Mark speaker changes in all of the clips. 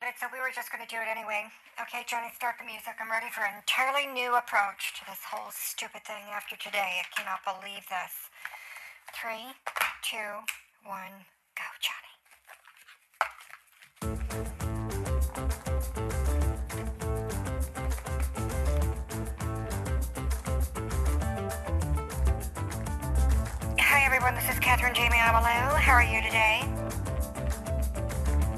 Speaker 1: started, so we were just going to do it anyway. Okay, Johnny, start the music. I'm ready for an entirely new approach to this whole stupid thing after today. I cannot believe this. Three, two, one, go, Johnny. Hi, everyone. This is Catherine Jamie Amalou. How are you today?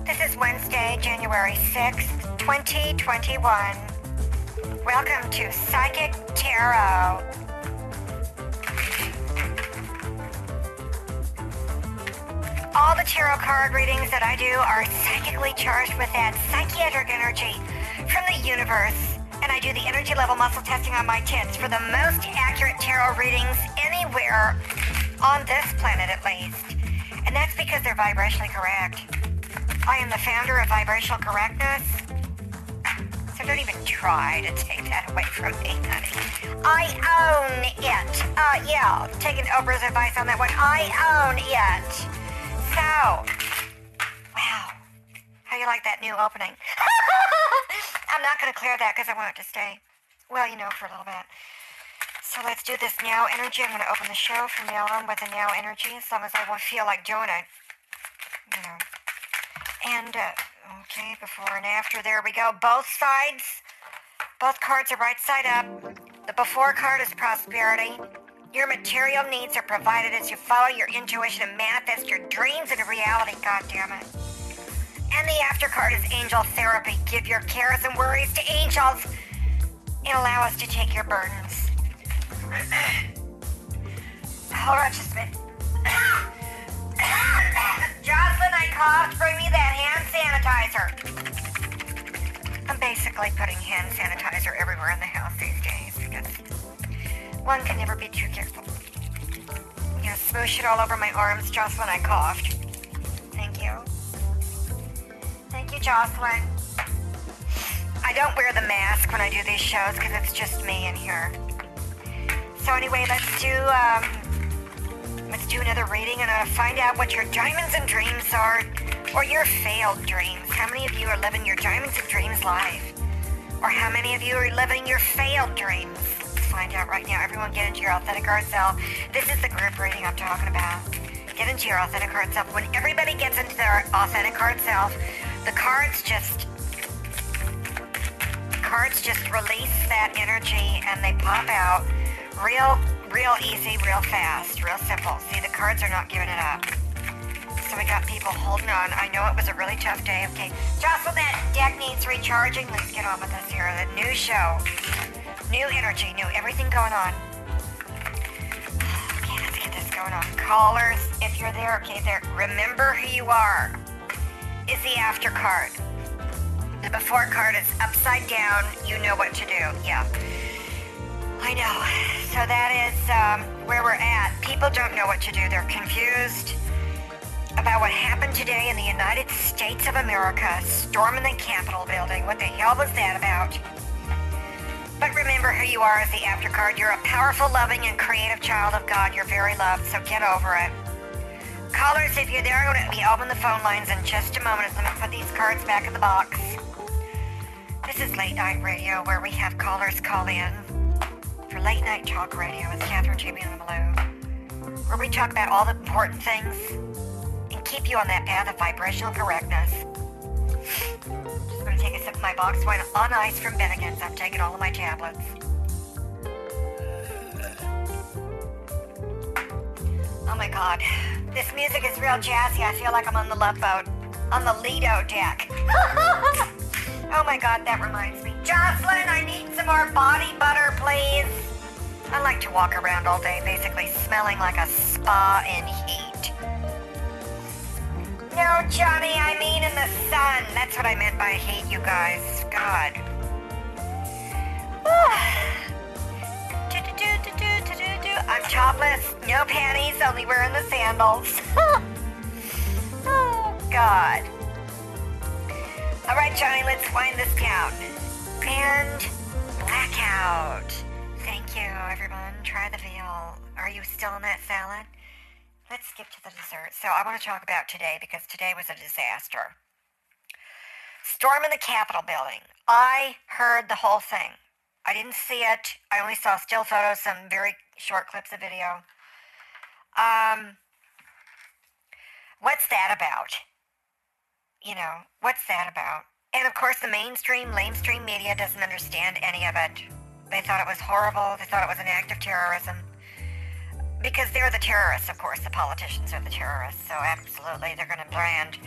Speaker 1: This is Wednesday, January 6th, 2021. Welcome to Psychic Tarot. All the tarot card readings that I do are psychically charged with that psychiatric energy from the universe. And I do the energy level muscle testing on my tips for the most accurate tarot readings anywhere on this planet, at least. And that's because they're vibrationally correct. I am the founder of Vibrational Correctness. So don't even try to take that away from me, honey. I own it. Uh, yeah, taking Oprah's advice on that one. I own it. So, wow. How you like that new opening? I'm not going to clear that because I want it to stay. Well, you know, for a little bit. So let's do this now energy. I'm going to open the show from now on with the now energy as long as I won't feel like doing it. You know. And, uh, okay, before and after. There we go. Both sides. Both cards are right side up. The before card is prosperity. Your material needs are provided as you follow your intuition and manifest your dreams into reality, God damn it. And the after card is angel therapy. Give your cares and worries to angels and allow us to take your burdens. Hold on just a minute. Jocelyn, I coughed. Bring me that hand sanitizer. I'm basically putting hand sanitizer everywhere in the house these days because one can never be too careful. You know, smoosh it all over my arms. Jocelyn, I coughed. Thank you. Thank you, Jocelyn. I don't wear the mask when I do these shows because it's just me in here. So anyway, let's do um, let's do another reading and uh, find out what your diamonds and dreams are, or your failed dreams. How many of you are living your diamonds and dreams life, or how many of you are living your failed dreams? Let's find out right now. Everyone, get into your authentic heart self. This is the group reading I'm talking about. Get into your authentic heart self. When everybody gets into their authentic heart self, the cards just cards just release that energy and they pop out real real easy real fast real simple see the cards are not giving it up so we got people holding on i know it was a really tough day okay jocelyn that deck needs recharging let's get on with this here the new show new energy new everything going on okay let's get this going on callers if you're there okay there remember who you are is the after card the before card is upside down you know what to do yeah I know. So that is um, where we're at. People don't know what to do. They're confused about what happened today in the United States of America, storming the Capitol building. What the hell was that about? But remember who you are as the aftercard. You're a powerful, loving, and creative child of God. You're very loved, so get over it. Callers, if you're there, I'm going to be opening the phone lines in just a moment. I'm going to put these cards back in the box. This is late night radio where we have callers call in for Late Night Talk Radio with Catherine Jamie and Malou, where we talk about all the important things and keep you on that path of vibrational correctness. Just gonna take a sip of my box wine on ice from Bennigan's. I'm taking all of my tablets. Oh my god. This music is real jazzy. I feel like I'm on the love boat. On the Lido deck. oh my god, that reminds me. Jocelyn, I need some more body butter, please. I like to walk around all day basically smelling like a spa in heat. No, Johnny, I mean in the sun. That's what I meant by heat, you guys. God. Do-do-do-do-do-do-do. I'm topless, no panties, only wearing the sandals. oh, God. All right, Johnny, let's wind this down. And blackout. Thank you, everyone. Try the veal. Are you still on that salad? Let's skip to the dessert. So, I want to talk about today because today was a disaster. Storm in the Capitol building. I heard the whole thing. I didn't see it. I only saw still photos, some very short clips of video. Um, what's that about? You know, what's that about? And of course, the mainstream, lamestream media doesn't understand any of it. They thought it was horrible. They thought it was an act of terrorism. Because they're the terrorists, of course. The politicians are the terrorists. So, absolutely, they're going to brand,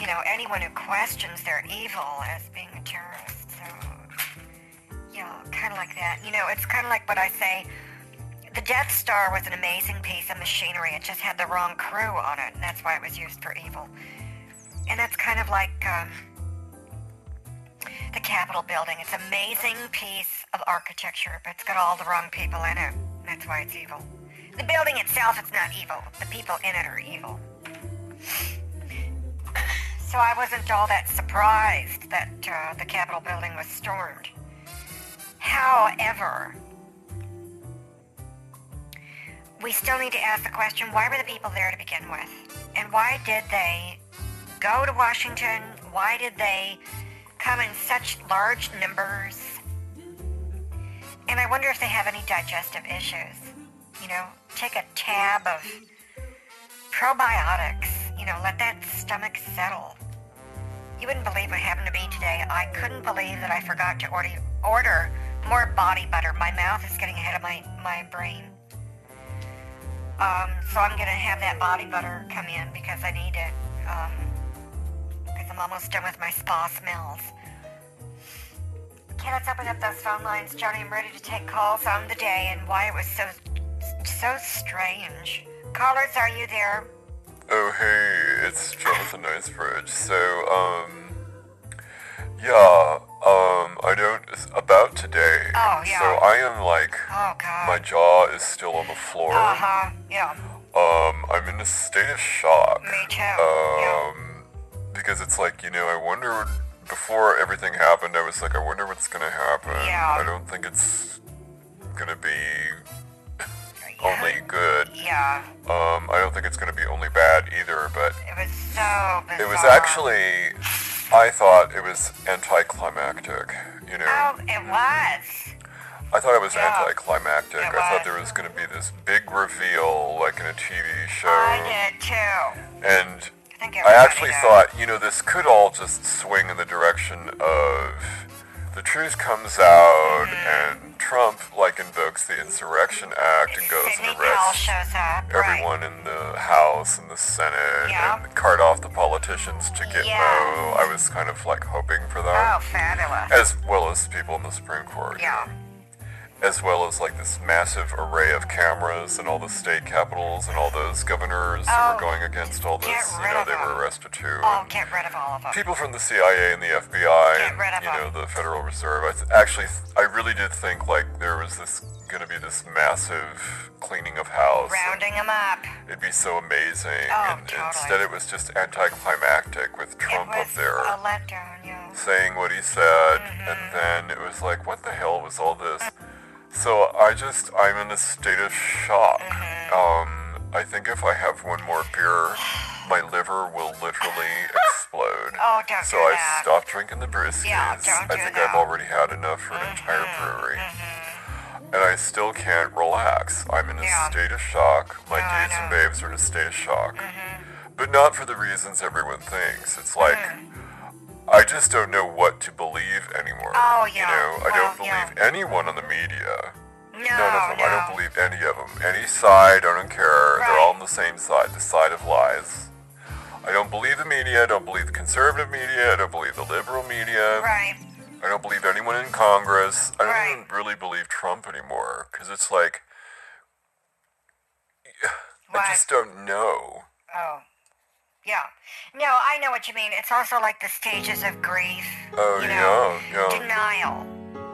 Speaker 1: you know, anyone who questions their evil as being a terrorist. So, you know, kind of like that. You know, it's kind of like what I say. The Death Star was an amazing piece of machinery. It just had the wrong crew on it, and that's why it was used for evil. And that's kind of like um, the Capitol building. It's an amazing piece of architecture, but it's got all the wrong people in it. and That's why it's evil. The building itself is not evil. The people in it are evil. So I wasn't all that surprised that uh, the Capitol building was stormed. However, we still need to ask the question why were the people there to begin with? And why did they go to Washington? Why did they come in such large numbers? And I wonder if they have any digestive issues. You know, take a tab of probiotics, you know, let that stomach settle. You wouldn't believe what happened to me today. I couldn't believe that I forgot to order, order more body butter. My mouth is getting ahead of my, my brain. Um, so I'm gonna have that body butter come in because I need it. Um, because I'm almost done with my spa smells. Okay, let's open up those phone lines, Johnny. I'm ready to take calls on the day and why it was so so strange. Callers, are you there?
Speaker 2: Oh hey, it's Jonathan Icebridge. So um, yeah, um, I don't it's about today.
Speaker 1: Oh, yeah.
Speaker 2: So I am like,
Speaker 1: Oh God.
Speaker 2: my jaw is still on the floor.
Speaker 1: uh huh. Yeah.
Speaker 2: Um, I'm in a state of shock.
Speaker 1: Me too. yeah.
Speaker 2: Um, because it's like you know, I wonder before everything happened, I was like, I wonder what's gonna happen.
Speaker 1: Yeah.
Speaker 2: I don't think it's gonna be
Speaker 1: Yeah.
Speaker 2: only good.
Speaker 1: Yeah.
Speaker 2: Um, I don't think it's gonna be only bad either, but.
Speaker 1: It was so bizarre.
Speaker 2: It was actually, I thought it was anticlimactic. You know,
Speaker 1: Oh, it was.
Speaker 2: I thought it was
Speaker 1: yeah.
Speaker 2: anticlimactic.
Speaker 1: It
Speaker 2: I thought
Speaker 1: was.
Speaker 2: there was going to be this big reveal, like in a TV show.
Speaker 1: I did too. I
Speaker 2: And
Speaker 1: think
Speaker 2: I actually
Speaker 1: everybody did.
Speaker 2: thought, you know, this could all just swing in the direction of the truth comes out
Speaker 1: Mm-hmm.
Speaker 2: and Trump, like, invokes the Insurrection Act and goes
Speaker 1: Sidney
Speaker 2: and
Speaker 1: Powell
Speaker 2: arrests
Speaker 1: shows up. right.
Speaker 2: everyone in the House and the Senate
Speaker 1: Yeah.
Speaker 2: and cart off the politicians to Gitmo.
Speaker 1: Yeah.
Speaker 2: I was kind of like hoping for
Speaker 1: Oh,
Speaker 2: that.
Speaker 1: fabulous.
Speaker 2: As well as people in the Supreme Court. you
Speaker 1: Yeah.
Speaker 2: know. As well as like this massive array of cameras and all the state capitals and all those governors who
Speaker 1: Oh,
Speaker 2: were going against all
Speaker 1: get
Speaker 2: this. You
Speaker 1: rid
Speaker 2: know,
Speaker 1: of
Speaker 2: they were
Speaker 1: them.
Speaker 2: arrested too.
Speaker 1: Oh,
Speaker 2: and
Speaker 1: get rid of all of them.
Speaker 2: people from the CIA and the FBI
Speaker 1: Get
Speaker 2: and
Speaker 1: rid of
Speaker 2: you know
Speaker 1: them.
Speaker 2: the Federal Reserve. I th- actually, th- I really did think like there was this going to be this massive cleaning of house. and-
Speaker 1: Rounding them up.
Speaker 2: It'd be so amazing.
Speaker 1: Oh,
Speaker 2: and
Speaker 1: totally.
Speaker 2: instead, it was just anticlimactic with
Speaker 1: It
Speaker 2: Trump
Speaker 1: was
Speaker 2: up there
Speaker 1: a Mm-hmm. letdown, yeah.
Speaker 2: saying what he said, and then it was like, what the hell was all this? So I just, I'm in a state of shock.
Speaker 1: Mm-hmm.
Speaker 2: Um, I think if I have one more beer, my liver will literally explode.
Speaker 1: Oh, don't
Speaker 2: so
Speaker 1: do
Speaker 2: I
Speaker 1: that.
Speaker 2: stopped drinking the brewskis.
Speaker 1: Yeah, don't do
Speaker 2: I
Speaker 1: that.
Speaker 2: think
Speaker 1: Mm-hmm,
Speaker 2: I've already had enough for an entire brewery. And I still can't relax. I'm in a
Speaker 1: Yeah.
Speaker 2: state of shock. My
Speaker 1: No, I
Speaker 2: days and
Speaker 1: know. Mm-hmm.
Speaker 2: babes are in a state of shock. But not for the reasons everyone thinks. It's like,
Speaker 1: Mm.
Speaker 2: I just don't know what to believe anymore.
Speaker 1: Oh,
Speaker 2: You
Speaker 1: yeah.
Speaker 2: know, I
Speaker 1: Well,
Speaker 2: don't believe anyone on the media.
Speaker 1: No,
Speaker 2: None of them.
Speaker 1: no.
Speaker 2: I don't believe any of them. Any side, I don't care. They're
Speaker 1: Right.
Speaker 2: all on the same side, the side of lies. I don't believe the media. I don't believe the conservative media. I don't believe the liberal media.
Speaker 1: Right.
Speaker 2: I don't believe anyone in Congress. I don't
Speaker 1: Right.
Speaker 2: even really believe Trump anymore because it's like
Speaker 1: What?
Speaker 2: I just don't know.
Speaker 1: Oh. Yeah. No, I know what you mean. It's also like the stages of grief.
Speaker 2: Oh
Speaker 1: you know,
Speaker 2: yeah, yeah.
Speaker 1: Denial.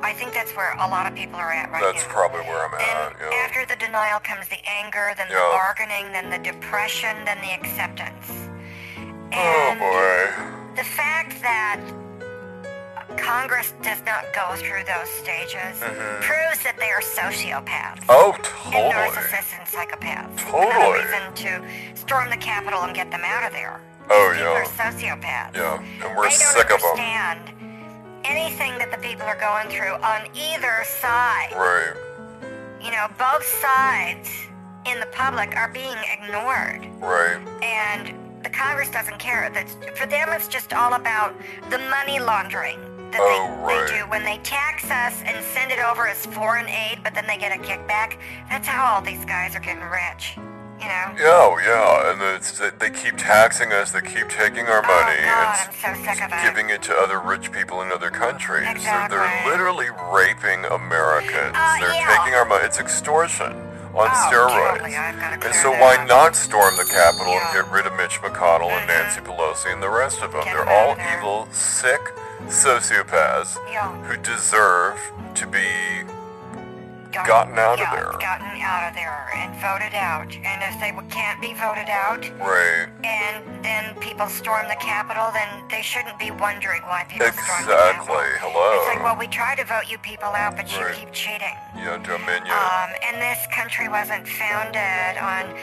Speaker 1: I think that's where a lot of people are at right
Speaker 2: That's
Speaker 1: now.
Speaker 2: probably where I'm
Speaker 1: Then
Speaker 2: at. Yeah.
Speaker 1: after the denial comes the anger, then the
Speaker 2: Yeah.
Speaker 1: bargaining, then the depression, then the acceptance.
Speaker 2: oh
Speaker 1: And
Speaker 2: boy.
Speaker 1: the fact that Congress does not go through those stages proves that they are sociopaths
Speaker 2: Mm-hmm. Oh
Speaker 1: and
Speaker 2: totally.
Speaker 1: narcissists and psychopaths.
Speaker 2: Totally.
Speaker 1: Another reason to storm the Capitol and get them out of there.
Speaker 2: Oh,
Speaker 1: People
Speaker 2: yeah.
Speaker 1: are sociopaths.
Speaker 2: Yeah, and we're
Speaker 1: they don't
Speaker 2: sick of 'em.
Speaker 1: understand anything that the people are going through on either side.
Speaker 2: Right.
Speaker 1: You know, both sides in the public are being ignored.
Speaker 2: Right.
Speaker 1: and the Congress doesn't care. That's for them. It's just all about the money laundering that
Speaker 2: Oh,
Speaker 1: they,
Speaker 2: right.
Speaker 1: they do when they tax us and send it over as foreign aid, but then they get a kickback. That's how all these guys are getting rich. You know.
Speaker 2: Yeah, oh, yeah. And it's, they keep taxing us. They keep taking our
Speaker 1: Oh
Speaker 2: money
Speaker 1: God, I'm
Speaker 2: and
Speaker 1: so sick of it.
Speaker 2: giving it to other rich people in other countries. They're- They're,
Speaker 1: Exactly.
Speaker 2: literally raping Americans.
Speaker 1: Uh,
Speaker 2: They're
Speaker 1: yeah.
Speaker 2: taking our money. It's extortion on
Speaker 1: Oh,
Speaker 2: steroids.
Speaker 1: totally. I've gotta clear
Speaker 2: and so
Speaker 1: that
Speaker 2: why
Speaker 1: up.
Speaker 2: not storm the Capitol
Speaker 1: Yeah. Mm-hmm.
Speaker 2: and get rid of Mitch McConnell and Nancy Pelosi and the rest of them?
Speaker 1: Get
Speaker 2: They're
Speaker 1: them out
Speaker 2: all
Speaker 1: of there.
Speaker 2: evil, sick sociopaths
Speaker 1: Yeah.
Speaker 2: who deserve to be
Speaker 1: Got-
Speaker 2: gotten out of
Speaker 1: yeah,
Speaker 2: there.
Speaker 1: Gotten out of there and voted out. And if they can't be voted out,
Speaker 2: right.
Speaker 1: and then people storm the Capitol, then they shouldn't be wondering why people storm the Capitol.
Speaker 2: Exactly. Hello.
Speaker 1: It's like, well, we tried to vote you people out, but you
Speaker 2: Oh. Right.
Speaker 1: keep cheating.
Speaker 2: yeah, Dominion.
Speaker 1: Um, and this country wasn't founded on.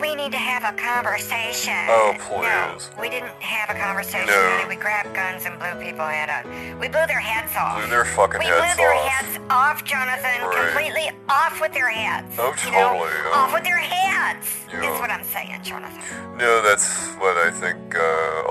Speaker 1: We need to have a conversation.
Speaker 2: Oh, please.
Speaker 1: No, we didn't have a conversation.
Speaker 2: No.
Speaker 1: honey. We grabbed guns and blew people head up. We blew their heads off.
Speaker 2: Blew their fucking
Speaker 1: we
Speaker 2: heads
Speaker 1: blew their
Speaker 2: off.
Speaker 1: heads off, Jonathan.
Speaker 2: Right.
Speaker 1: Completely off with their heads.
Speaker 2: Oh,
Speaker 1: you know?
Speaker 2: totally, yeah.
Speaker 1: Off with their heads.
Speaker 2: Yeah.
Speaker 1: Is what I'm saying, Jonathan.
Speaker 2: No, that's what I think uh,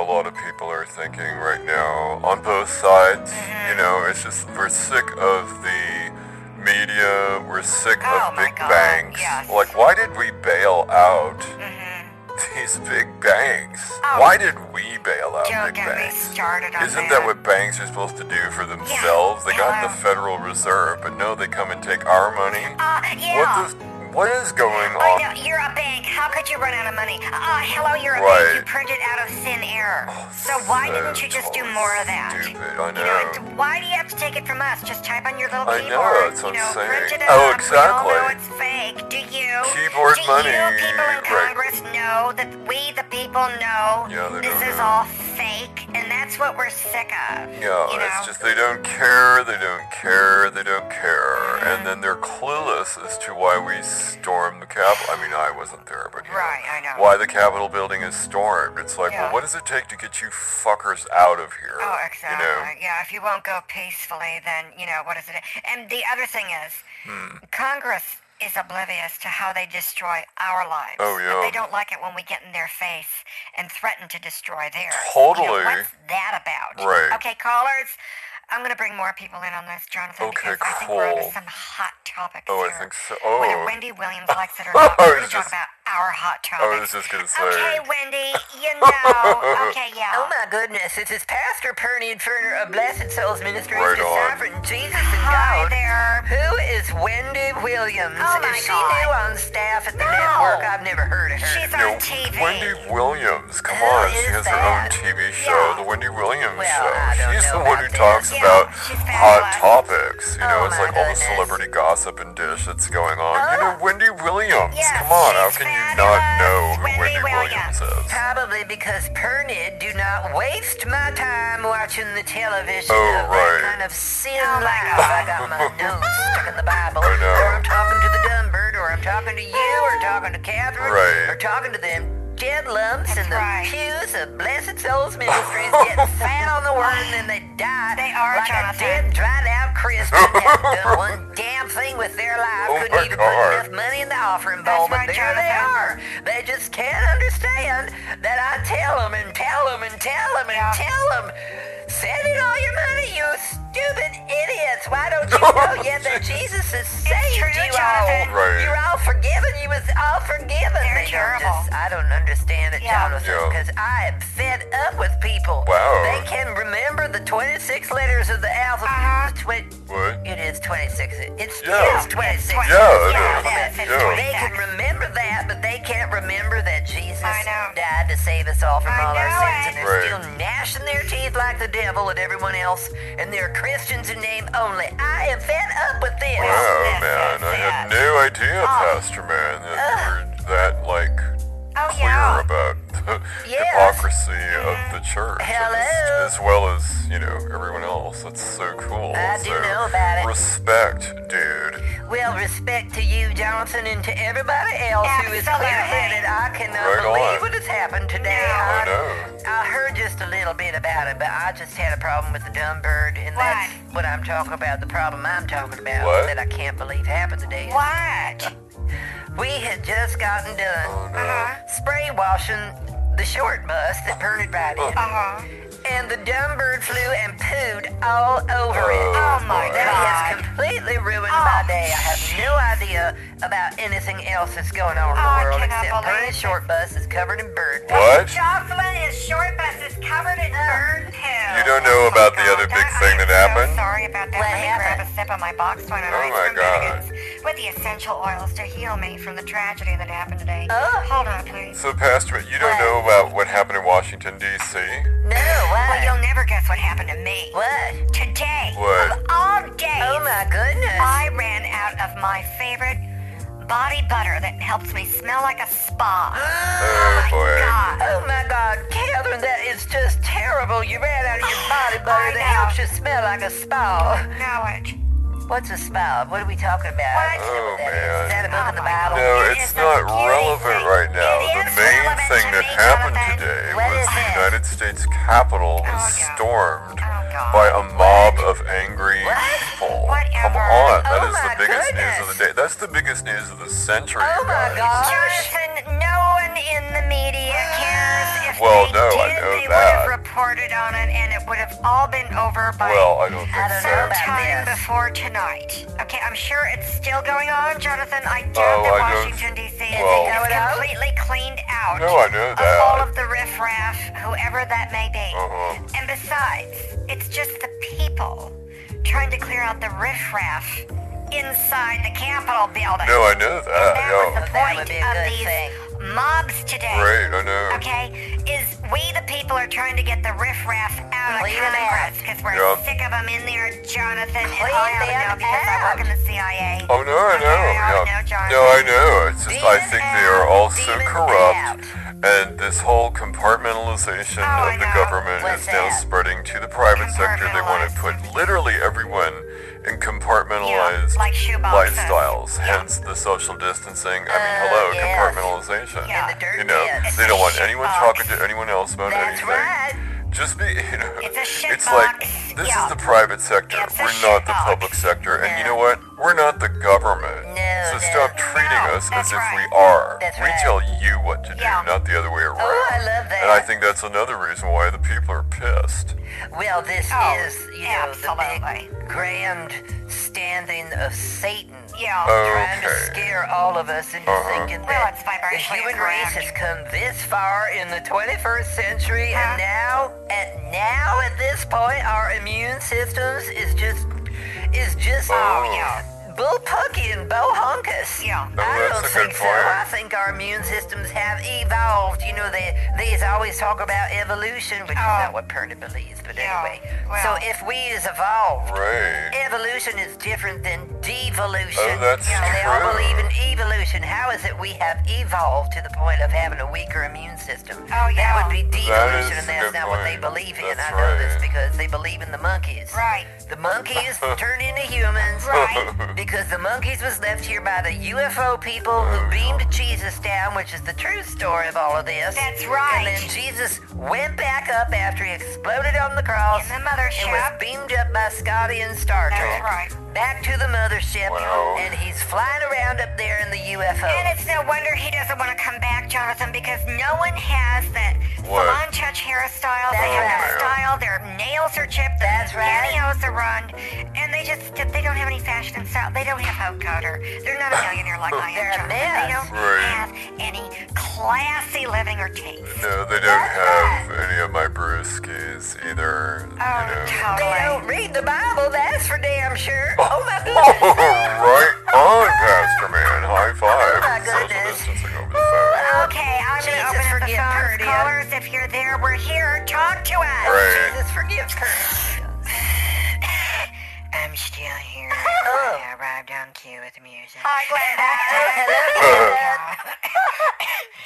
Speaker 2: a lot of people are thinking right now on both sides.
Speaker 1: Mm-hmm.
Speaker 2: You know, it's just we're sick of the media, we're sick
Speaker 1: Oh,
Speaker 2: of
Speaker 1: my
Speaker 2: big
Speaker 1: God,
Speaker 2: banks.
Speaker 1: yes.
Speaker 2: Like, why did we bail out
Speaker 1: Mm-hmm.
Speaker 2: these big banks?
Speaker 1: Oh.
Speaker 2: Why did we bail out
Speaker 1: Don't
Speaker 2: big
Speaker 1: get me
Speaker 2: banks?
Speaker 1: started on
Speaker 2: Isn't
Speaker 1: that
Speaker 2: that what banks are supposed to do for themselves? They got
Speaker 1: Hello.
Speaker 2: the Federal Reserve, but no, they come and take our money.
Speaker 1: Uh, yeah.
Speaker 2: What, the, what is going
Speaker 1: Oh,
Speaker 2: on?
Speaker 1: no, you're a bank. How could you run out of money? Uh, hello, you're a bank.
Speaker 2: Right.
Speaker 1: You printed out of thin air. So why
Speaker 2: so
Speaker 1: didn't you just do
Speaker 2: totally
Speaker 1: more of that?
Speaker 2: stupid.
Speaker 1: You
Speaker 2: I
Speaker 1: know,
Speaker 2: know.
Speaker 1: and why do you have to take it from us? Just type on your little
Speaker 2: I know,
Speaker 1: keyboard.
Speaker 2: that's what
Speaker 1: you
Speaker 2: I'm
Speaker 1: know,
Speaker 2: saying.
Speaker 1: print it
Speaker 2: Oh,
Speaker 1: out.
Speaker 2: exactly.
Speaker 1: We all know it's fake. Do you?
Speaker 2: Keyboard
Speaker 1: do
Speaker 2: money,
Speaker 1: you people in
Speaker 2: right.
Speaker 1: Congress know that we, the people, know
Speaker 2: Yeah, they
Speaker 1: this
Speaker 2: don't
Speaker 1: is all
Speaker 2: know.
Speaker 1: fake? And that's what we're sick of.
Speaker 2: Yeah,
Speaker 1: you
Speaker 2: it's
Speaker 1: know?
Speaker 2: just they don't care, they don't care, they don't care, and then they're clueless as to why we stormed the Capitol. I mean, I wasn't there, but you know,
Speaker 1: Right, I know.
Speaker 2: why the Capitol building is stormed. It's like,
Speaker 1: Yeah.
Speaker 2: well, what does it take to get you fuckers out of here?
Speaker 1: Oh,
Speaker 2: You
Speaker 1: exactly.
Speaker 2: know,
Speaker 1: Yeah, if you won't go peacefully, then, you know, what is it? And the other thing is,
Speaker 2: Hmm.
Speaker 1: Congress is oblivious to how they destroy our lives.
Speaker 2: Oh,
Speaker 1: But
Speaker 2: yeah.
Speaker 1: they don't like it when we get in their face and threaten to destroy theirs.
Speaker 2: Totally.
Speaker 1: You know, what's that about?
Speaker 2: Right.
Speaker 1: Okay, callers, I'm going to bring more people in on this, Jonathan,
Speaker 2: Okay,
Speaker 1: because I think we're onto
Speaker 2: cool.
Speaker 1: some hot topics
Speaker 2: Oh, I
Speaker 1: here.
Speaker 2: think so.
Speaker 1: Whether
Speaker 2: Oh.
Speaker 1: Wendy Williams likes it or not, we're going
Speaker 2: was
Speaker 1: to talk
Speaker 2: just-
Speaker 1: about our hot topics.
Speaker 2: I was just gonna say.
Speaker 1: Okay, Wendy, you know. Okay, yeah.
Speaker 3: Oh my goodness, this is Pastor Perny Inferner of Blessed Souls Ministries
Speaker 2: Right
Speaker 3: to
Speaker 2: on.
Speaker 3: Sovereign Jesus and
Speaker 1: Hi
Speaker 3: God.
Speaker 1: there.
Speaker 3: Who is Wendy Williams?
Speaker 1: Oh, my
Speaker 3: is she
Speaker 1: God.
Speaker 3: new on staff at
Speaker 1: No.
Speaker 3: the network? I've never heard of her.
Speaker 1: She's
Speaker 2: You
Speaker 1: on
Speaker 2: know,
Speaker 1: TV.
Speaker 2: Wendy Williams, come
Speaker 3: Who
Speaker 2: on, she
Speaker 3: is
Speaker 2: has her own
Speaker 3: that?
Speaker 2: TV show,
Speaker 1: Yeah.
Speaker 2: the Wendy Williams
Speaker 3: Well,
Speaker 2: show.
Speaker 3: I don't
Speaker 2: She's
Speaker 3: know
Speaker 2: the one who
Speaker 3: about
Speaker 2: talks
Speaker 1: that. Yeah,
Speaker 2: about
Speaker 1: she's
Speaker 2: hot
Speaker 1: fabulous.
Speaker 2: topics. You know,
Speaker 3: Oh,
Speaker 2: it's
Speaker 3: my
Speaker 2: like all the
Speaker 3: goodness.
Speaker 2: celebrity gossip and dish that's going on. You
Speaker 3: Oh.
Speaker 2: know, Wendy Williams,
Speaker 1: Yes,
Speaker 2: come on, how
Speaker 1: she's
Speaker 2: can you not
Speaker 1: fabulous,
Speaker 2: know who
Speaker 1: Wendy
Speaker 2: Wendy Williams,
Speaker 1: Williams.
Speaker 2: is?
Speaker 3: Probably because Pernid do not waste my time watching the television
Speaker 2: Oh,
Speaker 3: of that
Speaker 2: right.
Speaker 3: kind of sin
Speaker 1: Oh, my
Speaker 3: life.
Speaker 1: God.
Speaker 3: I got my nose stuck in the Bible.
Speaker 2: I know.
Speaker 3: Or I'm talking to the dumb bird, or I'm talking to you, or talking to Catherine,
Speaker 2: Right.
Speaker 3: or talking to them dead lumps
Speaker 1: That's
Speaker 3: in the
Speaker 1: right.
Speaker 3: pews of Blessed Souls Ministries getting fat on the word and then they die
Speaker 1: They are,
Speaker 3: like
Speaker 1: Jonathan.
Speaker 3: a dead, dried out Christian haven't done one damn thing with their life.
Speaker 2: Oh, my
Speaker 3: Couldn't even
Speaker 2: God.
Speaker 3: put enough money in the offering
Speaker 1: That's
Speaker 3: bowl, but
Speaker 1: right,
Speaker 3: there they
Speaker 1: Jonathan.
Speaker 3: are. They just can't understand that I tell them and tell them and tell them and
Speaker 1: Yeah.
Speaker 3: tell them. Send in all your money, you stupid idiots. Why don't you know yet that Jesus has saved
Speaker 1: true,
Speaker 3: you
Speaker 1: Jonathan.
Speaker 3: all?
Speaker 2: Right.
Speaker 3: You're all forgiven. You was all forgiven.
Speaker 1: They're
Speaker 3: They don't
Speaker 1: terrible.
Speaker 3: just- I don't understand it,
Speaker 1: Yeah.
Speaker 3: Jonathan,
Speaker 2: Yeah.
Speaker 3: because I am fed up with people.
Speaker 2: Wow.
Speaker 3: They can remember the 26 letters of the alphabet.
Speaker 1: Uh-huh.
Speaker 3: Twen-
Speaker 2: What?
Speaker 3: it is 26. It's,
Speaker 2: Yeah.
Speaker 3: it's 26.
Speaker 1: Yeah,
Speaker 2: Yeah, it
Speaker 1: Yeah,
Speaker 2: is.
Speaker 1: that's it,
Speaker 2: Yeah.
Speaker 3: They can remember that, but they can't remember that Jesus
Speaker 1: I know.
Speaker 3: died to save us all from
Speaker 1: I
Speaker 3: all our
Speaker 1: know
Speaker 3: sins.
Speaker 1: it.
Speaker 3: And they're
Speaker 2: Right.
Speaker 3: still gnashing their teeth like the devil at everyone else, and they're Christians in name only. I am fed up with this.
Speaker 2: Wow,
Speaker 1: Yes,
Speaker 2: man,
Speaker 1: yes,
Speaker 2: I
Speaker 1: yes.
Speaker 2: had no idea, Pastor Man, that you were that, like,
Speaker 1: Oh,
Speaker 2: clear
Speaker 1: yeah.
Speaker 2: about
Speaker 3: Yes.
Speaker 2: hypocrisy of the church,
Speaker 3: Hello.
Speaker 2: as, as well as you know everyone else. That's so cool.
Speaker 3: I do
Speaker 2: So,
Speaker 3: know about it.
Speaker 2: Respect, dude.
Speaker 3: Well, respect to you, Johnson, and to everybody else who is
Speaker 1: Absolutely.
Speaker 3: clear-headed. I cannot
Speaker 2: Right
Speaker 3: believe
Speaker 2: on.
Speaker 3: what has happened today.
Speaker 2: I
Speaker 3: I-
Speaker 2: know.
Speaker 3: I heard just a little bit about it, but I just had a problem with the dumb bird, and
Speaker 1: What?
Speaker 3: that's what I'm talking about. The problem I'm talking about
Speaker 2: What?
Speaker 3: that I can't believe happened today. is
Speaker 1: What?
Speaker 3: We had just gotten
Speaker 2: Oh
Speaker 3: done
Speaker 1: Uh-huh.
Speaker 2: no.
Speaker 3: spray washing the short bus that Bernard Biden,
Speaker 1: Uh huh.
Speaker 3: and the dumb bird flew and pooed all over it.
Speaker 2: Oh,
Speaker 1: Oh my
Speaker 2: boy.
Speaker 3: That has
Speaker 1: god.
Speaker 3: completely ruined
Speaker 1: Oh.
Speaker 3: my day. I have no idea about anything else that's going on in
Speaker 1: Oh, I
Speaker 3: the world
Speaker 1: cannot
Speaker 3: except
Speaker 1: believe
Speaker 3: Bernard's
Speaker 1: it.
Speaker 3: short bus is covered in bird poo.
Speaker 2: What?
Speaker 1: Jocelyn is short bus is covered in bird poo.
Speaker 2: You don't know
Speaker 1: Oh my
Speaker 2: about the
Speaker 1: God.
Speaker 2: other big
Speaker 1: I-
Speaker 2: thing
Speaker 1: I'm
Speaker 2: that
Speaker 1: so
Speaker 2: happened?
Speaker 1: Sorry about that.
Speaker 3: What
Speaker 1: Let me grab
Speaker 3: happened?
Speaker 1: a sip of my box wine and
Speaker 2: Oh
Speaker 1: ice
Speaker 2: my
Speaker 1: cream
Speaker 2: God.
Speaker 1: biscuits with the essential oils to heal me from the tragedy that happened today.
Speaker 3: Oh.
Speaker 1: Hold on, please.
Speaker 2: So, Pastor, you don't
Speaker 3: What?
Speaker 2: know about what happened in Washington D.C.
Speaker 3: No,
Speaker 1: Well,
Speaker 3: what?
Speaker 1: you'll never guess what happened to me.
Speaker 3: What?
Speaker 1: Today,
Speaker 2: What?
Speaker 1: of all days,
Speaker 3: Oh my goodness.
Speaker 1: I ran out of my favorite body butter that helps me smell like a spa.
Speaker 3: Ah,
Speaker 2: Oh boy.
Speaker 1: God.
Speaker 3: Oh my God, Catherine, that is just terrible. You ran out of your body
Speaker 1: I
Speaker 3: butter that
Speaker 1: know.
Speaker 3: helps you smell like a spa.
Speaker 1: Know it.
Speaker 3: What's a spa? What are we talking about?
Speaker 1: What?
Speaker 2: Oh,
Speaker 3: That is-
Speaker 2: man.
Speaker 3: Is that a book in
Speaker 1: Oh,
Speaker 3: the
Speaker 1: my
Speaker 3: Bible?
Speaker 2: No,
Speaker 1: It
Speaker 2: it's
Speaker 1: is
Speaker 2: not
Speaker 1: a beauty
Speaker 2: relevant
Speaker 1: thing.
Speaker 2: right now.
Speaker 1: It
Speaker 2: The
Speaker 1: is
Speaker 2: main
Speaker 1: relevant
Speaker 2: thing
Speaker 1: to
Speaker 2: that
Speaker 1: me,
Speaker 2: happened
Speaker 1: Jonathan.
Speaker 2: today
Speaker 3: What
Speaker 2: was
Speaker 3: is
Speaker 2: the
Speaker 3: it?
Speaker 2: United States Capitol was
Speaker 1: Oh, yeah.
Speaker 2: stormed
Speaker 1: Oh, God.
Speaker 2: by a mob of angry
Speaker 3: What?
Speaker 2: people. Come
Speaker 1: Whatever.
Speaker 2: on, that
Speaker 3: Oh,
Speaker 2: is the
Speaker 3: my
Speaker 2: biggest news of
Speaker 3: goodness.
Speaker 2: the day. That's the biggest news of the century.
Speaker 3: Oh, my
Speaker 2: guys.
Speaker 3: God.
Speaker 1: Jonathan, no one in the media cares. If
Speaker 2: Well,
Speaker 1: they
Speaker 2: no, I
Speaker 1: did,
Speaker 2: know
Speaker 1: they would
Speaker 2: that.
Speaker 1: have reported on it, and it would have all been over by
Speaker 2: Well, I don't think
Speaker 3: I don't
Speaker 2: so.
Speaker 3: know about
Speaker 1: sometime
Speaker 3: this.
Speaker 1: before tonight. Okay, I'm sure it's still going on, Jonathan. I doubt
Speaker 2: Oh,
Speaker 1: that
Speaker 2: I don't-
Speaker 1: Washington D.C.
Speaker 2: Well-
Speaker 1: is
Speaker 3: Going out?
Speaker 1: completely cleaned out
Speaker 2: No, I know
Speaker 1: of
Speaker 2: that.
Speaker 1: all of the riffraff, whoever that may be.
Speaker 2: Uh-huh.
Speaker 1: And besides, it's just the people trying to clear out the riffraff inside the Capitol building.
Speaker 2: No, I know that.
Speaker 1: that was the
Speaker 2: Yeah.
Speaker 3: That
Speaker 1: point
Speaker 3: would be a
Speaker 1: of
Speaker 3: good
Speaker 1: these
Speaker 3: thing.
Speaker 1: mobs today.
Speaker 2: Great, I know.
Speaker 1: Okay, is we the people are trying to get the riffraff out
Speaker 3: Clean
Speaker 1: of
Speaker 3: 'em
Speaker 1: Congress because we're
Speaker 2: Yep.
Speaker 1: sick of them in there, Jonathan.
Speaker 3: Clean
Speaker 1: and I ought to
Speaker 3: them
Speaker 1: know because I work
Speaker 3: out.
Speaker 1: in the CIA.
Speaker 2: Oh no, I
Speaker 1: Okay,
Speaker 2: know.
Speaker 1: I already
Speaker 2: yeah.
Speaker 1: know, Jonathan.
Speaker 2: no, I know. It's just I
Speaker 3: Demon
Speaker 2: think they are
Speaker 3: out,
Speaker 2: all so
Speaker 3: demon
Speaker 2: corrupt, and this whole compartmentalization
Speaker 1: Oh, I
Speaker 2: of the
Speaker 1: know.
Speaker 2: government
Speaker 3: What's
Speaker 2: is now
Speaker 3: that?
Speaker 2: spreading to the private sector. They want to put literally everyone in compartmentalized
Speaker 1: Yeah, like shoeboxes.
Speaker 2: lifestyles. Hence the social distancing. I mean,
Speaker 3: Uh,
Speaker 2: hello,
Speaker 3: yes.
Speaker 2: compartmentalization.
Speaker 1: Yeah.
Speaker 3: In the dirt
Speaker 2: You know,
Speaker 3: pits.
Speaker 2: they don't want anyone
Speaker 1: Shoebox.
Speaker 2: talking to anyone else about
Speaker 3: That's
Speaker 2: anything.
Speaker 3: right.
Speaker 2: Just be, you know,
Speaker 1: It's a shit
Speaker 2: it's like
Speaker 1: box.
Speaker 2: this
Speaker 1: Yeah.
Speaker 2: is the private sector.
Speaker 1: It's a
Speaker 2: We're
Speaker 1: shit
Speaker 2: not the
Speaker 1: box.
Speaker 2: public sector, and you
Speaker 3: No.
Speaker 2: know what? We're not the government.
Speaker 3: No,
Speaker 2: so
Speaker 3: no.
Speaker 2: stop treating
Speaker 1: No,
Speaker 2: us
Speaker 1: that's
Speaker 2: as if
Speaker 1: right.
Speaker 2: we are.
Speaker 3: That's
Speaker 2: we
Speaker 3: right. Oh,
Speaker 2: tell you what to do,
Speaker 1: Yeah.
Speaker 2: not the other way around.
Speaker 3: I love that.
Speaker 2: And I think that's another reason why the people are pissed.
Speaker 3: Well, this
Speaker 1: Oh,
Speaker 3: is, you know,
Speaker 1: absolutely.
Speaker 3: the big grand standing of Satan.
Speaker 1: Yeah.
Speaker 3: Trying to
Speaker 2: Okay.
Speaker 3: scare all of us into
Speaker 2: Uh-huh.
Speaker 3: thinking
Speaker 1: Well,
Speaker 3: that
Speaker 1: it's
Speaker 3: the
Speaker 1: vibrationally
Speaker 3: human
Speaker 1: correct.
Speaker 3: race has come this far in the 21st century,
Speaker 1: Huh?
Speaker 3: and now, and now at this point, our immune systems is just, is just
Speaker 2: Oh.
Speaker 1: yeah.
Speaker 3: bullpucky and bohunkus.
Speaker 1: Yeah.
Speaker 2: Oh,
Speaker 3: I
Speaker 2: that's
Speaker 3: don't
Speaker 2: a good
Speaker 3: think so.
Speaker 2: point.
Speaker 3: I think our immune systems have evolved. You know, they they always talk about evolution, which
Speaker 1: Oh.
Speaker 3: is not what Perna believes, but
Speaker 1: Yeah,
Speaker 3: anyway.
Speaker 1: well.
Speaker 3: so if we is evolved,
Speaker 2: Right.
Speaker 3: evolution is different than devolution.
Speaker 2: Oh, that's
Speaker 3: And they all
Speaker 2: true.
Speaker 3: believe in evolution. How is it we have evolved to the point of having a weaker immune system?
Speaker 1: Oh, yeah.
Speaker 3: That would be
Speaker 2: is
Speaker 3: devolution, and
Speaker 2: a
Speaker 3: that's
Speaker 2: good
Speaker 3: not what they
Speaker 2: point.
Speaker 3: believe in.
Speaker 2: That's
Speaker 3: I know
Speaker 2: right.
Speaker 3: this because they believe in the monkeys.
Speaker 1: Right.
Speaker 3: The monkeys turn into humans.
Speaker 1: Right.
Speaker 3: Because the monkeys was left here by the UFO people who beamed Jesus down, which is the true story of all of this.
Speaker 1: That's right.
Speaker 3: And then Jesus went back up after he exploded on the cross
Speaker 1: In the mothership.
Speaker 3: and was beamed up by Scotty and Star
Speaker 1: That's
Speaker 3: Trek.
Speaker 1: right.
Speaker 3: Back to the mothership,
Speaker 2: Wow.
Speaker 3: and he's flying around up there in the UFO.
Speaker 1: And it's no wonder he doesn't want to come back, Jonathan, because no one has that
Speaker 2: What?
Speaker 1: salon touch hairstyle. They
Speaker 3: That's
Speaker 1: have no
Speaker 2: right.
Speaker 1: style. Their nails are chipped. Their
Speaker 3: That's right.
Speaker 1: pantyhose are run, and they just they don't have any fashion and style. They don't have hope coder. They're not a millionaire like I am,
Speaker 3: They're a
Speaker 1: Jonathan.
Speaker 3: mess.
Speaker 1: They don't
Speaker 2: Right.
Speaker 1: have any classy living or taste.
Speaker 2: No, they don't have any of my brewskis either.
Speaker 1: Oh,
Speaker 2: you know.
Speaker 1: totally.
Speaker 3: they don't read the Bible, that's for damn sure. Oh my
Speaker 2: Oh,
Speaker 3: goodness.
Speaker 2: right on, Pastor Man. High five.
Speaker 3: Oh, my
Speaker 2: Social
Speaker 3: goodness.
Speaker 2: distancing over the phone.
Speaker 1: Okay, I'm
Speaker 3: Jesus,
Speaker 1: gonna open up the
Speaker 3: forgive
Speaker 1: phone.
Speaker 3: Purdy.
Speaker 1: Callers, if you're there, we're here. Talk to us.
Speaker 2: Right.
Speaker 3: Jesus, forgive her.
Speaker 1: I'm still here. Oh,
Speaker 3: Oh,
Speaker 1: I arrived on cue with the music.
Speaker 3: Hello,
Speaker 1: Hi,
Speaker 3: Hello.
Speaker 1: Glenda. Johnny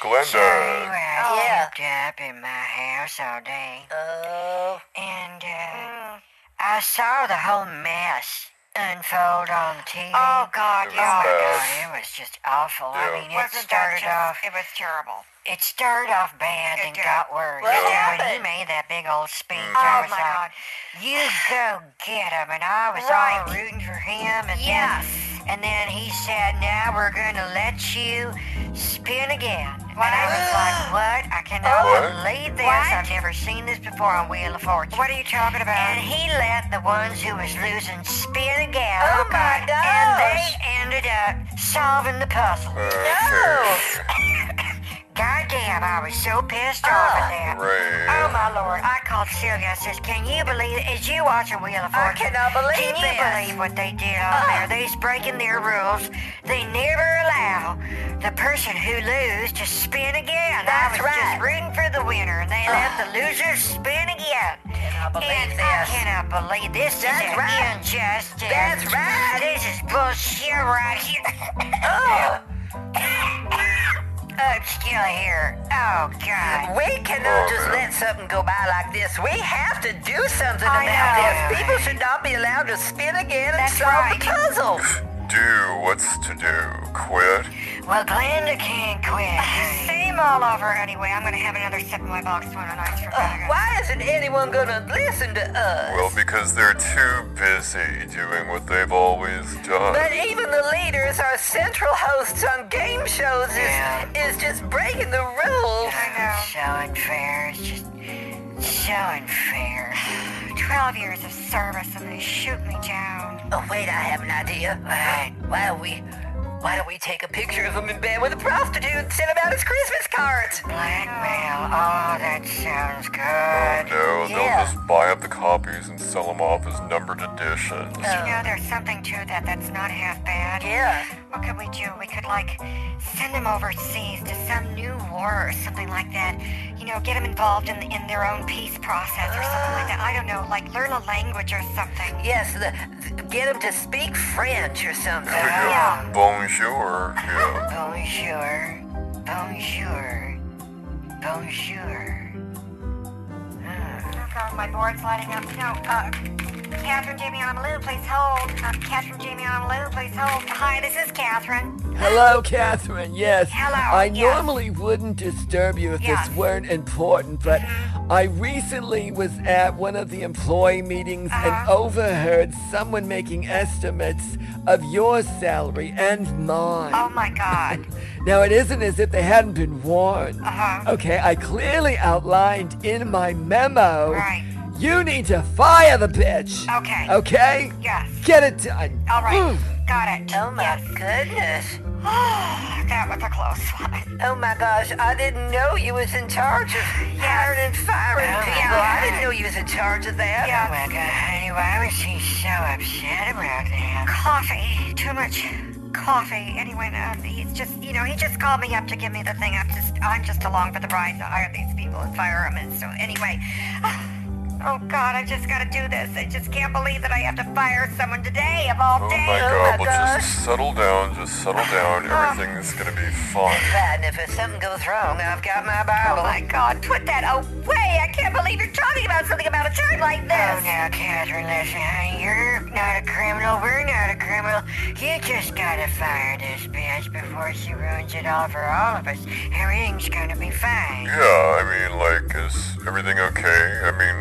Speaker 2: Glenda.
Speaker 1: was
Speaker 3: Oh.
Speaker 1: cooped up in my house all day,
Speaker 3: Oh.
Speaker 1: and uh, I saw the whole mess unfold on the TV.
Speaker 4: Oh God,
Speaker 2: It
Speaker 1: Oh
Speaker 2: was
Speaker 1: my
Speaker 4: yeah.
Speaker 2: bad.
Speaker 1: God, it was just awful.
Speaker 2: Yeah.
Speaker 1: I mean, it
Speaker 4: Wasn't
Speaker 1: started
Speaker 4: that
Speaker 1: off
Speaker 4: just, it was terrible.
Speaker 1: It started off bad
Speaker 4: It
Speaker 1: and
Speaker 4: did.
Speaker 1: got worse.
Speaker 3: What
Speaker 1: And When he
Speaker 3: happened?
Speaker 1: made that big old speech, I
Speaker 4: Oh
Speaker 1: was
Speaker 4: my
Speaker 1: like,
Speaker 4: God.
Speaker 1: "You go get him!" And I was
Speaker 4: Right.
Speaker 1: all rooting for him. And
Speaker 4: Yes.
Speaker 1: then, and then he said, "Now we're going to let you spin again." And I was like, "What? I cannot
Speaker 2: What?
Speaker 1: believe this!
Speaker 4: What?
Speaker 1: I've never seen this before on Wheel of Fortune."
Speaker 4: What are you talking about?
Speaker 1: And he let the ones who was losing spin again.
Speaker 3: Oh, my
Speaker 1: And they
Speaker 3: gosh.
Speaker 1: ended up solving the puzzle.
Speaker 2: Okay.
Speaker 1: Goddamn, I was so pissed off at that.
Speaker 3: Ah.
Speaker 2: Right.
Speaker 1: Oh my lord, I called Sylvia. I says, Can you believe it? Is you watching Wheel of
Speaker 3: I
Speaker 1: Fortune?
Speaker 3: cannot believe
Speaker 1: Can you
Speaker 3: this. Ah.
Speaker 1: believe what they did on there? They's breaking their rules. They never allow the person who loses to spin again. I was
Speaker 3: That's right. Ah.
Speaker 1: just rooting for the winner and they let the losers spin again.
Speaker 3: Cannot believe
Speaker 1: and I
Speaker 3: this.
Speaker 1: cannot believe this
Speaker 3: That's
Speaker 1: is an
Speaker 3: right.
Speaker 1: injustice.
Speaker 3: That's right.
Speaker 1: This is bullshit right here.
Speaker 3: Oh.
Speaker 1: I'm still here. Oh God.
Speaker 3: We cannot
Speaker 2: Oh,
Speaker 3: just
Speaker 2: man.
Speaker 3: let something go by like this. We have to do something
Speaker 1: I
Speaker 3: about
Speaker 1: know.
Speaker 3: this. People should not be allowed to spin again and
Speaker 1: That's
Speaker 3: solve
Speaker 1: right.
Speaker 3: the puzzle.
Speaker 2: Do what's to do. Quit.
Speaker 1: Well, Glenda can't quit.
Speaker 4: Same all over anyway. I'm gonna have another sip of my box wine on ice for vinegar.
Speaker 3: Why isn't anyone gonna listen to us?
Speaker 2: Well, because they're too busy doing what they've always done.
Speaker 3: But even the leaders, our central hosts on game shows, is,
Speaker 1: Yeah.
Speaker 3: is just breaking the rules.
Speaker 4: I know.
Speaker 1: so unfair. It's just so unfair.
Speaker 4: Twelve years of service and they shoot me down.
Speaker 3: Oh wait, I have an idea. Why don't we, why don't we take a picture of him in bed with a prostitute and send him out his Christmas cards?
Speaker 1: Blackmail. Oh, that sounds good.
Speaker 2: no,
Speaker 3: yeah.
Speaker 2: they'll just buy up the copies and sell them off as numbered editions.
Speaker 3: No.
Speaker 4: You know, there's something to that that's not half bad.
Speaker 3: Yeah.
Speaker 4: What could we do? We could, like, send them overseas to some new war or something like that. You know, get them involved in, in their own peace process or something like that. I don't know, like, learn a language or something.
Speaker 3: Yes, the, th- get him to speak French or something.
Speaker 2: Yeah. Bonjour. Yeah.
Speaker 1: Bonjour. Bonjour. Bonjour.
Speaker 4: Oh, God, my board's lighting up. No, uh, Catherine, Jamie, on Lou, please hold. Uh, Catherine, Jamie, on Lou, please hold. Hi, this is Catherine.
Speaker 5: Hello, Catherine. Yes.
Speaker 4: Hello,
Speaker 5: I
Speaker 4: yes.
Speaker 5: normally wouldn't disturb you if
Speaker 4: Yes.
Speaker 5: this weren't important, but
Speaker 3: Mm-hmm.
Speaker 5: I recently was at one of the employee meetings and
Speaker 3: Uh-huh.
Speaker 5: overheard someone making estimates of your salary and mine.
Speaker 4: Oh, my God.
Speaker 5: Now, it isn't as if they hadn't been warned.
Speaker 4: Uh-huh.
Speaker 5: Okay, I clearly outlined in my
Speaker 1: Oh.
Speaker 5: memo.
Speaker 4: Right.
Speaker 5: You need to fire the bitch.
Speaker 4: Okay.
Speaker 1: Oh.
Speaker 5: Okay?
Speaker 4: Yes.
Speaker 5: Get it done.
Speaker 4: All right.
Speaker 5: Mm.
Speaker 1: Hmm.
Speaker 4: Got it.
Speaker 3: Oh my
Speaker 4: Yes.
Speaker 3: goodness.
Speaker 4: that was a close one.
Speaker 3: Oh my gosh, I didn't know you was in charge of hiring and firing
Speaker 4: Oh my
Speaker 3: people. I didn't
Speaker 4: God.
Speaker 3: know you was in charge of that.
Speaker 4: Yeah.
Speaker 1: Oh my God, honey, why was she so upset about that?
Speaker 4: Coffee. Too much coffee. Anyway, um, he's just, you know, he just called me up to give me the thing. I'm just, I'm just along for the ride to hire these people and fire them. And so, anyway. Oh God, I just gotta do this. I just can't believe that I have to fire someone today of all
Speaker 2: Oh my
Speaker 3: Oh
Speaker 4: days.
Speaker 3: my
Speaker 2: god, well just settle down, just settle down. Everything's gonna be fine.
Speaker 3: And if something goes wrong, I've got my
Speaker 4: Oh
Speaker 3: Bible.
Speaker 4: my God, put that away! I can't believe you're talking about something about a time like
Speaker 1: Oh,
Speaker 4: this.
Speaker 1: now, Catherine, listen, honey, you're not a criminal. We're not a criminal. You just gotta fire this bitch before she ruins it all for all of us. Everything's gonna be fine.
Speaker 2: Yeah, I mean, like, is everything okay? I mean,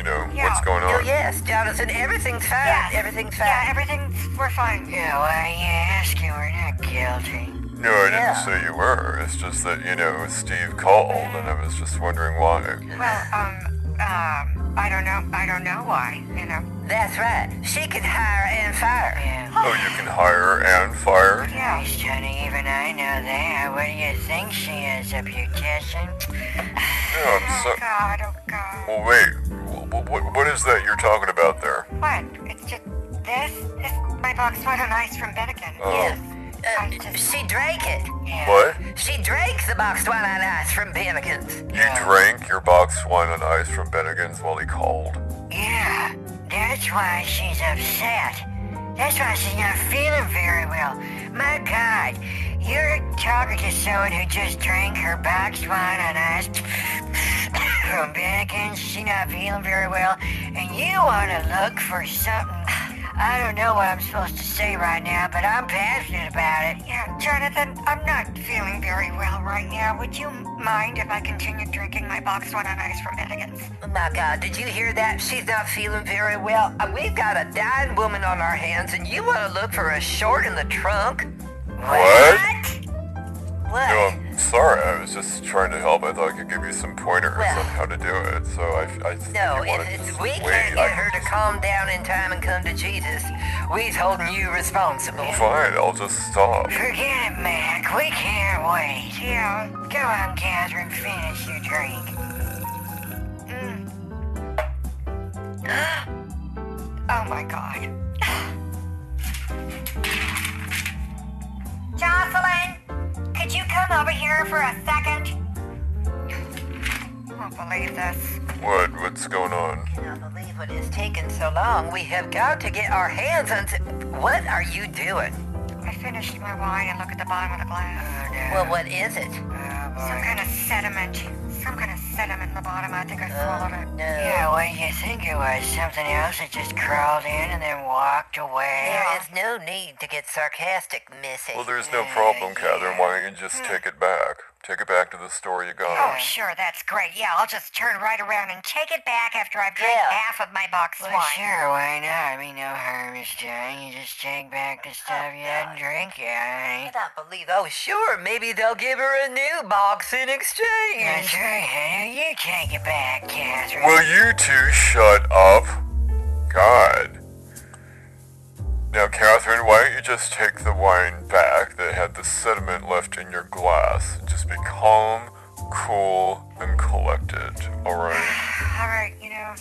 Speaker 2: you know, what's going
Speaker 3: Oh
Speaker 2: on?
Speaker 3: yes, Jonathan, everything's fine.
Speaker 4: Yes.
Speaker 3: Everything's fine.
Speaker 4: Yeah, everything's we're fine.
Speaker 1: Yeah, why are you asking? We're not guilty.
Speaker 2: No, I didn't
Speaker 3: Yeah.
Speaker 2: say you were. It's just that, you know, Steve called and I was just wondering why.
Speaker 4: Well, um, um, I don't know. I don't know why. You know.
Speaker 3: That's right. She can hire and fire.
Speaker 1: Yeah,
Speaker 2: Oh, you can hire and fire?
Speaker 4: Yeah.
Speaker 1: Christ, honey, even I know that. What do you think she is, a beautician?
Speaker 2: Yeah, I'm
Speaker 4: Oh
Speaker 2: so.
Speaker 4: God. Oh God.
Speaker 2: Well, wait. What, what, what is that you're talking about there?
Speaker 4: What? It's just this. This my box wine on ice from Bennigan.
Speaker 3: Yes.
Speaker 4: I
Speaker 3: Uh,
Speaker 4: just-
Speaker 3: she drank it.
Speaker 1: Yeah.
Speaker 2: What?
Speaker 3: She drank the boxed wine on ice from Bennigan's.
Speaker 2: You drank your boxed wine on ice from Bennigan's while he called.
Speaker 1: Yeah, that's why she's upset. That's why she's not feeling very well. My God,
Speaker 4: You're talking to someone who just drank her box wine on ice from Bennigan's. She's not feeling very well, and you want to look for something. I don't know what I'm supposed to say right now, but I'm passionate about it.
Speaker 1: Yeah, Jonathan, I'm not feeling very well right now. Would you mind if I continue drinking my box wine on ice from Bennigan's?
Speaker 3: Oh my God, did you hear that? She's not feeling very well. Uh, We've got a dying woman on our hands, and you want to look for a short in the trunk?
Speaker 2: What?
Speaker 3: What?
Speaker 2: No, I'm sorry. I was just trying to help. I thought I could give you some pointers
Speaker 3: Well-
Speaker 2: on how to do it. So I, I just think
Speaker 3: No,
Speaker 2: you
Speaker 3: if,
Speaker 2: wanna
Speaker 3: if
Speaker 2: just
Speaker 3: we
Speaker 2: wait,
Speaker 3: can't
Speaker 2: I
Speaker 3: get her to calm down in time and come to Jesus, we's holding you responsible.
Speaker 2: Fine, I'll just stop.
Speaker 4: Forget it, Mac. We can't wait. Yeah, go on, Catherine. Finish your drink. Mm. oh my God.
Speaker 1: Jocelyn, could you come over here for a second?
Speaker 4: I won't believe this.
Speaker 2: What? What's going on?
Speaker 3: I cannot believe what is taking so long. We have got to get our hands on. What are you doing?
Speaker 4: I finished my wine and look at the bottom of the glass.
Speaker 3: Well, what is it?
Speaker 4: Some kind of sediment. Some kind of sediment in the bottom. I think I swallowed it.
Speaker 3: no.
Speaker 4: Yeah, what do you think it was? Something else that just crawled in and then walked away.
Speaker 3: There is no need to get sarcastic, Missy.
Speaker 2: Well, there's no problem, Catherine. Why don't you just take it back? Take it back to the store you
Speaker 4: Oh,
Speaker 2: got. it.
Speaker 4: sure, that's great. Yeah, I'll just turn right around and take it back after I've drank
Speaker 3: Yeah.
Speaker 4: half of my box
Speaker 1: Well,
Speaker 4: wine.
Speaker 1: sure,
Speaker 4: why not? I mean, no harm is done. You just take back the
Speaker 3: stuff you had and
Speaker 4: drink
Speaker 3: I
Speaker 4: it.
Speaker 3: cannot believe. Oh, sure. Maybe they'll give her a new box in exchange.
Speaker 4: That's right, honey. You take it back, Catherine.
Speaker 2: Will you two shut up? God. Now, Catherine, why don't you just take the wine back that had the sediment left in your glass? Just be calm, cool, and collected. All right.
Speaker 4: All right, you know,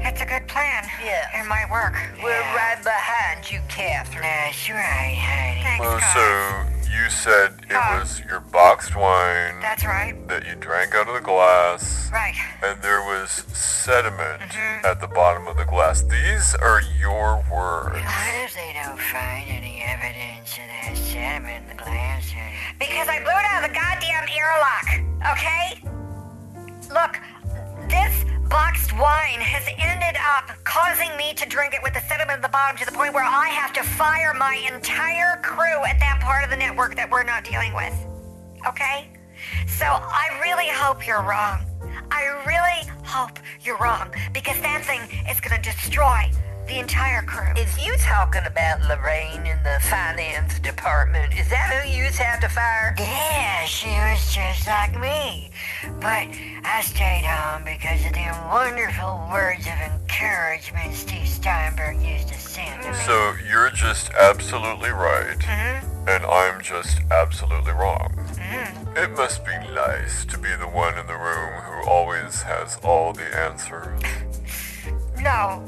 Speaker 4: that's a good plan.
Speaker 3: Yes.
Speaker 4: It might work.
Speaker 3: We're right behind you, Catherine.
Speaker 4: That's right, honey. Thanks,
Speaker 2: Well,
Speaker 4: God.
Speaker 2: so you said it was your boxed wine
Speaker 4: That's right.
Speaker 2: that you drank out of the glass.
Speaker 4: Right.
Speaker 2: and there was sediment at the bottom of the glass. These are your words.
Speaker 4: What if they don't find any evidence of that sediment in the glass, honey?
Speaker 1: Because I blew it out of the goddamn airlock, okay? Look, this boxed wine has ended up causing me to drink it with the sediment at the bottom to the point where I have to fire my entire crew at that part of the network that we're not dealing with, okay? So I really hope you're wrong. I really hope you're wrong because that thing is gonna destroy the entire crew.
Speaker 3: Is you talking about Lorraine in the finance department? Is that who you had to fire?
Speaker 4: Yeah, she was just like me. But I stayed home because of the wonderful words of encouragement Steve Steinberg used to send me.
Speaker 2: So you're just absolutely right, and I'm just absolutely wrong. It must be nice to be the one in the room who always has all the answers.
Speaker 4: No,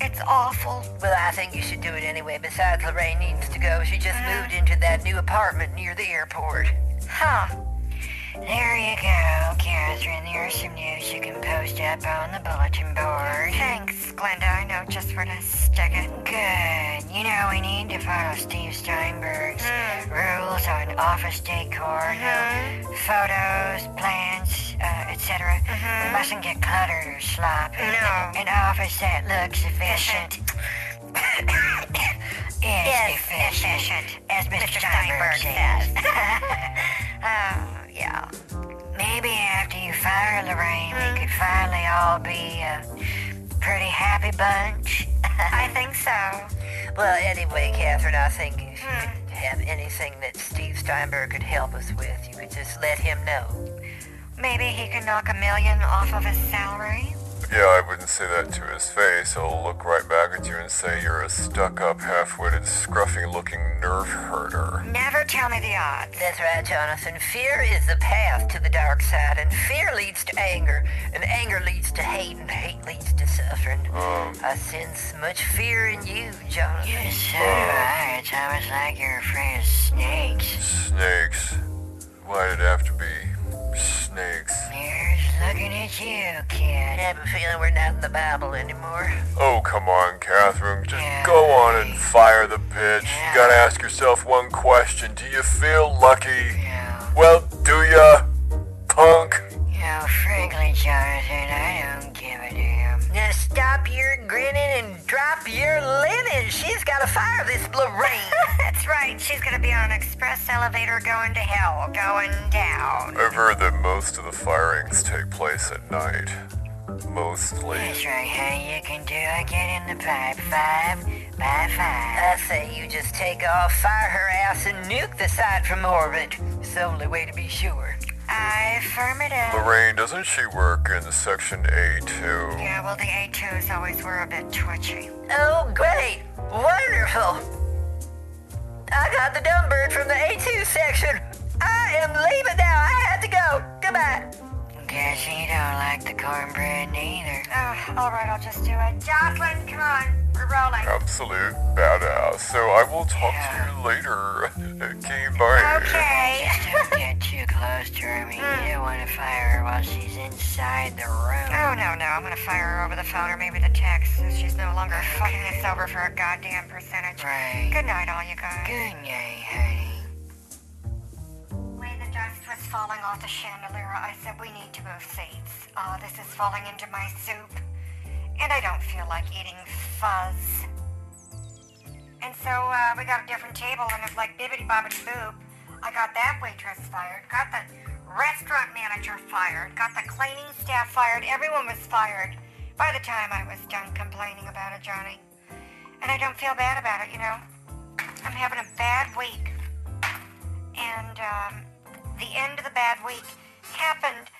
Speaker 4: it's awful.
Speaker 3: Well, I think you should do it anyway. Besides, Lorraine needs to go. She just
Speaker 4: Mm.
Speaker 3: moved into that new apartment near the airport.
Speaker 4: Huh. There you go, Catherine. There's some news you can post up on the bulletin board. Thanks, Glenda. I know just where to stick it. Good. You know, we need to follow Steve Steinberg's
Speaker 3: Mm-hmm.
Speaker 4: rules on office decor, you know, photos, plans, uh, etc.
Speaker 3: Mm-hmm.
Speaker 4: We mustn't get cluttered or sloppy.
Speaker 1: No.
Speaker 4: An office that looks efficient is
Speaker 1: Yes,
Speaker 4: efficient,
Speaker 1: efficient,
Speaker 4: as Mr.
Speaker 1: Mr. Steinberg
Speaker 4: Steinberg says.
Speaker 1: says.
Speaker 4: Oh, yeah. Maybe after you fire Lorraine, we could finally all be a pretty happy bunch.
Speaker 1: I think so.
Speaker 3: Well, anyway, Catherine, I think if you
Speaker 4: Hmm.
Speaker 3: could have anything that Steve Steinberg could help us with, you could just let him know.
Speaker 4: Maybe he can knock a million off of his salary.
Speaker 2: Yeah, I wouldn't say that to his face. He'll look right back at you and say you're a stuck-up, half-witted, scruffy-looking nerve herder.
Speaker 4: Never tell me the odds.
Speaker 3: That's right, Jonathan. Fear is the path to the dark side, and fear leads to anger, and anger leads to hate, and hate leads to suffering. I sense much fear in you, Jonathan.
Speaker 4: Yes, so do I. It's almost like you're afraid of snakes.
Speaker 2: Snakes. Why did it have to be snakes.
Speaker 3: Here's looking at you, kid. I have a feeling we're not in the Bible anymore.
Speaker 2: Oh, come on, Catherine. Just go on and fire the pitch. You gotta ask yourself one question Do you feel lucky? Well, do ya, punk?
Speaker 3: You know, frankly, Jonathan, I don't give a damn. Now stop your grinning and drop your linen. She's got to fire this Lorraine.
Speaker 1: That's right. She's gonna be on an express elevator going to hell, going down.
Speaker 2: I've heard that most of the firings take place at night. Mostly.
Speaker 3: That's right. How you can do it, get in the pipe. Five by five. I say you just take off, fire her ass, and nuke the side from orbit. It's the only way to be sure.
Speaker 1: I affirmative.
Speaker 2: Lorraine, doesn't she work in Section A too?
Speaker 1: Yeah, well, the A2s always were a bit twitchy.
Speaker 3: Oh, great! Wonderful! I got the dumb bird from the A2 section. I am leaving now. I had to go. Goodbye. Guess you don't like the cornbread neither.
Speaker 1: Uh, all right, I'll just do it. Jocelyn, come on. We're rolling.
Speaker 2: Absolute badass. So I will talk to you later. Okay, bye.
Speaker 1: Okay.
Speaker 3: Don't get too close to her. I mean,
Speaker 1: Mm.
Speaker 3: you don't want to fire her while she's inside the room.
Speaker 1: Oh, no, no. I'm gonna fire her over the phone or maybe the text. so She's no longer fucking us over for a goddamn percentage.
Speaker 3: Right.
Speaker 1: Good night, all you guys.
Speaker 3: Good night, honey.
Speaker 1: way the dust was falling off the chandelier, I said we need to move seats. Oh, this is falling into my soup. And I don't feel like eating fuzz. And so uh, we got a different table, and it's like bibbity bobbity boop. I got that waitress fired, got the restaurant manager fired, got the cleaning staff fired, everyone was fired by the time I was done complaining about it, Johnny. And I don't feel bad about it, you know? I'm having a bad week and um, the end of the bad week happened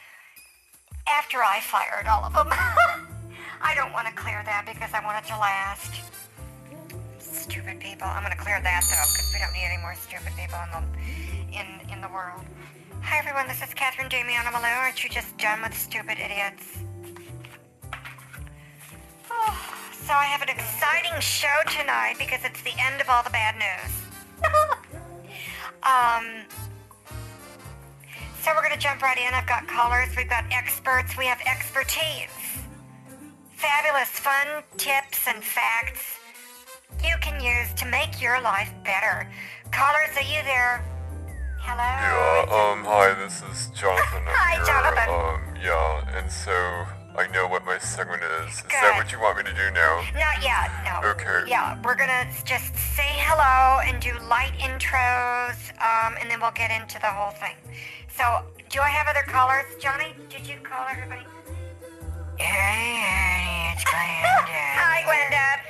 Speaker 1: after I fired all of them. I don't want to clear that because I want it to last. Stupid people. I'm going to clear that though because we don't need any more stupid people in the in in the world. Hi everyone, this is Catherine Damiano Malou. Aren't you just done with stupid idiots? Oh, so I have an exciting show tonight because it's the end of all the bad news. um, so we're going to jump right in. I've got callers, we've got experts, we have expertise. Fabulous fun tips and facts you can use to make your life better. Callers, are you there? Hello?
Speaker 2: Yeah, um, hi, this is Jonathan. up
Speaker 1: Hi,
Speaker 2: here.
Speaker 1: Jonathan.
Speaker 2: Um, yeah, and so I know what my segment is. Is
Speaker 1: Good.
Speaker 2: that what you want me to do now?
Speaker 1: Not yet, no.
Speaker 2: Okay.
Speaker 1: Yeah, we're gonna just say hello and do light intros, um, and then we'll get into the whole thing. So, do I have other callers? Johnny, did you call everybody?
Speaker 3: Hey, honey, it's Glenda.
Speaker 1: Hi, Gwenda.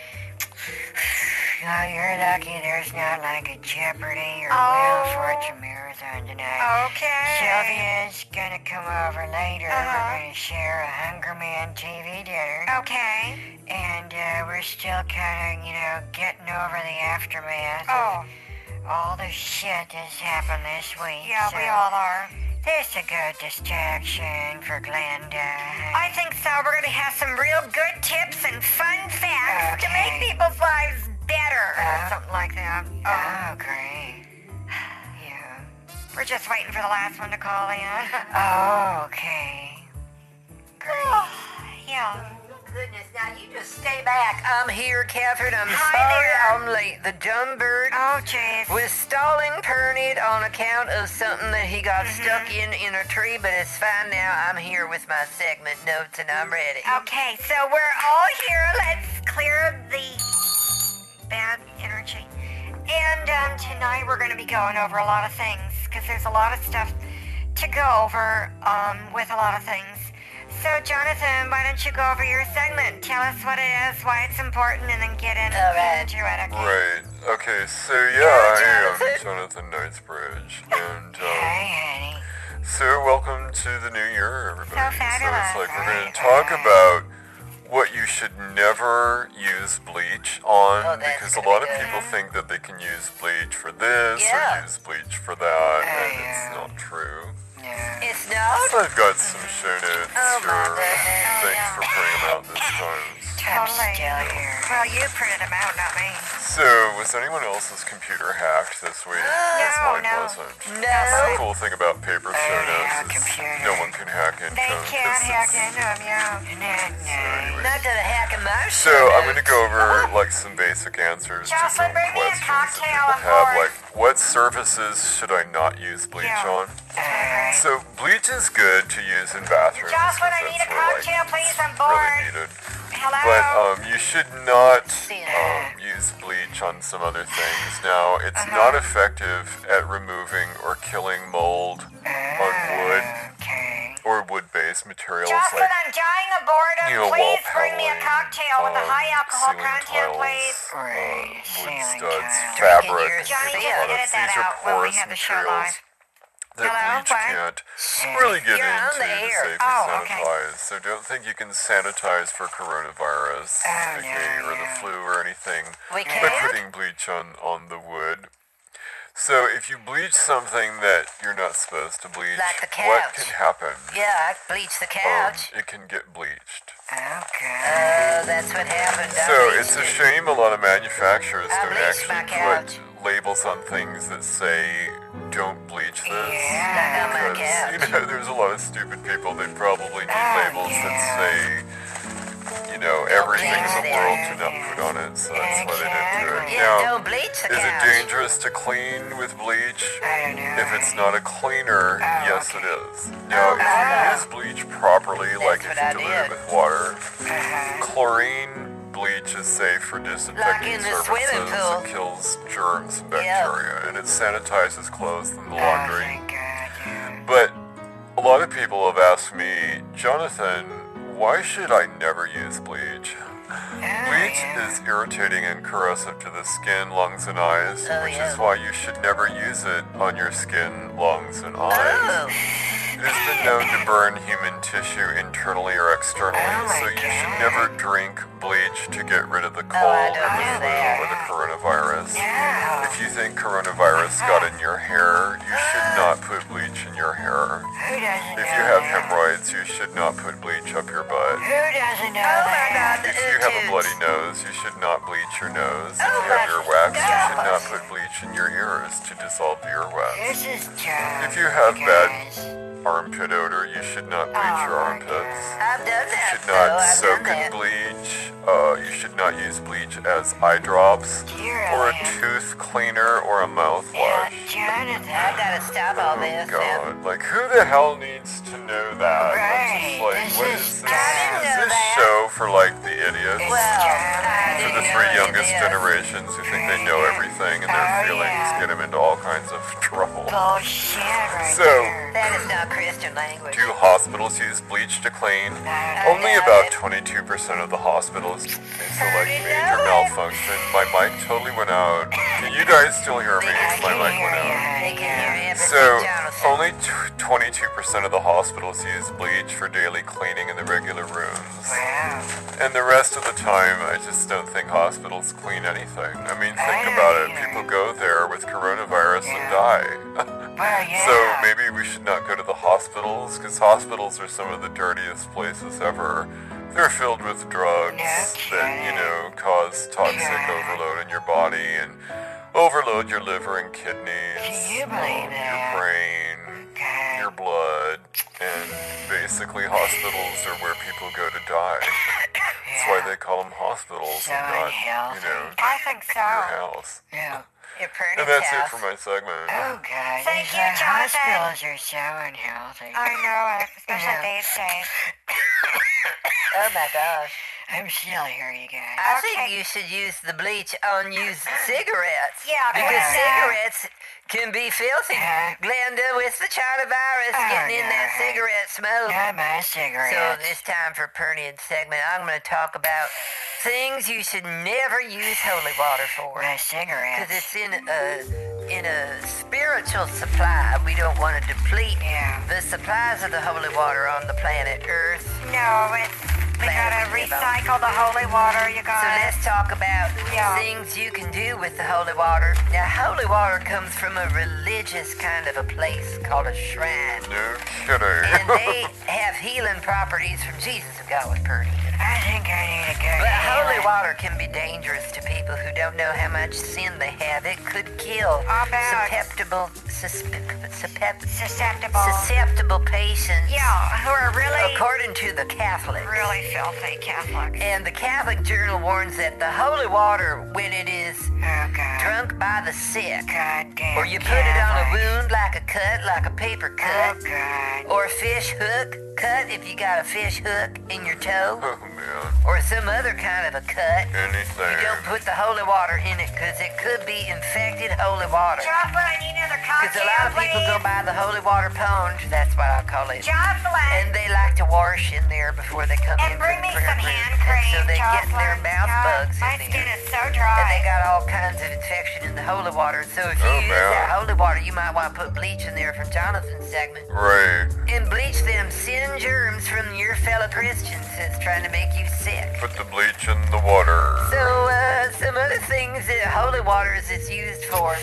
Speaker 3: Oh, you're lucky there's not like a Jeopardy or
Speaker 1: Oh.
Speaker 3: Wheel of Fortune marathon tonight.
Speaker 1: Okay.
Speaker 3: Sylvia's gonna come over later.
Speaker 1: Uh-huh. Oh.
Speaker 3: We're gonna share a Hunger Man TV dinner.
Speaker 1: Okay.
Speaker 3: And uh, we're still kind of, you know, getting over the aftermath
Speaker 1: Oh,
Speaker 3: of all the shit that's happened this week.
Speaker 1: yeah,
Speaker 3: so
Speaker 1: we all are.
Speaker 3: This is a good distraction for Glenda.
Speaker 1: I think so. We're gonna have some real good tips and fun facts to
Speaker 3: Okay.
Speaker 1: make people's lives better.
Speaker 3: Uh,
Speaker 1: Something like that. Um,
Speaker 3: Oh, great. Yeah.
Speaker 1: we're just waiting for the last one to call in.
Speaker 3: Oh, okay.
Speaker 1: Oh, yeah.
Speaker 3: Goodness, now you just stay back. I'm here, Catherine. I'm
Speaker 1: Hi
Speaker 3: sorry
Speaker 1: there.
Speaker 3: I'm late. The dumb bird
Speaker 1: Oh, jeez.
Speaker 3: was stalling Pernod on account of something that he got stuck in in a tree, but it's fine now. I'm here with my segment notes and I'm ready.
Speaker 1: Okay, so we're all here. Let's clear the bad energy. And um, tonight we're going to be going over a lot of things because there's a lot of stuff to go over um, with a lot of things. So, Jonathan, why don't you go over your segment? Tell us what it is, why it's important, and then get in-
Speaker 3: All right.
Speaker 1: into it. Okay.
Speaker 2: Right. Okay, so yeah, I am Jonathan Knightsbridge. And, um,
Speaker 3: Hey, honey.
Speaker 2: so welcome to the new year, everybody.
Speaker 1: fabulous,
Speaker 2: So it's like we're going
Speaker 1: right,
Speaker 2: to talk about what you should never use bleach on
Speaker 3: Oh, that's
Speaker 2: because a
Speaker 3: gonna
Speaker 2: lot
Speaker 3: be
Speaker 2: of
Speaker 3: good.
Speaker 2: people think that they can use bleach for this
Speaker 3: Yeah.
Speaker 2: or use bleach for that, and
Speaker 3: yeah.
Speaker 2: it's not true.
Speaker 3: It's not.
Speaker 2: I've got some show notes
Speaker 3: Oh, my
Speaker 2: here.
Speaker 3: goodness.
Speaker 2: Thanks for bringing them out this time.
Speaker 3: I'm still here.
Speaker 4: Well, you printed them out, not me.
Speaker 2: So, was anyone else's computer hacked this week? Because
Speaker 4: No,
Speaker 2: mine
Speaker 4: no.
Speaker 2: wasn't. The
Speaker 3: No.
Speaker 2: cool thing about paper
Speaker 3: yeah,
Speaker 2: show notes is
Speaker 3: computer.
Speaker 2: no one can hack into
Speaker 4: They
Speaker 2: them, 'cause
Speaker 4: can't hack
Speaker 2: it's-
Speaker 4: into them, yeah.
Speaker 3: No,
Speaker 2: anyway.
Speaker 3: no. Not to the hack of my
Speaker 2: So
Speaker 3: show
Speaker 2: I'm gonna
Speaker 3: notes.
Speaker 2: go over like some basic answers to some
Speaker 4: Jocelyn, bring me a
Speaker 2: questions that
Speaker 4: cocktail,
Speaker 2: people
Speaker 4: I'm
Speaker 2: have,
Speaker 4: bored.
Speaker 2: like what surfaces should I not use bleach
Speaker 4: Yeah.
Speaker 2: on?
Speaker 4: Alright.
Speaker 2: So bleach is good to use in bathrooms.
Speaker 4: Jocelyn, I
Speaker 2: 'cause
Speaker 4: need
Speaker 2: that's
Speaker 4: a
Speaker 2: where, like,
Speaker 4: cocktail, please. I'm
Speaker 2: it's
Speaker 4: bored.
Speaker 2: Really needed. But
Speaker 4: Hello?
Speaker 2: um, you should not um,
Speaker 3: Yeah.
Speaker 2: use bleach on some other things. Now, it's not effective at removing or killing mold on wood
Speaker 4: Mm. okay.
Speaker 2: or wood-based materials
Speaker 4: Jocelyn,
Speaker 2: like
Speaker 4: I'm dying of boredom.
Speaker 2: you know, wall
Speaker 4: please bring me a
Speaker 2: paneling,
Speaker 4: cocktail with a
Speaker 2: um,
Speaker 4: high alcohol
Speaker 2: ceiling
Speaker 4: content,
Speaker 2: tiles,
Speaker 4: please.
Speaker 3: Right,
Speaker 2: uh,
Speaker 3: ceiling
Speaker 2: wood studs,
Speaker 3: tiles.
Speaker 2: fabric,
Speaker 3: Drinking
Speaker 4: Johnny,
Speaker 2: and products.
Speaker 4: just edit that
Speaker 2: These are
Speaker 4: out when we
Speaker 2: porous
Speaker 4: have the show
Speaker 2: materials that
Speaker 4: Hello,
Speaker 2: bleach
Speaker 4: what?
Speaker 2: can't really get
Speaker 3: You're on
Speaker 2: into
Speaker 3: the
Speaker 2: to
Speaker 3: air.
Speaker 2: safely
Speaker 4: Oh, okay.
Speaker 2: sanitize. So don't think you can sanitize for coronavirus, aka, or the flu or anything
Speaker 3: We
Speaker 2: by
Speaker 3: can't?
Speaker 2: putting bleach on, on the wood. So if you bleach something that you're not supposed to bleach,
Speaker 3: Like the
Speaker 2: what
Speaker 3: couch.
Speaker 2: can happen?
Speaker 3: Yeah, I bleached the
Speaker 2: Um,
Speaker 3: couch.
Speaker 2: it can get bleached.
Speaker 3: Oh, that's what happened. I
Speaker 2: So
Speaker 4: Oh,
Speaker 3: bleached
Speaker 2: it's a
Speaker 3: it.
Speaker 2: shame a lot of manufacturers
Speaker 3: I
Speaker 2: don't
Speaker 3: bleached my
Speaker 2: actually put labels on things that say "Don't bleach this."
Speaker 3: Yeah, not on my
Speaker 2: because,
Speaker 3: couch. Ah,
Speaker 2: you know, there's a lot of stupid people that probably need labels that say, you know, everything in the
Speaker 3: bleach
Speaker 2: world
Speaker 3: it.
Speaker 2: to not put on it. So that's why they didn't do it.
Speaker 3: Yeah,
Speaker 2: Now,
Speaker 3: don't bleach the
Speaker 2: Oh. is it
Speaker 3: couch.
Speaker 2: dangerous to clean with bleach? If it's not a
Speaker 3: Oh,
Speaker 2: cleaner, yes, it is. Now, if you use bleach properly, like if
Speaker 3: what
Speaker 2: you
Speaker 3: I
Speaker 2: dilute
Speaker 3: did.
Speaker 2: it with water, chlorine bleach is safe for disinfecting
Speaker 3: in the swimming
Speaker 2: surfaces
Speaker 3: pool.
Speaker 2: and kills germs and
Speaker 3: Yeah.
Speaker 2: bacteria, and it sanitizes clothes and the laundry.
Speaker 4: Thank God.
Speaker 2: But a lot of people have asked me, Jonathan, why should I never use bleach? Bleach is irritating and corrosive to the skin, lungs, and eyes,
Speaker 3: Oh,
Speaker 2: which
Speaker 3: yeah.
Speaker 2: is why you should never use it on your skin, lungs, and eyes.
Speaker 3: Oh,
Speaker 2: It has been known to burn human tissue internally or externally,
Speaker 3: Oh,
Speaker 2: so you should never drink bleach to get rid of the
Speaker 3: Oh, I
Speaker 2: cold
Speaker 3: don't
Speaker 2: or the
Speaker 3: do
Speaker 2: flu
Speaker 3: that.
Speaker 2: or the coronavirus. If you think coronavirus got in your hair, you should not put bleach in your hair.
Speaker 4: Who
Speaker 2: If
Speaker 4: doesn't know
Speaker 2: you have
Speaker 4: that?
Speaker 2: hemorrhoids, you should not put bleach up your butt.
Speaker 4: Who doesn't know
Speaker 3: oh my
Speaker 4: that?
Speaker 3: God, the
Speaker 2: If you have a bloody
Speaker 3: irritants.
Speaker 2: nose, you should not bleach your nose. If
Speaker 3: Oh
Speaker 2: you have
Speaker 3: my
Speaker 2: earwax, you should
Speaker 3: God.
Speaker 2: not put bleach in your ears to dissolve the earwax.
Speaker 4: This is Joe.
Speaker 2: If you have bad
Speaker 4: guys.
Speaker 2: armpit odor, you should not bleach your
Speaker 3: Oh
Speaker 2: armpits.
Speaker 3: I've done that.
Speaker 2: You should
Speaker 3: though.
Speaker 2: not
Speaker 3: I've
Speaker 2: soak
Speaker 3: done
Speaker 2: in
Speaker 3: that.
Speaker 2: bleach. Uh, you should not use bleach as eye drops,
Speaker 4: Dear
Speaker 2: or a
Speaker 4: Ellen.
Speaker 2: tooth cleaner, or a mouthwash. Oh
Speaker 4: Jonathan.
Speaker 3: I've got to stop all this. now.
Speaker 2: God, like who the hell needs to know that? I'm
Speaker 4: Right,
Speaker 2: just like,
Speaker 4: this
Speaker 2: what
Speaker 4: is-
Speaker 2: is this?
Speaker 3: I didn't
Speaker 2: Is
Speaker 3: know
Speaker 2: this
Speaker 3: that.
Speaker 2: show for like the idiots?
Speaker 3: Well,
Speaker 2: for
Speaker 3: I didn't
Speaker 2: the
Speaker 3: know
Speaker 2: three
Speaker 3: it
Speaker 2: youngest
Speaker 3: is.
Speaker 2: generations who think they know everything and their
Speaker 4: Oh,
Speaker 2: feelings
Speaker 4: yeah.
Speaker 2: get them into all kinds of trouble.
Speaker 4: Bullshit right
Speaker 2: So-
Speaker 4: there.
Speaker 3: That is not Christian language.
Speaker 2: Do hospitals use bleach to clean?
Speaker 4: I
Speaker 2: Only
Speaker 3: know
Speaker 2: about
Speaker 3: it.
Speaker 2: 22% of the hospitals for like
Speaker 3: I
Speaker 2: major
Speaker 3: know it.
Speaker 2: malfunction. My mic totally went out. Can you guys still hear me? My mic went out.
Speaker 3: They can hear everything,
Speaker 2: So,
Speaker 3: Jonathan.
Speaker 2: only t- 22% of the hospitals use bleach for daily cleaning in the regular rooms. And the rest of the time, I just don't think hospitals clean anything. I mean, think about it. People go there with coronavirus and die.
Speaker 4: Well, yeah.
Speaker 2: So maybe we should not go to the hospitals because hospitals are some of the dirtiest places ever. They're filled with drugs that you know cause toxic overload in your body and overload your liver and kidneys,
Speaker 4: you
Speaker 2: um,
Speaker 4: believe that?
Speaker 2: your brain,
Speaker 4: God.
Speaker 2: your blood, and basically hospitals are where people go to die. That's why they call them hospitals and not you know
Speaker 4: I think so.
Speaker 2: your house.
Speaker 4: Yeah.
Speaker 3: Your pretty
Speaker 2: oh, And that's it
Speaker 3: house.
Speaker 2: for my segment.
Speaker 4: Oh, God.
Speaker 1: Thank you,
Speaker 4: these are-
Speaker 1: Jonathan.
Speaker 4: Hospitals are so unhealthy.
Speaker 1: I know it, especially
Speaker 4: Yeah.
Speaker 1: these days.
Speaker 3: Oh my gosh.
Speaker 4: I'm still here, you guys.
Speaker 3: I think you should use the bleach on used cigarettes.
Speaker 1: Yeah,
Speaker 3: Because
Speaker 1: yeah.
Speaker 3: cigarettes can be filthy.
Speaker 4: Uh-huh.
Speaker 3: Glenda, with the China virus
Speaker 4: Oh,
Speaker 3: getting in that
Speaker 4: no.
Speaker 3: cigarette smoke.
Speaker 4: Not my
Speaker 3: So
Speaker 4: cigarettes.
Speaker 3: it's time for Pernian's segment. I'm going to talk about things you should never use holy water for.
Speaker 4: my
Speaker 3: Because
Speaker 4: cigarettes.
Speaker 3: it's in a, in a spiritual supply. We don't want to deplete
Speaker 4: Yeah.
Speaker 3: the supplies of the holy water on the planet Earth.
Speaker 4: No, it's We
Speaker 3: matter
Speaker 4: gotta
Speaker 3: with you about.
Speaker 4: recycle the holy water, you
Speaker 3: So
Speaker 4: guys.
Speaker 3: let's talk about
Speaker 4: Yeah.
Speaker 3: things you can do with the holy water. Now, holy water comes from a religious kind of a place called a shrine.
Speaker 2: No
Speaker 3: And
Speaker 2: kidding.
Speaker 3: they have healing properties from Jesus, if God was pretty.
Speaker 4: I think I need to go.
Speaker 3: But holy
Speaker 4: healing.
Speaker 3: water can be dangerous to people who don't know how much sin they have. It could kill
Speaker 4: I bet.
Speaker 3: susceptible, suspe- suspe-
Speaker 4: Susceptible.
Speaker 3: susceptible patients.
Speaker 4: Uh. yeah, who are really,
Speaker 3: According to the Catholics.
Speaker 4: really filthy Catholics.
Speaker 3: And the Catholic Journal warns that the holy water, when it is
Speaker 4: Oh, God.
Speaker 3: drunk by the sick,
Speaker 4: God damn.
Speaker 3: or you put it on a wound like a cut, like a paper
Speaker 4: Oh,
Speaker 3: cut,
Speaker 4: God.
Speaker 3: or a fish hook cut if you got a fish hook in your toe,
Speaker 2: Oh man,
Speaker 3: or some other kind of a cut, you don't
Speaker 2: anything.
Speaker 3: put the holy water in it because it could be infected holy water.
Speaker 4: Joplin, I need another
Speaker 3: Because
Speaker 4: cocktail,
Speaker 3: a lot of
Speaker 4: please.
Speaker 3: people go by the holy water pond, that's what I call it.
Speaker 4: Joplin.
Speaker 3: And they like to wash in there before they come
Speaker 4: And
Speaker 3: in. for
Speaker 4: bring
Speaker 3: the
Speaker 4: me
Speaker 3: prayer
Speaker 4: some
Speaker 3: room.
Speaker 4: hand
Speaker 3: And
Speaker 4: cream,
Speaker 3: So they get
Speaker 4: Jocelyn.
Speaker 3: their mouth
Speaker 4: God,
Speaker 3: bugs
Speaker 4: My
Speaker 3: in
Speaker 4: skin
Speaker 3: there.
Speaker 4: is so
Speaker 3: And they
Speaker 4: dry.
Speaker 3: got all kinds of infection in the holy water. So if you
Speaker 2: Oh,
Speaker 3: use
Speaker 2: man.
Speaker 3: that holy water, you might want to put bleach in there from Jonathan's segment.
Speaker 2: Right,
Speaker 3: And bleach them sin germs from your fellow Christians that's trying to make you sick.
Speaker 2: put the bleach in the water.
Speaker 3: So, uh, some other things that holy waters is used for.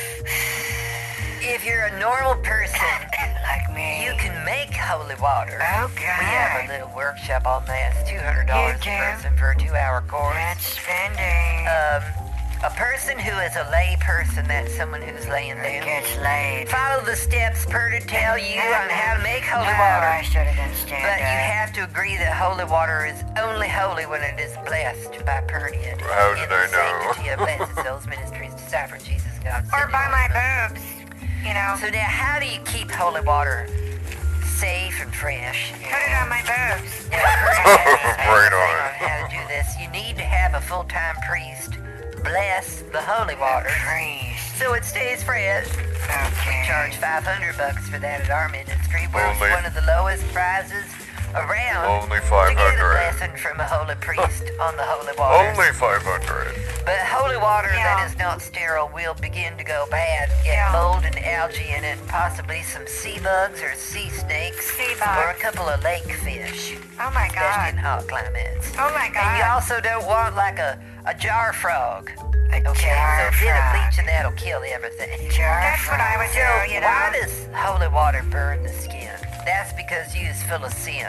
Speaker 3: If you're a normal person,
Speaker 4: like me.
Speaker 3: you can make holy water.
Speaker 4: oh,
Speaker 3: We have a
Speaker 4: God.
Speaker 3: little workshop on that. It's two hundred dollars
Speaker 4: You
Speaker 3: per
Speaker 4: do?
Speaker 3: person for a two-hour course.
Speaker 4: That's spending.
Speaker 3: Um, a person who is a lay person, that's someone who's laying
Speaker 4: it
Speaker 3: down.
Speaker 4: gets laid.
Speaker 3: Follow the steps per to tell you on how to make holy
Speaker 4: no, I
Speaker 3: water.
Speaker 4: should have been standing.
Speaker 3: But you have to agree that holy water is only holy when it is blessed by Purdian.
Speaker 2: How did
Speaker 3: In the
Speaker 2: I know?
Speaker 3: sanctity of Blessed Souls Ministries, Disciple Jesus God.
Speaker 4: or
Speaker 3: Send
Speaker 4: by
Speaker 3: you
Speaker 4: my
Speaker 3: on.
Speaker 4: boobs. You know,
Speaker 3: So now, how do you keep holy water safe and fresh?
Speaker 4: put it on my boobs.
Speaker 3: Yeah, I've heard
Speaker 2: Right on.
Speaker 3: about this. I don't know How to do this? You need to have a full-time priest bless the holy water
Speaker 4: Please.
Speaker 3: so it stays fresh.
Speaker 4: Okay.
Speaker 3: We charge 500 bucks for that at our ministry. We're
Speaker 2: Only- Oh,
Speaker 3: one of the lowest prizes around
Speaker 2: Only
Speaker 3: to get a
Speaker 2: 500.
Speaker 3: blessing from a holy priest on the holy water.
Speaker 2: Only 500.
Speaker 3: But holy water
Speaker 4: Yeah.
Speaker 3: that is not sterile will begin to go bad, get
Speaker 4: Yeah.
Speaker 3: mold and algae in it, possibly some sea bugs or sea snakes,
Speaker 4: Sea
Speaker 3: or a
Speaker 4: bugs.
Speaker 3: couple of lake fish
Speaker 4: Oh my
Speaker 3: especially in
Speaker 4: god.
Speaker 3: hot climates.
Speaker 4: Oh my
Speaker 3: And you
Speaker 4: god.
Speaker 3: also don't want like a, a jar frog.
Speaker 4: A
Speaker 3: Okay, so
Speaker 4: jar
Speaker 3: a bit of
Speaker 4: frog.
Speaker 3: bleach and that'll kill everything.
Speaker 4: Jar That's what I would do, you know.
Speaker 3: Why does holy water burn the skin? That's because you is full of sin.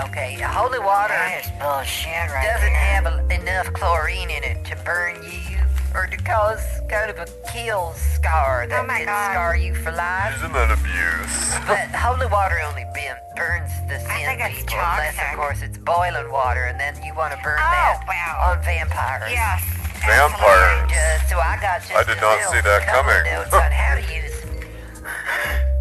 Speaker 3: Okay, holy water
Speaker 4: That is bullshit right
Speaker 3: doesn't
Speaker 4: there.
Speaker 3: have a, enough chlorine in it to burn you or to cause kind of a kill scar that
Speaker 4: Oh my
Speaker 3: can
Speaker 4: God.
Speaker 3: scar you for life.
Speaker 2: Isn't that abuse?
Speaker 3: But holy water only bin- burns the sin
Speaker 4: think it's
Speaker 3: people, unless
Speaker 4: toxic.
Speaker 3: of course it's boiling water, and then you want to burn
Speaker 4: Oh,
Speaker 3: that
Speaker 4: wow.
Speaker 3: on vampires.
Speaker 4: Yes.
Speaker 2: Vampires.
Speaker 3: Uh, so I got just
Speaker 2: I did
Speaker 3: a
Speaker 2: not
Speaker 3: little
Speaker 2: see that
Speaker 3: couple
Speaker 2: coming.
Speaker 3: Notes on how to use.
Speaker 4: absolutely.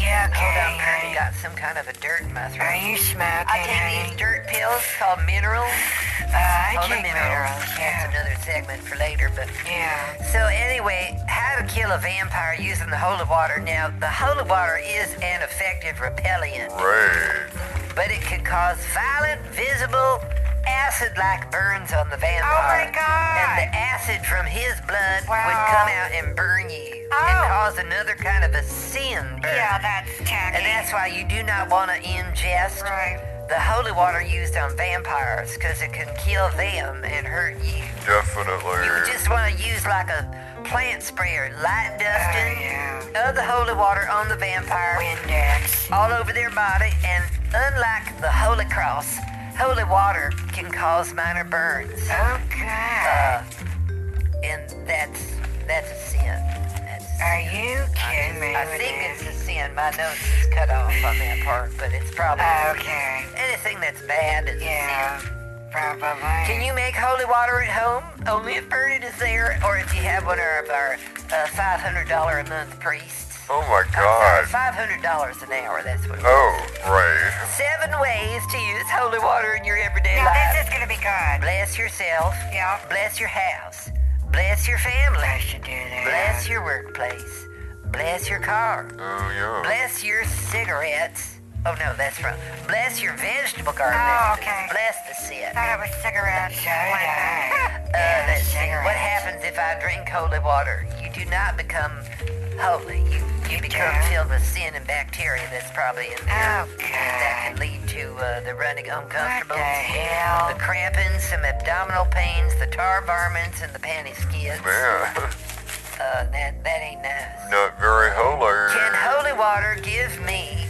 Speaker 4: Yeah,
Speaker 3: Hold on,
Speaker 4: okay.
Speaker 3: Kurt,
Speaker 4: honey.
Speaker 3: got some kind of a dirt in my throat.
Speaker 4: Are you smoking,
Speaker 3: I take
Speaker 4: honey?
Speaker 3: these dirt pills called minerals.
Speaker 4: Uh, I
Speaker 3: All the
Speaker 4: take minerals,
Speaker 3: That's
Speaker 4: yeah.
Speaker 3: another segment for later, but
Speaker 4: Yeah.
Speaker 3: So anyway, how to kill a vampire using the holy water. Now, the holy water is an effective repellent,
Speaker 2: Right.
Speaker 3: but it can cause violent, visible, acid-like burns on the
Speaker 1: Oh
Speaker 3: vampire.
Speaker 4: Oh God.
Speaker 3: And the acid from his blood would
Speaker 4: Wow.
Speaker 3: come out and burn you
Speaker 4: Oh.
Speaker 3: and cause another kind of a sin burn.
Speaker 4: Yeah, that's tacky.
Speaker 3: And that's why you do not want to ingest
Speaker 4: right.
Speaker 3: the holy water used on vampires because it can kill them and hurt you. You would
Speaker 2: Definitely.
Speaker 3: just want to use like a plant sprayer, light dusting
Speaker 4: Oh, yeah.
Speaker 3: of the holy water on the vampire
Speaker 4: Windex.
Speaker 3: all over their body. And unlike the Holy Cross, holy water can cause minor burns.
Speaker 4: Okay.
Speaker 3: Uh, and that's that's a sin. That's a
Speaker 4: Are
Speaker 3: sin.
Speaker 4: you
Speaker 3: I,
Speaker 4: kidding me?
Speaker 3: I
Speaker 4: with
Speaker 3: think
Speaker 4: this?
Speaker 3: it's a sin. My notes is cut off on that part, but it's probably
Speaker 4: Okay.
Speaker 3: anything that's bad is a sin.
Speaker 4: Oh. Yeah. Probably.
Speaker 3: Can you make holy water at home? Only if Bernard is there, or if you have one of our uh, $500 a month priests.
Speaker 2: Oh my
Speaker 3: I'm
Speaker 2: god.
Speaker 3: sorry, $500 an hour, that's what it is.
Speaker 2: Oh, right.
Speaker 3: Seven ways to use holy water in your everyday
Speaker 4: Now
Speaker 3: life.
Speaker 4: this is gonna be good.
Speaker 3: Bless yourself.
Speaker 4: Yeah.
Speaker 3: Bless your house. Bless your family.
Speaker 4: I should do that.
Speaker 3: Bless your workplace. Bless your car.
Speaker 2: Oh yeah.
Speaker 3: Bless your cigarettes. Oh no, that's wrong. Bless your vegetable garden.
Speaker 4: Oh, okay.
Speaker 3: Bless the sick.
Speaker 4: thought it was cigarettes. So did I.
Speaker 3: Uh, let's see.
Speaker 4: cigarettes.
Speaker 3: What happens if I drink holy water? You do not become holy. You
Speaker 1: you
Speaker 4: you become
Speaker 1: do.
Speaker 4: filled with sin and bacteria that's probably in there.
Speaker 1: Oh,
Speaker 4: That
Speaker 1: God.
Speaker 4: can lead to uh, the running
Speaker 1: What the
Speaker 4: uncomfortable,
Speaker 1: hell?
Speaker 4: the cramping, some abdominal pains, the tar varmints, and the panty skids.
Speaker 2: Man,
Speaker 4: Uh, that, that ain't nice.
Speaker 2: not very holy.
Speaker 4: Can holy water give me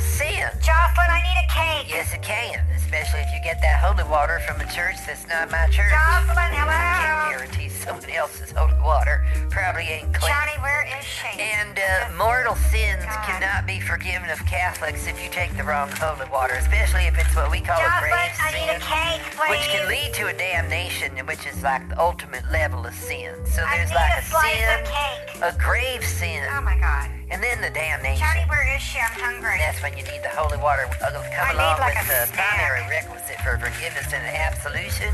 Speaker 4: sin?
Speaker 1: Jocelyn, I need a cake.
Speaker 4: Yes, it can, especially if you get that holy water from a church that's not my church.
Speaker 1: Jocelyn,
Speaker 4: I can't
Speaker 1: hello.
Speaker 4: guarantee somebody else's holy water probably ain't clean.
Speaker 1: Johnny, where is she?
Speaker 4: And uh, mortal sins
Speaker 1: God.
Speaker 4: cannot be forgiven of Catholics if you take the wrong holy water, especially if it's what we call a
Speaker 1: Jocelyn,
Speaker 4: grave
Speaker 1: I need a
Speaker 4: sin,
Speaker 1: cake, please.
Speaker 4: which can lead to a damnation, which is like the ultimate level of sin. So
Speaker 1: I
Speaker 4: there's
Speaker 1: need
Speaker 4: like
Speaker 1: a
Speaker 4: a
Speaker 1: slice
Speaker 4: sin,
Speaker 1: of cake.
Speaker 4: a grave sin,
Speaker 1: Oh my God.
Speaker 4: and then the damnation.
Speaker 1: Johnny, where is she? I'm hungry.
Speaker 4: That's when you need the holy water. It'll come
Speaker 1: I need
Speaker 4: along
Speaker 1: like a
Speaker 4: with the
Speaker 1: snack.
Speaker 4: primary requisite for forgiveness and absolution,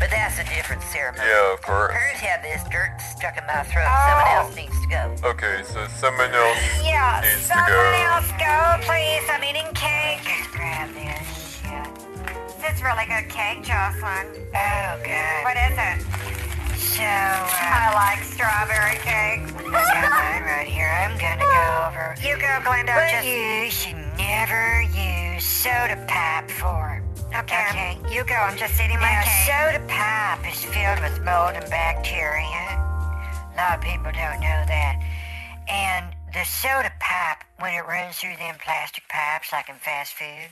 Speaker 4: but that's a different ceremony.
Speaker 2: Yeah, of course.
Speaker 4: Hers had this dirt stuck in my throat. Someone
Speaker 1: Oh.
Speaker 4: else needs to go.
Speaker 2: Okay, so someone else
Speaker 1: Yeah,
Speaker 2: needs to
Speaker 1: someone
Speaker 2: go.
Speaker 1: else go, Oh, please. I'm eating cake.
Speaker 4: Grab this shit.
Speaker 1: This is really good cake, Jocelyn.
Speaker 4: Oh, God.
Speaker 1: What is it?
Speaker 4: So, uh,
Speaker 1: I like strawberry cake.
Speaker 4: yeah, mine right here. I'm gonna go over.
Speaker 1: You go, Glenda.
Speaker 4: But
Speaker 1: just
Speaker 4: you should never use soda pop for.
Speaker 1: okay. You go. I'm just eating my
Speaker 4: Now,
Speaker 1: cake.
Speaker 4: soda pop is filled with mold and bacteria. A lot of people don't know that. And the soda pop, when it runs through them plastic pipes, like in fast food,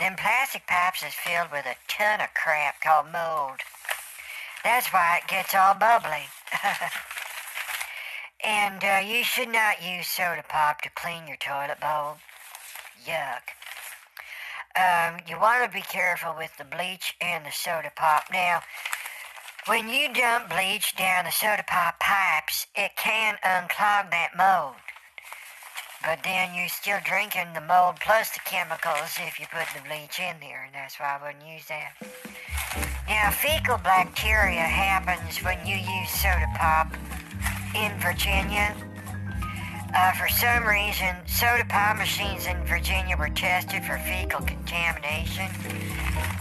Speaker 4: them plastic pipes is filled with a ton of crap called mold. That's why it gets all bubbly. and uh, you should not use soda pop to clean your toilet bowl. Yuck. Um, you want to be careful with the bleach and the soda pop. Now, when you dump bleach down the soda pop pipes, it can unclog that mold. But then you're still drinking the mold plus the chemicals if you put the bleach in there, and that's why I wouldn't use that. Now, fecal bacteria happens when you use soda pop in Virginia. Uh, for some reason, soda pop machines in Virginia were tested for fecal contamination.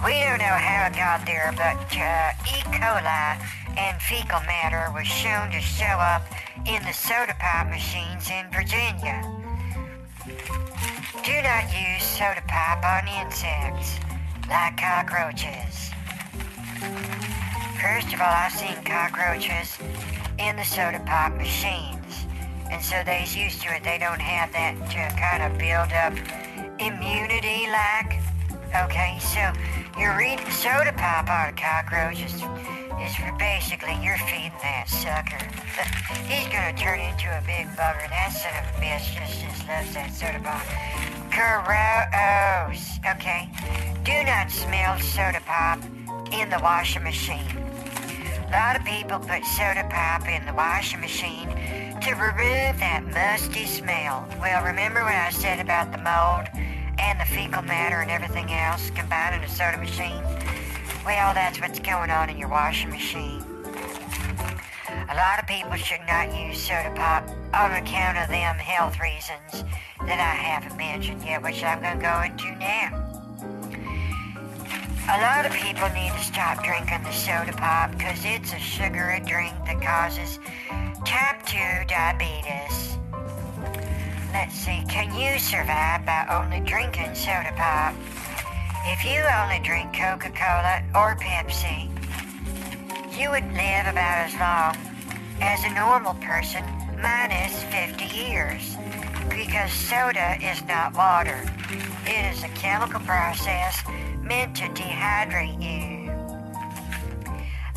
Speaker 4: We don't know how it got there, but uh, E. coli and fecal matter was shown to show up in the soda pop machines in Virginia. Do not use soda pop on insects like cockroaches. First of all, I've seen cockroaches in the soda pop machines. And so they're used to it. They don't have that to kind of build up immunity like. Okay, so you're reading soda pop on a cockroach is, is basically you're feeding that sucker. He's gonna turn into a big bugger. That son of a bitch just, just loves that soda pop. Gross. Okay. Do not smell soda pop in the washing machine. A lot of people put soda pop in the washing machine to remove that musty smell. Well, remember when I said about the mold and the fecal matter and everything else combined in a soda machine? Well, that's what's going on in your washing machine. A lot of people should not use soda pop on account of them health reasons that I haven't mentioned yet, which I'm going to go into now. A lot of people need to stop drinking the soda pop because it's a sugary drink that causes type 2 diabetes. Let's see, can you survive by only drinking soda pop? If you only drink Coca Cola or Pepsi, you would live about as long as a normal person minus 50 years because soda is not water. It is a chemical process meant to dehydrate you.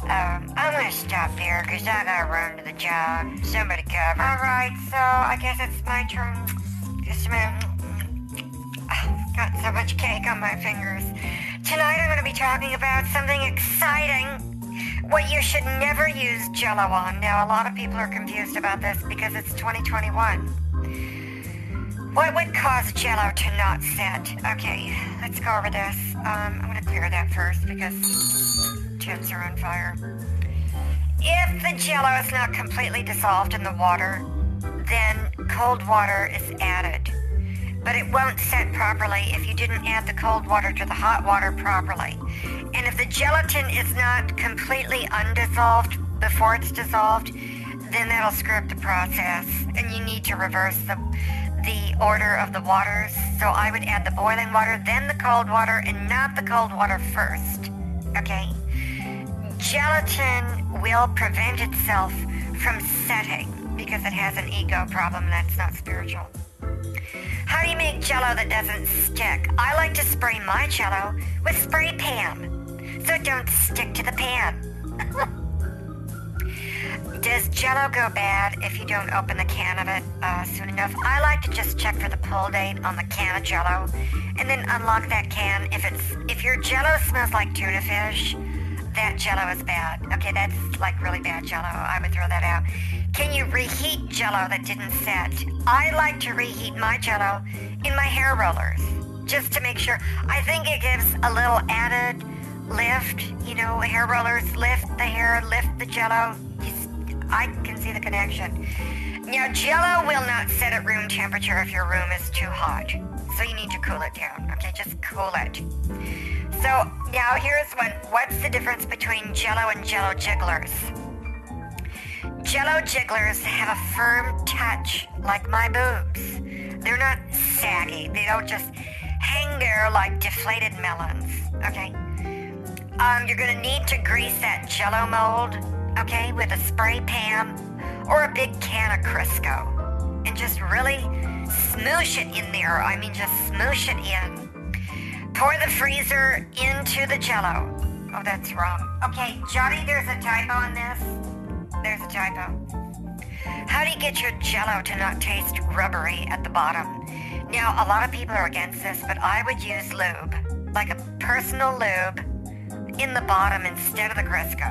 Speaker 4: Um, I'm gonna stop there because I gotta run to the job. Somebody cover.
Speaker 1: All right, so I guess it's my turn. Just a minute. I've got so much cake on my fingers. Tonight I'm going to be talking about something exciting. What you should never use jello on. Now, a lot of people are confused about this because it's 2021. What would cause jello to not set? Okay, let's go over this. Um, I'm going to clear that first because chips are on fire. If the jello is not completely dissolved in the water, then cold water is added. But it won't set properly if you didn't add the cold water to the hot water properly. And if the gelatin is not completely undissolved before it's dissolved,
Speaker 4: then that'll screw up the process, and you need to reverse the the order of the waters. So I would add the boiling water, then the cold water, and not the cold water first. Okay. Gelatin will prevent itself from setting because it has an ego problem. That's not spiritual. How do you make jello that doesn't stick? I like to spray my jello with spray pan so it don't stick to the pan. Does jello go bad if you don't open the can of it uh, soon enough? I like to just check for the pull date on the can of jello and then unlock that can. If it's if your jello smells like tuna fish, that jello is bad. Okay, that's like really bad jello. I would throw that out. Can you reheat jello that didn't set? I like to reheat my jello in my hair rollers just to make sure. I think it gives a little added lift, you know, hair rollers lift the hair, lift the jello. You s- I can see the connection. Now, jello will not set at room temperature if your room is too hot. So you need to cool it down. Okay, just cool it. So now here's one. What's the difference between jello and jello jigglers? Jello jigglers have a firm touch, like my boobs. They're not saggy. They don't just hang there like deflated melons. Okay. Um, you're gonna need to grease that jello mold, okay, with a spray pan or a big can of Crisco, and just really smoosh it in there. I mean, just smoosh it in. Pour the freezer into the jello. Oh, that's wrong. Okay, Johnny, there's a typo in this. There's a typo. How do you get your jello to not taste rubbery at the bottom? Now, a lot of people are against this, but I would use lube, like a personal lube, in the bottom instead of the Crisco.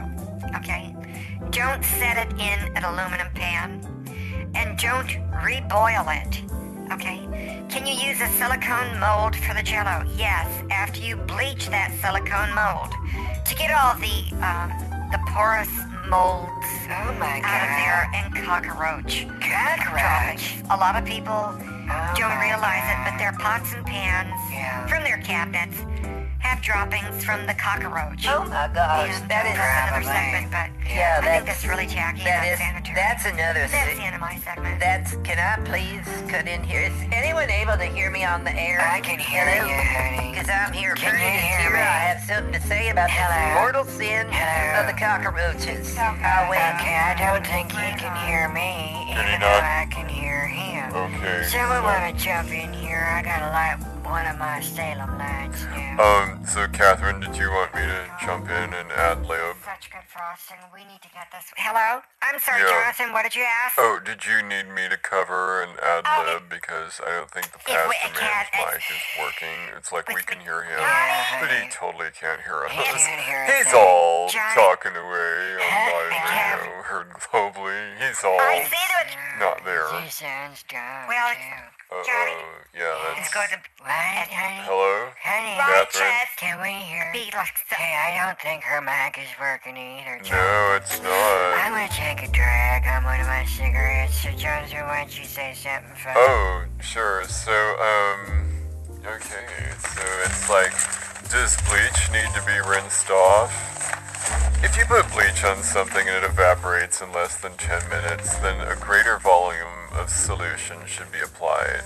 Speaker 4: Okay? Don't set it in an aluminum pan. And don't reboil it. Okay? Can you use a silicone mold for the jello? Yes, after you bleach that silicone mold to get all the um, the porous molds
Speaker 3: Oh my
Speaker 4: out of
Speaker 3: god.
Speaker 4: there and cockroach.
Speaker 3: Cockroach. Oh
Speaker 4: A lot of people don't
Speaker 3: my
Speaker 4: realize it, but their pots and pans
Speaker 3: Yeah.
Speaker 4: from their cabinets have droppings from the cockroach.
Speaker 3: Oh my gosh,
Speaker 4: And
Speaker 3: that is
Speaker 4: that's another segment,
Speaker 3: probably.
Speaker 4: but
Speaker 3: Yeah,
Speaker 4: I think
Speaker 3: that's-
Speaker 4: that's really tacky
Speaker 3: That
Speaker 4: and
Speaker 3: is.
Speaker 4: unsanitary.
Speaker 3: That's another.
Speaker 4: That's
Speaker 3: se-
Speaker 4: the end of my segment.
Speaker 3: That's. Can I please cut in here? Is anyone able to hear me on the air?
Speaker 1: I can hear you, honey.
Speaker 3: Because I'm here.
Speaker 1: Can
Speaker 3: pretty
Speaker 1: you hear
Speaker 3: sure
Speaker 1: me?
Speaker 3: I have something to say about this
Speaker 1: Hello?
Speaker 3: mortal sin
Speaker 1: Hello?
Speaker 3: of the cockroaches. I will.
Speaker 1: Oh, Okay, I don't think he can hear me,
Speaker 2: Can he
Speaker 1: even though
Speaker 2: not?
Speaker 1: I can hear him.
Speaker 2: Okay.
Speaker 1: So we want to jump in here. I gotta light one of my Salem lights now.
Speaker 2: Um, so Catherine, did you want me to jump in and ad lib?
Speaker 4: Such good frosting. We need to get this. Hello? I'm sorry,
Speaker 2: Yeah.
Speaker 4: Jonathan. What did you ask?
Speaker 2: Oh, did you need me to cover an ad
Speaker 4: Oh,
Speaker 2: lib? Because I don't think the
Speaker 4: it-
Speaker 2: pastor
Speaker 4: it
Speaker 2: man's
Speaker 4: can't- it's-
Speaker 2: mic is working. It's like we can hear him,
Speaker 4: Johnny.
Speaker 2: but he totally can't hear us.
Speaker 1: can't hear us.
Speaker 2: He's all
Speaker 4: Johnny.
Speaker 2: talking away on
Speaker 4: I
Speaker 2: my
Speaker 4: can't.
Speaker 2: radio, heard globally. He's all
Speaker 4: I see that.
Speaker 2: not there. Uh,
Speaker 1: She sounds dumb.
Speaker 4: Well,
Speaker 1: too.
Speaker 4: it's, Johnny.
Speaker 2: oh, yeah,
Speaker 4: it's
Speaker 2: that's.
Speaker 4: going to
Speaker 1: what, honey?
Speaker 2: Hello?
Speaker 1: Honey,
Speaker 2: Catherine?
Speaker 1: can we hear?
Speaker 4: be like that.
Speaker 1: Hey, I don't think her mic is working either. John.
Speaker 2: No, it's not.
Speaker 1: I'm gonna take a drag on one of my cigarettes. So, Johnson, why don't you say something funny?
Speaker 2: Oh, sure. So, um, okay. So it's like, does bleach need to be rinsed off? If you put bleach on something and it evaporates in less than 10 minutes, then a greater volume of solution should be applied.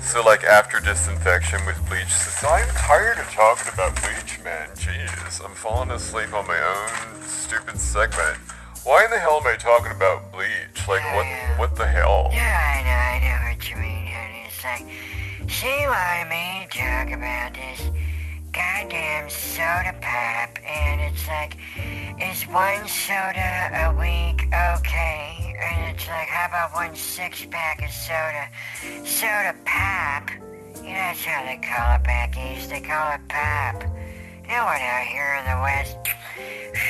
Speaker 2: So, like after disinfection with bleach, so I'm tired of talking about bleach, man. Jeez, I'm falling asleep on my own stupid segment. Why in the hell am I talking about bleach? Like, what? What the hell?
Speaker 1: Yeah, I know, I know what you mean, honey. It's like, she wanted me to talk about this goddamn soda pop, and it's like, it's one soda a week, okay? And it's like, how about one six pack of soda, soda pop? You know, that's how they call it back east. They call it pop. No one out here in the West,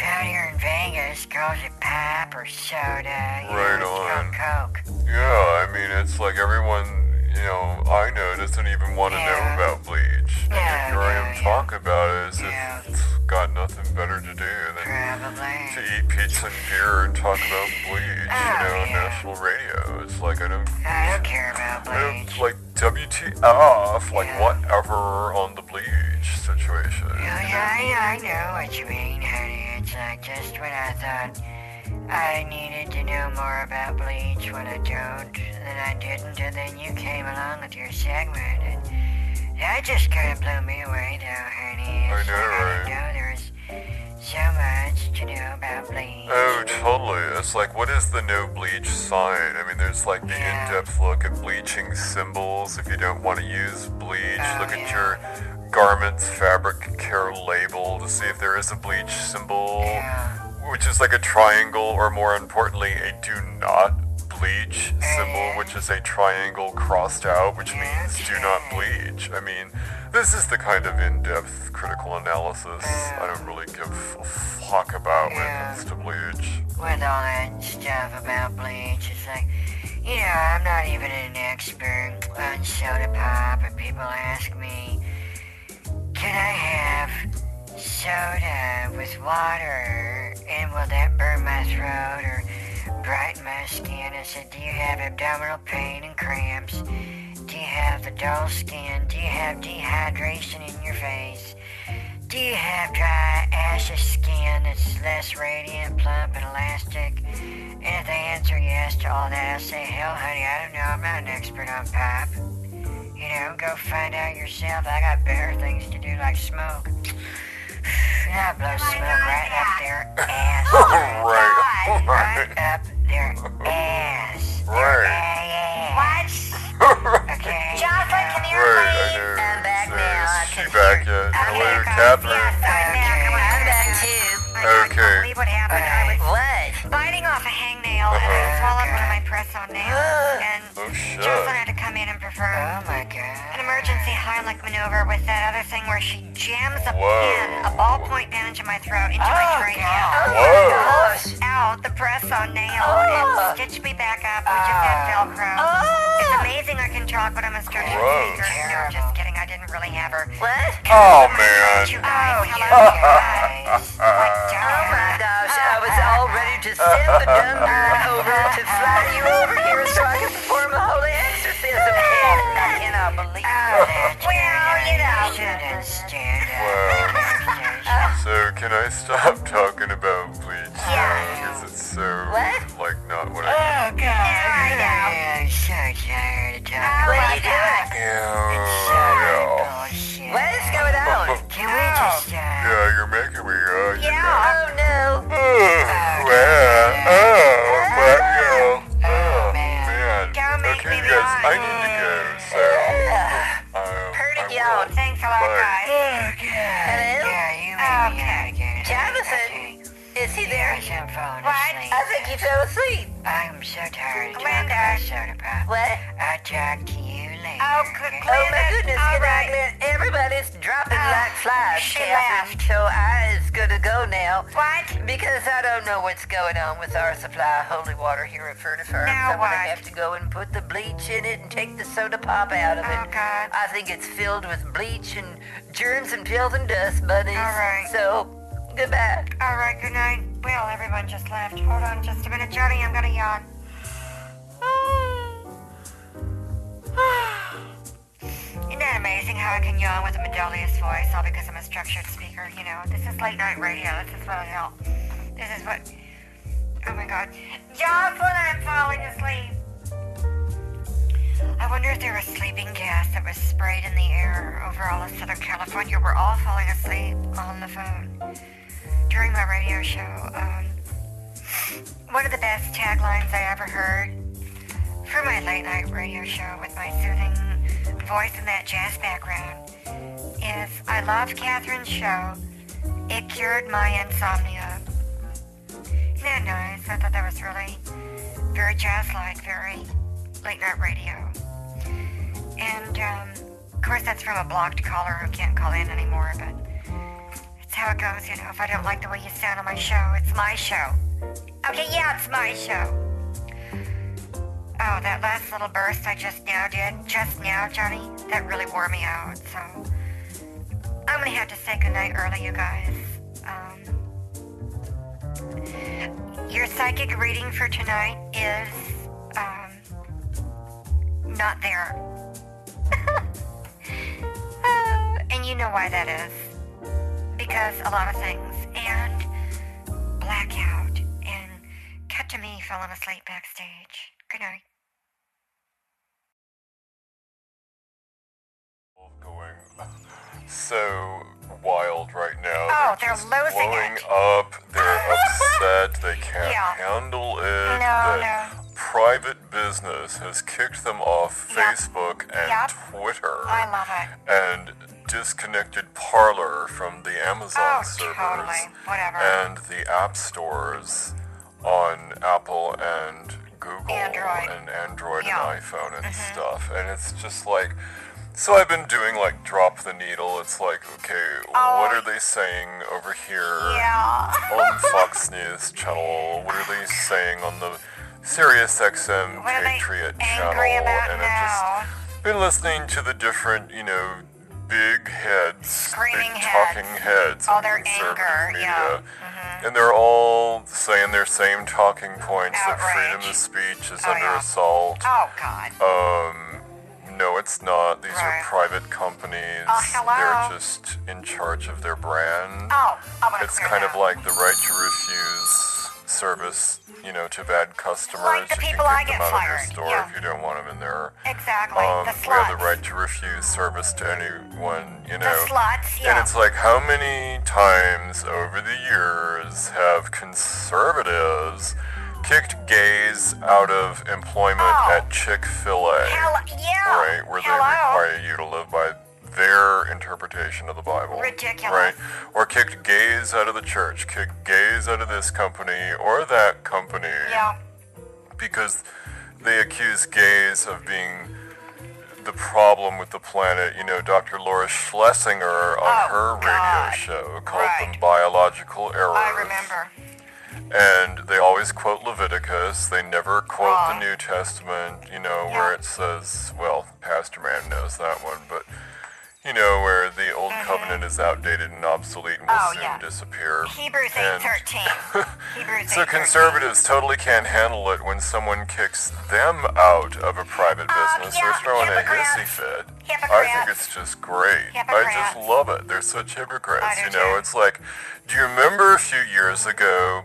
Speaker 1: out here in Vegas, calls it pop or soda. You know,
Speaker 2: Right
Speaker 1: it's called
Speaker 2: on.
Speaker 1: Coke.
Speaker 2: Yeah, I mean, it's like everyone, you know, I know doesn't even want to
Speaker 1: Yeah.
Speaker 2: know about bleach. And
Speaker 1: Yeah,
Speaker 2: here I am
Speaker 1: yeah, yeah.
Speaker 2: talking about it as
Speaker 1: Yeah.
Speaker 2: if it's got nothing better to do than to
Speaker 1: Probably.
Speaker 2: eat pizza and beer and talk about bleach, you know, on
Speaker 1: Oh, yeah.
Speaker 2: national radio. It's like I don't,
Speaker 1: I don't care about
Speaker 2: I don't
Speaker 1: bleach.
Speaker 2: like WTF, like
Speaker 1: Yeah.
Speaker 2: whatever on the bleach situation.
Speaker 1: Oh, yeah, I, I know what you mean, honey. It's like just when I thought
Speaker 4: I needed to know more about bleach when I don't, and I didn't, and then you came along with your segment, and that just kind of blew me away, though, honey.
Speaker 2: I
Speaker 4: It's
Speaker 2: know,
Speaker 4: like
Speaker 2: right?
Speaker 4: I didn't know there was so much to know about bleach.
Speaker 2: Oh, totally. It's like, what is the no bleach sign? I mean, there's like the
Speaker 4: Yeah.
Speaker 2: in depth look at bleaching symbols. If you don't want to use bleach,
Speaker 4: Oh,
Speaker 2: look at
Speaker 4: yeah.
Speaker 2: your garments, fabric care label to see if there is a bleach symbol,
Speaker 4: Yeah.
Speaker 2: which is like a triangle, or more importantly, a do not bleach symbol,
Speaker 4: yeah.
Speaker 2: which is a triangle crossed out, which means do not
Speaker 4: Okay.
Speaker 2: bleach. I mean, this is the kind of in depth critical analysis I don't really give a fuck about when it
Speaker 4: Yeah.
Speaker 2: comes to bleach.
Speaker 4: With all that stuff about bleach, it's like, you know, I'm not even an expert on soda pop, and people ask me, can I have soda with water, and will that burn my throat or brighten my skin? I said, do you have abdominal pain and cramps? Do you have the dull skin? Do you have dehydration in your face? Do you have dry, ashy skin that's less radiant, plump, and elastic? And if they answer yes to all that, I say, hell, honey, I don't know. I'm not an expert on pop. You know, go find out yourself. I got better things to do, like smoke. And I blow smoke right up their ass.
Speaker 2: right,
Speaker 4: Right
Speaker 2: right,
Speaker 4: up their ass.
Speaker 2: right.
Speaker 1: What?
Speaker 4: Yeah. Okay.
Speaker 1: Jocelyn, can you
Speaker 2: Right,
Speaker 1: please?
Speaker 2: I know.
Speaker 3: I'm back
Speaker 2: Is
Speaker 3: now, I
Speaker 2: she
Speaker 3: can
Speaker 2: back yet? Hello, Catherine.
Speaker 1: Sorry, man, come on.
Speaker 3: I'm
Speaker 4: Okay.
Speaker 3: back too.
Speaker 1: My God, I
Speaker 2: Okay.
Speaker 1: can't believe what happened. I was
Speaker 3: What?
Speaker 1: biting off a hangnail and I
Speaker 2: Uh-huh.
Speaker 1: swallowed one of my press-on nails. And
Speaker 2: Oh shit.
Speaker 1: Jocelyn had to come in and perform
Speaker 4: Oh my
Speaker 1: an
Speaker 4: god.
Speaker 1: emergency Heimlich maneuver with that other thing where she jams a
Speaker 2: Whoa.
Speaker 1: pin, a ballpoint pen into my throat, into
Speaker 4: Oh,
Speaker 1: my trachea.
Speaker 2: Whoa.
Speaker 1: Pulls out the press-on nail
Speaker 4: Oh.
Speaker 1: and stitched me back up. We just had Velcro. It's amazing I can talk, but I'm a surgeon
Speaker 2: Gross.
Speaker 1: speaker. No, I'm just kidding. I didn't really have her.
Speaker 3: What?
Speaker 2: Oh man.
Speaker 1: You guys, hello, you guys. What
Speaker 3: Oh
Speaker 1: down?
Speaker 3: my gosh, I was all ready to send the dumb bird over to fly you over here so I could perform a holy exorcism. I cannot believe that.
Speaker 1: Well, you know.
Speaker 4: Shouldn't stand up.
Speaker 2: Wow. So can I stop talking about bleach?
Speaker 1: Yeah.
Speaker 2: Because it's so
Speaker 3: What?
Speaker 2: like not what I
Speaker 4: Oh, God. I'm so tired of talking
Speaker 3: What
Speaker 4: about
Speaker 3: are you doing?
Speaker 2: Yeah.
Speaker 4: bullshit.
Speaker 3: What is going on?
Speaker 4: Can we just, uh,
Speaker 2: Yeah, you're making me uh you know.
Speaker 3: Oh no.
Speaker 2: Ugh, well, oh, but, you know, oh, man.
Speaker 1: Go make
Speaker 2: Okay,
Speaker 1: me
Speaker 2: you guys, I
Speaker 1: laugh.
Speaker 2: need to go, so. um,
Speaker 3: Heard it
Speaker 2: I
Speaker 3: yawn.
Speaker 2: will.
Speaker 1: Thanks a lot,
Speaker 2: Bye.
Speaker 1: guys.
Speaker 3: Hello?
Speaker 4: Yeah, you made me out again.
Speaker 3: Jonathan? Is he there?
Speaker 4: Yes, I'm falling
Speaker 1: What?
Speaker 3: I
Speaker 4: asleep.
Speaker 3: think you fell asleep.
Speaker 4: I'm so tired of talking
Speaker 1: Linda.
Speaker 4: about soda pop.
Speaker 3: What?
Speaker 4: I'll talk to you later.
Speaker 1: Oh, good
Speaker 4: okay?
Speaker 3: Oh my
Speaker 1: Linda,
Speaker 3: goodness,
Speaker 1: all
Speaker 3: good
Speaker 1: right.
Speaker 3: night. Everybody's dropping
Speaker 1: Oh,
Speaker 3: like flies,
Speaker 1: she
Speaker 3: Captain. So I is gonna go now.
Speaker 1: What?
Speaker 3: Because I don't know what's going on with our supply of holy water here at Furnace Farms.
Speaker 1: Now
Speaker 3: I'm gonna
Speaker 1: what?
Speaker 3: have to go and put the bleach in it and take the soda pop out of it.
Speaker 1: Oh, God.
Speaker 3: I think it's filled with bleach and germs and pills and dust, buddies.
Speaker 1: All right.
Speaker 3: So, goodbye.
Speaker 1: All right, good night. Well, everyone just left. Hold on just a minute, Jody. I'm gonna yawn. Isn't that amazing how I can yawn with a melodious voice, all because I'm a structured speaker? You know, this is late night radio. This is what I know. This is what. Oh my God, Jocelyn, I'm falling asleep. I wonder if there was sleeping gas that was sprayed in the air over all of Southern California. We're all falling asleep on the phone during my radio show, um, one of the best taglines I ever heard for my late night radio show with my soothing voice and that jazz background is I love Catherine's show. It cured my insomnia. Isn't that nice? I thought that was really very jazz like, very late night radio. And, um, of course, that's from a blocked caller who can't call in anymore, but it's how it goes, you know. If I don't like the way you sound on my show, it's my show. Okay, yeah, it's my show. Oh, that last little burst I just now did, just now, Johnny, that really wore me out, so. I'm gonna have to say goodnight early, you guys. Um, your psychic reading for tonight is, um, not there. Uh, and you know why that is because a lot of things and blackout and
Speaker 4: You've fallen asleep backstage. Good night.
Speaker 2: Going so wild right now.
Speaker 4: Oh,
Speaker 2: they're,
Speaker 4: they're
Speaker 2: just
Speaker 4: losing
Speaker 2: blowing
Speaker 4: it.
Speaker 2: up. They're upset. They can't
Speaker 4: Yeah.
Speaker 2: handle it.
Speaker 4: No,
Speaker 2: that Private business has kicked them off
Speaker 4: Yeah.
Speaker 2: Facebook and
Speaker 4: Yeah.
Speaker 2: Twitter
Speaker 4: I love it.
Speaker 2: and disconnected Parlor from the Amazon
Speaker 4: Oh,
Speaker 2: servers
Speaker 4: totally. Whatever.
Speaker 2: and the app stores on Apple and Google
Speaker 4: Android.
Speaker 2: and Android
Speaker 4: Yeah. Mm-hmm.
Speaker 2: and iPhone and stuff. And it's just like, so I've been doing like drop the needle. It's like, okay, what are they saying over here?
Speaker 4: Oh, yeah.
Speaker 2: on Fox News channel? What are they saying on the Sirius XM
Speaker 4: What are they
Speaker 2: Patriot
Speaker 4: angry
Speaker 2: channel?
Speaker 4: about
Speaker 2: and
Speaker 4: now?
Speaker 2: I've just been listening to the different, you know, big heads,
Speaker 4: Screaming
Speaker 2: big
Speaker 4: heads.
Speaker 2: talking heads.
Speaker 4: All
Speaker 2: in
Speaker 4: their
Speaker 2: conservative
Speaker 4: anger,
Speaker 2: media.
Speaker 4: yeah. Mm-hmm.
Speaker 2: And they're all saying their same talking points that freedom
Speaker 4: Outrage.
Speaker 2: of speech is
Speaker 4: Oh,
Speaker 2: under
Speaker 4: yeah.
Speaker 2: assault.
Speaker 4: Oh, God.
Speaker 2: Uh, Um, no, it's not. These
Speaker 4: Right.
Speaker 2: are private companies.
Speaker 4: Oh, hello.
Speaker 2: They're just in charge of their brand
Speaker 4: oh, I want to
Speaker 2: it's kind of like the right to refuse service, you know, to bad customers.
Speaker 4: Like the
Speaker 2: You can
Speaker 4: people
Speaker 2: kick
Speaker 4: I get
Speaker 2: them out
Speaker 4: fired,
Speaker 2: of your store
Speaker 4: yeah.
Speaker 2: if you don't want them in there.
Speaker 4: Exactly.
Speaker 2: Um,
Speaker 4: the
Speaker 2: we have
Speaker 4: sluts.
Speaker 2: the right to refuse service to anyone, you
Speaker 4: The
Speaker 2: know.
Speaker 4: sluts, yeah.
Speaker 2: And it's like, how many times over the years have conservatives kicked gays out of employment
Speaker 4: Oh.
Speaker 2: at Chick-fil-A?
Speaker 4: Hell, oh, yeah.
Speaker 2: right? Where
Speaker 4: Hello.
Speaker 2: they require you to live by their interpretation of the Bible.
Speaker 4: Ridiculous.
Speaker 2: Right? Or kicked gays out of the church, kicked gays out of this company or that company
Speaker 4: Yeah.
Speaker 2: because they accuse gays of being the problem with the planet. You know, Dr. Laura Schlesinger on
Speaker 4: Oh,
Speaker 2: her radio
Speaker 4: God.
Speaker 2: show called
Speaker 4: Right.
Speaker 2: them biological errors.
Speaker 4: I remember.
Speaker 2: And they always quote Leviticus. They never quote
Speaker 4: Right.
Speaker 2: the New Testament, you know,
Speaker 4: Yeah.
Speaker 2: where it says, well, Pastor Man knows that one, but, you know, where the Old Covenant is outdated and obsolete and will
Speaker 4: Mm-hmm. Oh,
Speaker 2: soon
Speaker 4: yeah.
Speaker 2: disappear.
Speaker 4: Hebrews
Speaker 2: And
Speaker 4: 8.13. Hebrews 8.13.
Speaker 2: So conservatives totally can't handle it when someone kicks them out of a private
Speaker 4: Oh,
Speaker 2: business
Speaker 4: yeah,
Speaker 2: or throwing a
Speaker 4: hypocrites.
Speaker 2: hissy fit. I think
Speaker 4: Hypocrites.
Speaker 2: it's just great. I just
Speaker 4: Hypocrites.
Speaker 2: love it. They're such hypocrites.
Speaker 4: I do
Speaker 2: you know,
Speaker 4: too.
Speaker 2: it's like, do you remember a few years ago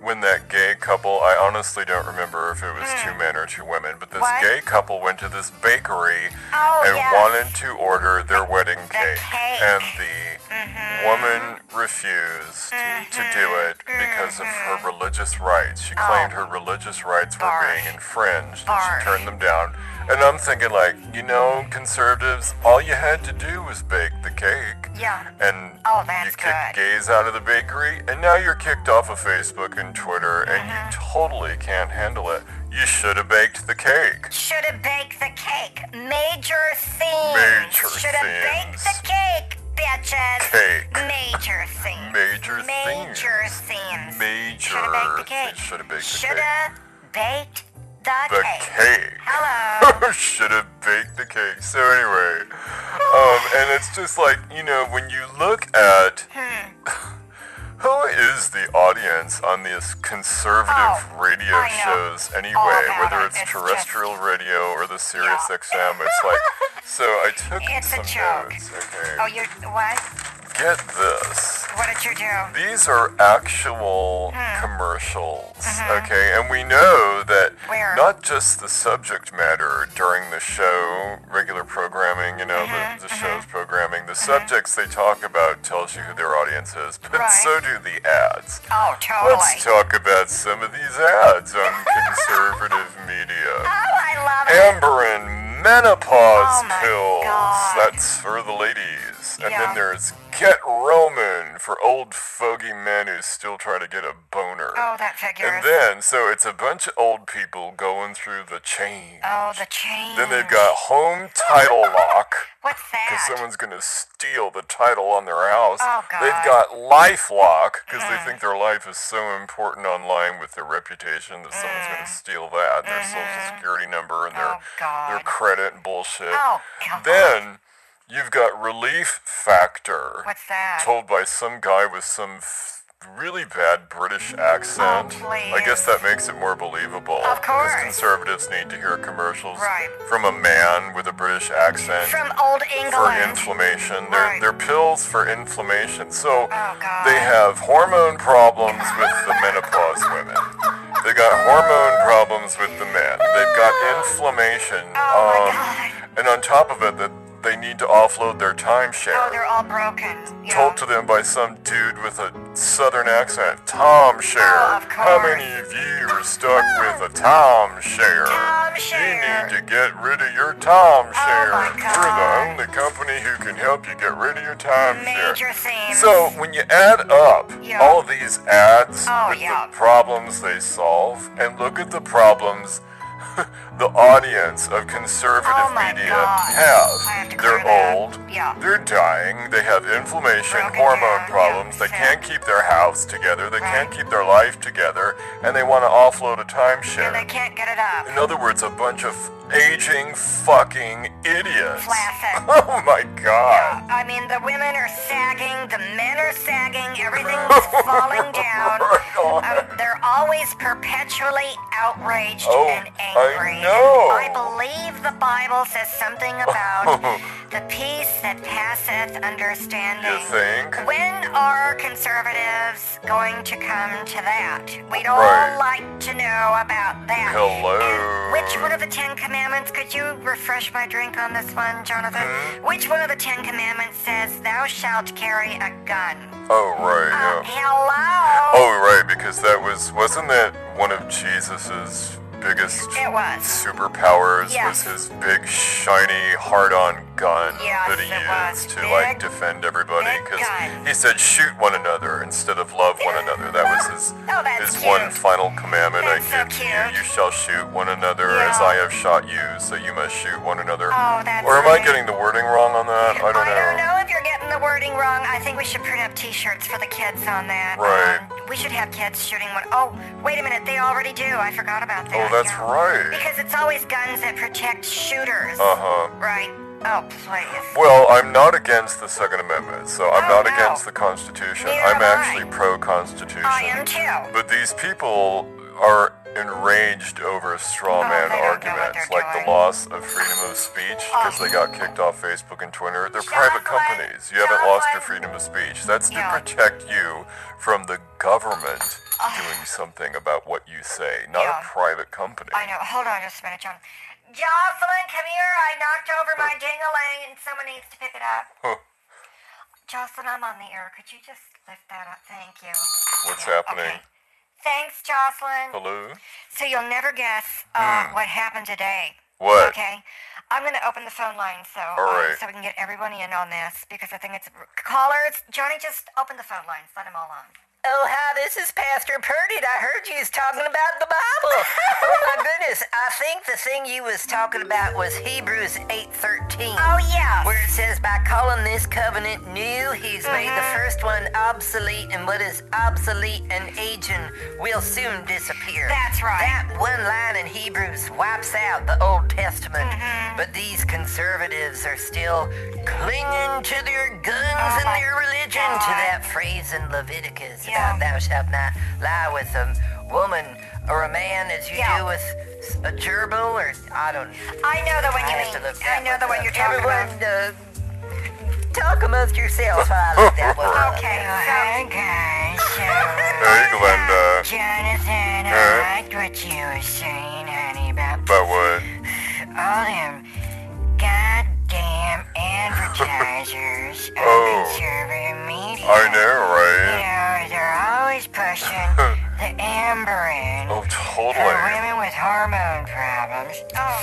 Speaker 2: when that gay couple, I honestly don't remember if it was two men or two women, but this
Speaker 4: Hmm. What?
Speaker 2: gay couple went to this bakery
Speaker 4: Oh,
Speaker 2: and
Speaker 4: yes.
Speaker 2: wanted to order their wedding cake.
Speaker 4: cake. Mm-hmm.
Speaker 2: And the woman refused to do it because of her
Speaker 4: Mm-hmm.
Speaker 2: religious rights. She claimed
Speaker 4: Oh.
Speaker 2: her religious rights were
Speaker 4: Barf.
Speaker 2: being infringed and
Speaker 4: Barf.
Speaker 2: she turned them down. And I'm thinking, like, you know, conservatives, all you had to do was bake the cake.
Speaker 4: Yeah.
Speaker 2: And
Speaker 4: Oh, that's
Speaker 2: you kicked
Speaker 4: good.
Speaker 2: gays out of the bakery, and now you're kicked off of Facebook and Twitter, and you
Speaker 4: Mm-hmm.
Speaker 2: totally can't handle it. You should have baked the cake.
Speaker 4: Should have baked the cake. Major scenes.
Speaker 2: Major
Speaker 4: Should have baked the
Speaker 2: scenes.
Speaker 4: cake, bitches.
Speaker 2: Cake.
Speaker 4: Major scenes.
Speaker 2: Major
Speaker 4: Major scenes.
Speaker 2: Major.
Speaker 4: Should have baked the cake.
Speaker 2: Should have baked the
Speaker 4: Should
Speaker 2: cake.
Speaker 4: have baked the,
Speaker 2: the
Speaker 4: cake.
Speaker 2: cake.
Speaker 4: Hello.
Speaker 2: Should have baked the cake. So anyway, um, and it's just like you know when you look at who is the audience on these conservative
Speaker 4: Oh,
Speaker 2: radio
Speaker 4: I know
Speaker 2: shows
Speaker 4: all
Speaker 2: anyway,
Speaker 4: about
Speaker 2: whether
Speaker 4: it.
Speaker 2: it's,
Speaker 4: It's
Speaker 2: terrestrial radio or the Sirius XM. It's like so I took
Speaker 4: It's a
Speaker 2: some
Speaker 4: joke.
Speaker 2: notes. Okay,
Speaker 4: Oh, you what?
Speaker 2: get this.
Speaker 4: What did you do?
Speaker 2: These are actual
Speaker 4: Hmm.
Speaker 2: commercials, okay? And we know that
Speaker 4: Uh-huh. Where?
Speaker 2: not just the subject matter during the show, regular programming, you know,
Speaker 4: Uh-huh,
Speaker 2: the, the show's programming, the subjects they talk about tells you who their audience is, but
Speaker 4: Right.
Speaker 2: so do the ads.
Speaker 4: Oh, totally.
Speaker 2: Let's talk about some of these ads on conservative media.
Speaker 4: oh, I love it.
Speaker 2: Amberin menopause
Speaker 4: Oh my
Speaker 2: pills.
Speaker 4: God.
Speaker 2: That's for the ladies. And
Speaker 4: Yeah.
Speaker 2: then there's Get Roman for old fogey men who still try to get a boner.
Speaker 4: Oh, that figures.
Speaker 2: and then, so it's a bunch of old people going through the chain.
Speaker 4: oh, the chain.
Speaker 2: Then they've got home title lock.
Speaker 4: What's
Speaker 2: Because
Speaker 4: that?
Speaker 2: someone's going to steal the title on their house.
Speaker 4: Oh,
Speaker 2: They've
Speaker 4: God. Mm.
Speaker 2: got life lock because they think their life is so important online with their reputation that someone's going to steal that, their social security number and their,
Speaker 4: Mm. Mm-hmm. Oh, God.
Speaker 2: their credit and bullshit.
Speaker 4: Oh, God.
Speaker 2: Then you've got relief factor
Speaker 4: What's that?
Speaker 2: told by some guy with some f- really bad British
Speaker 4: Oh,
Speaker 2: accent. I guess that makes it more believable.
Speaker 4: Of
Speaker 2: because
Speaker 4: course.
Speaker 2: conservatives need to hear commercials
Speaker 4: Right.
Speaker 2: from a man with a British accent
Speaker 4: From old
Speaker 2: for
Speaker 4: England.
Speaker 2: inflammation.
Speaker 4: Right. Oh,
Speaker 2: They're, they're pills for inflammation. So
Speaker 4: God.
Speaker 2: they have hormone problems with the menopause women. They got hormone problems with the man. They've got inflammation.
Speaker 4: Oh, my
Speaker 2: um,
Speaker 4: God.
Speaker 2: And on top of it, that they need to offload their
Speaker 4: Oh,
Speaker 2: timeshare.
Speaker 4: they're all broken. Yeah.
Speaker 2: Told to them by some dude with a southern accent, Tom
Speaker 4: Oh,
Speaker 2: Share.
Speaker 4: of
Speaker 2: How many
Speaker 4: course.
Speaker 2: of you are stuck with a Tom Share?
Speaker 4: Timeshare.
Speaker 2: You need to get rid of your Tom Share.
Speaker 4: Oh, my
Speaker 2: We're
Speaker 4: God.
Speaker 2: the only company who can help you get rid of your Tom Share.
Speaker 4: Major Oh, theme.
Speaker 2: So when you add up
Speaker 4: Yeah.
Speaker 2: all these ads
Speaker 4: Oh,
Speaker 2: with
Speaker 4: yeah.
Speaker 2: the problems they solve, and look at the problems the audience of conservative
Speaker 4: Oh, my
Speaker 2: media
Speaker 4: God.
Speaker 2: have.
Speaker 4: I have to
Speaker 2: They're
Speaker 4: clear that.
Speaker 2: old.
Speaker 4: Yeah.
Speaker 2: They're dying. They have inflammation,
Speaker 4: Broken
Speaker 2: hormone
Speaker 4: down,
Speaker 2: problems.
Speaker 4: yeah,
Speaker 2: they
Speaker 4: sick.
Speaker 2: can't keep their house together. They can't
Speaker 4: Right.
Speaker 2: keep their life together, and they want to offload a timeshare.
Speaker 4: and they can't get it up.
Speaker 2: In other words, a bunch of aging fucking idiots.
Speaker 4: Flaccid.
Speaker 2: Oh my god.
Speaker 4: I mean, the women are sagging, the men are sagging, everything's falling down.
Speaker 2: Right on.
Speaker 4: Um, they're always perpetually outraged
Speaker 2: Oh,
Speaker 4: and
Speaker 2: I
Speaker 4: angry.
Speaker 2: know.
Speaker 4: I believe the Bible says something about the peace that passeth understanding.
Speaker 2: You think?
Speaker 4: When are conservatives going to come to that? We'd all
Speaker 2: Right.
Speaker 4: like to know about that.
Speaker 2: Hello.
Speaker 4: And which one of the Ten Commandments, could you refresh my drink on this one, Jonathan?
Speaker 2: Hmm?
Speaker 4: Which one of the Ten Commandments says, Thou shalt carry a gun?
Speaker 2: Oh right, yeah.
Speaker 4: Uh, hello?
Speaker 2: Oh right, because that was wasn't that one of Jesus's biggest
Speaker 4: It was.
Speaker 2: superpowers
Speaker 4: Yes.
Speaker 2: was his big shiny hard-on gun
Speaker 4: Yes,
Speaker 2: that he
Speaker 4: it was.
Speaker 2: used to like
Speaker 4: Big-
Speaker 2: defend everybody
Speaker 4: big
Speaker 2: because
Speaker 4: gun.
Speaker 2: he said shoot one another instead of love one another. That was his
Speaker 4: Oh, that's
Speaker 2: his one
Speaker 4: cute.
Speaker 2: final commandment.
Speaker 4: That's so
Speaker 2: I give to
Speaker 4: cute.
Speaker 2: you, you shall shoot one another as
Speaker 4: Yeah.
Speaker 2: I have shot you, so you must shoot one another.
Speaker 4: Oh, that's
Speaker 2: or am I
Speaker 4: right.
Speaker 2: getting the wording wrong on that? I don't
Speaker 4: I
Speaker 2: know.
Speaker 4: don't know if you're getting the wording wrong. I think we should print up T-shirts for the kids on that.
Speaker 2: Right.
Speaker 4: Um, we should have kids shooting one oh wait a minute. They already do. I forgot about that.
Speaker 2: Oh, that's
Speaker 4: yeah.
Speaker 2: right.
Speaker 4: Because it's always guns that protect shooters.
Speaker 2: Uh-huh.
Speaker 4: Right. Oh, please.
Speaker 2: Well, I'm not against the Second Amendment, so I'm
Speaker 4: Oh,
Speaker 2: not
Speaker 4: no.
Speaker 2: against the Constitution.
Speaker 4: Neither
Speaker 2: I'm
Speaker 4: am I.
Speaker 2: actually pro Constitution.
Speaker 4: I am too.
Speaker 2: But these people are enraged over straw
Speaker 4: Oh,
Speaker 2: man
Speaker 4: they don't know what
Speaker 2: arguments,
Speaker 4: they're
Speaker 2: like
Speaker 4: doing.
Speaker 2: the loss of freedom of speech because they got kicked off Facebook and Twitter. They're private
Speaker 4: Jocelyn,
Speaker 2: companies. You haven't lost your
Speaker 4: Jocelyn.
Speaker 2: freedom of speech. That's to
Speaker 4: Yeah.
Speaker 2: protect you from the government doing something about what you say, not
Speaker 4: Yeah.
Speaker 2: a private company.
Speaker 4: I know. Hold on just a minute, John. Jocelyn, come here. I knocked over my ding-a-ling and someone needs to pick it up. Jocelyn, I'm on the air. Could you just lift that up? Thank you.
Speaker 2: What's happening?
Speaker 4: Okay. Thanks, Jocelyn.
Speaker 2: Hello?
Speaker 4: So you'll never guess uh, what happened today.
Speaker 2: Hmm. What?
Speaker 4: Okay. I'm going to open the phone line so
Speaker 2: All
Speaker 4: uh,
Speaker 2: right.
Speaker 4: so we can get everyone in on this because I think it's callers. Johnny, just open the phone lines. Let them all on.
Speaker 3: Oh, hi, this is Pastor Purdy. and I heard you was talking about the Bible. oh, my goodness. I think the thing you was talking about was Hebrews 8.13.
Speaker 4: Oh yes.
Speaker 3: Where it says, by calling this covenant new, he's made
Speaker 1: Mm-hmm.
Speaker 3: the first one obsolete, and what is obsolete and aging will soon disappear.
Speaker 4: That's right.
Speaker 3: That one line in Hebrews wipes out the Old Testament,
Speaker 4: Mm-hmm.
Speaker 3: but these conservatives are still clinging to their guns and
Speaker 4: Oh my
Speaker 3: their religion, to
Speaker 4: God.
Speaker 3: that phrase in Leviticus
Speaker 4: Yeah.
Speaker 3: about thou shalt not lie with a woman or a man as you
Speaker 4: Yeah.
Speaker 3: do with a gerbil, or I don't
Speaker 4: I know the one you
Speaker 3: I
Speaker 4: mean.
Speaker 3: have to look
Speaker 4: I
Speaker 3: that
Speaker 4: know the
Speaker 3: one
Speaker 4: one you're
Speaker 3: up.
Speaker 4: talking about.
Speaker 3: Everyone, uh, talk amongst yourselves while I look that one up.
Speaker 4: Okay.
Speaker 1: Hi,
Speaker 4: So,
Speaker 1: guys.
Speaker 2: Hey, Glenda.
Speaker 1: Jonathan,
Speaker 2: Huh?
Speaker 1: I liked what you were saying, honey, about
Speaker 2: About what?
Speaker 1: all them goddamn advertisers of
Speaker 2: Oh.
Speaker 1: conservative media.
Speaker 2: I know,
Speaker 1: You
Speaker 2: right?
Speaker 1: know, they're always pushing the amberin
Speaker 2: Oh,
Speaker 1: for
Speaker 2: totally.
Speaker 1: women with hormone problems. Oh,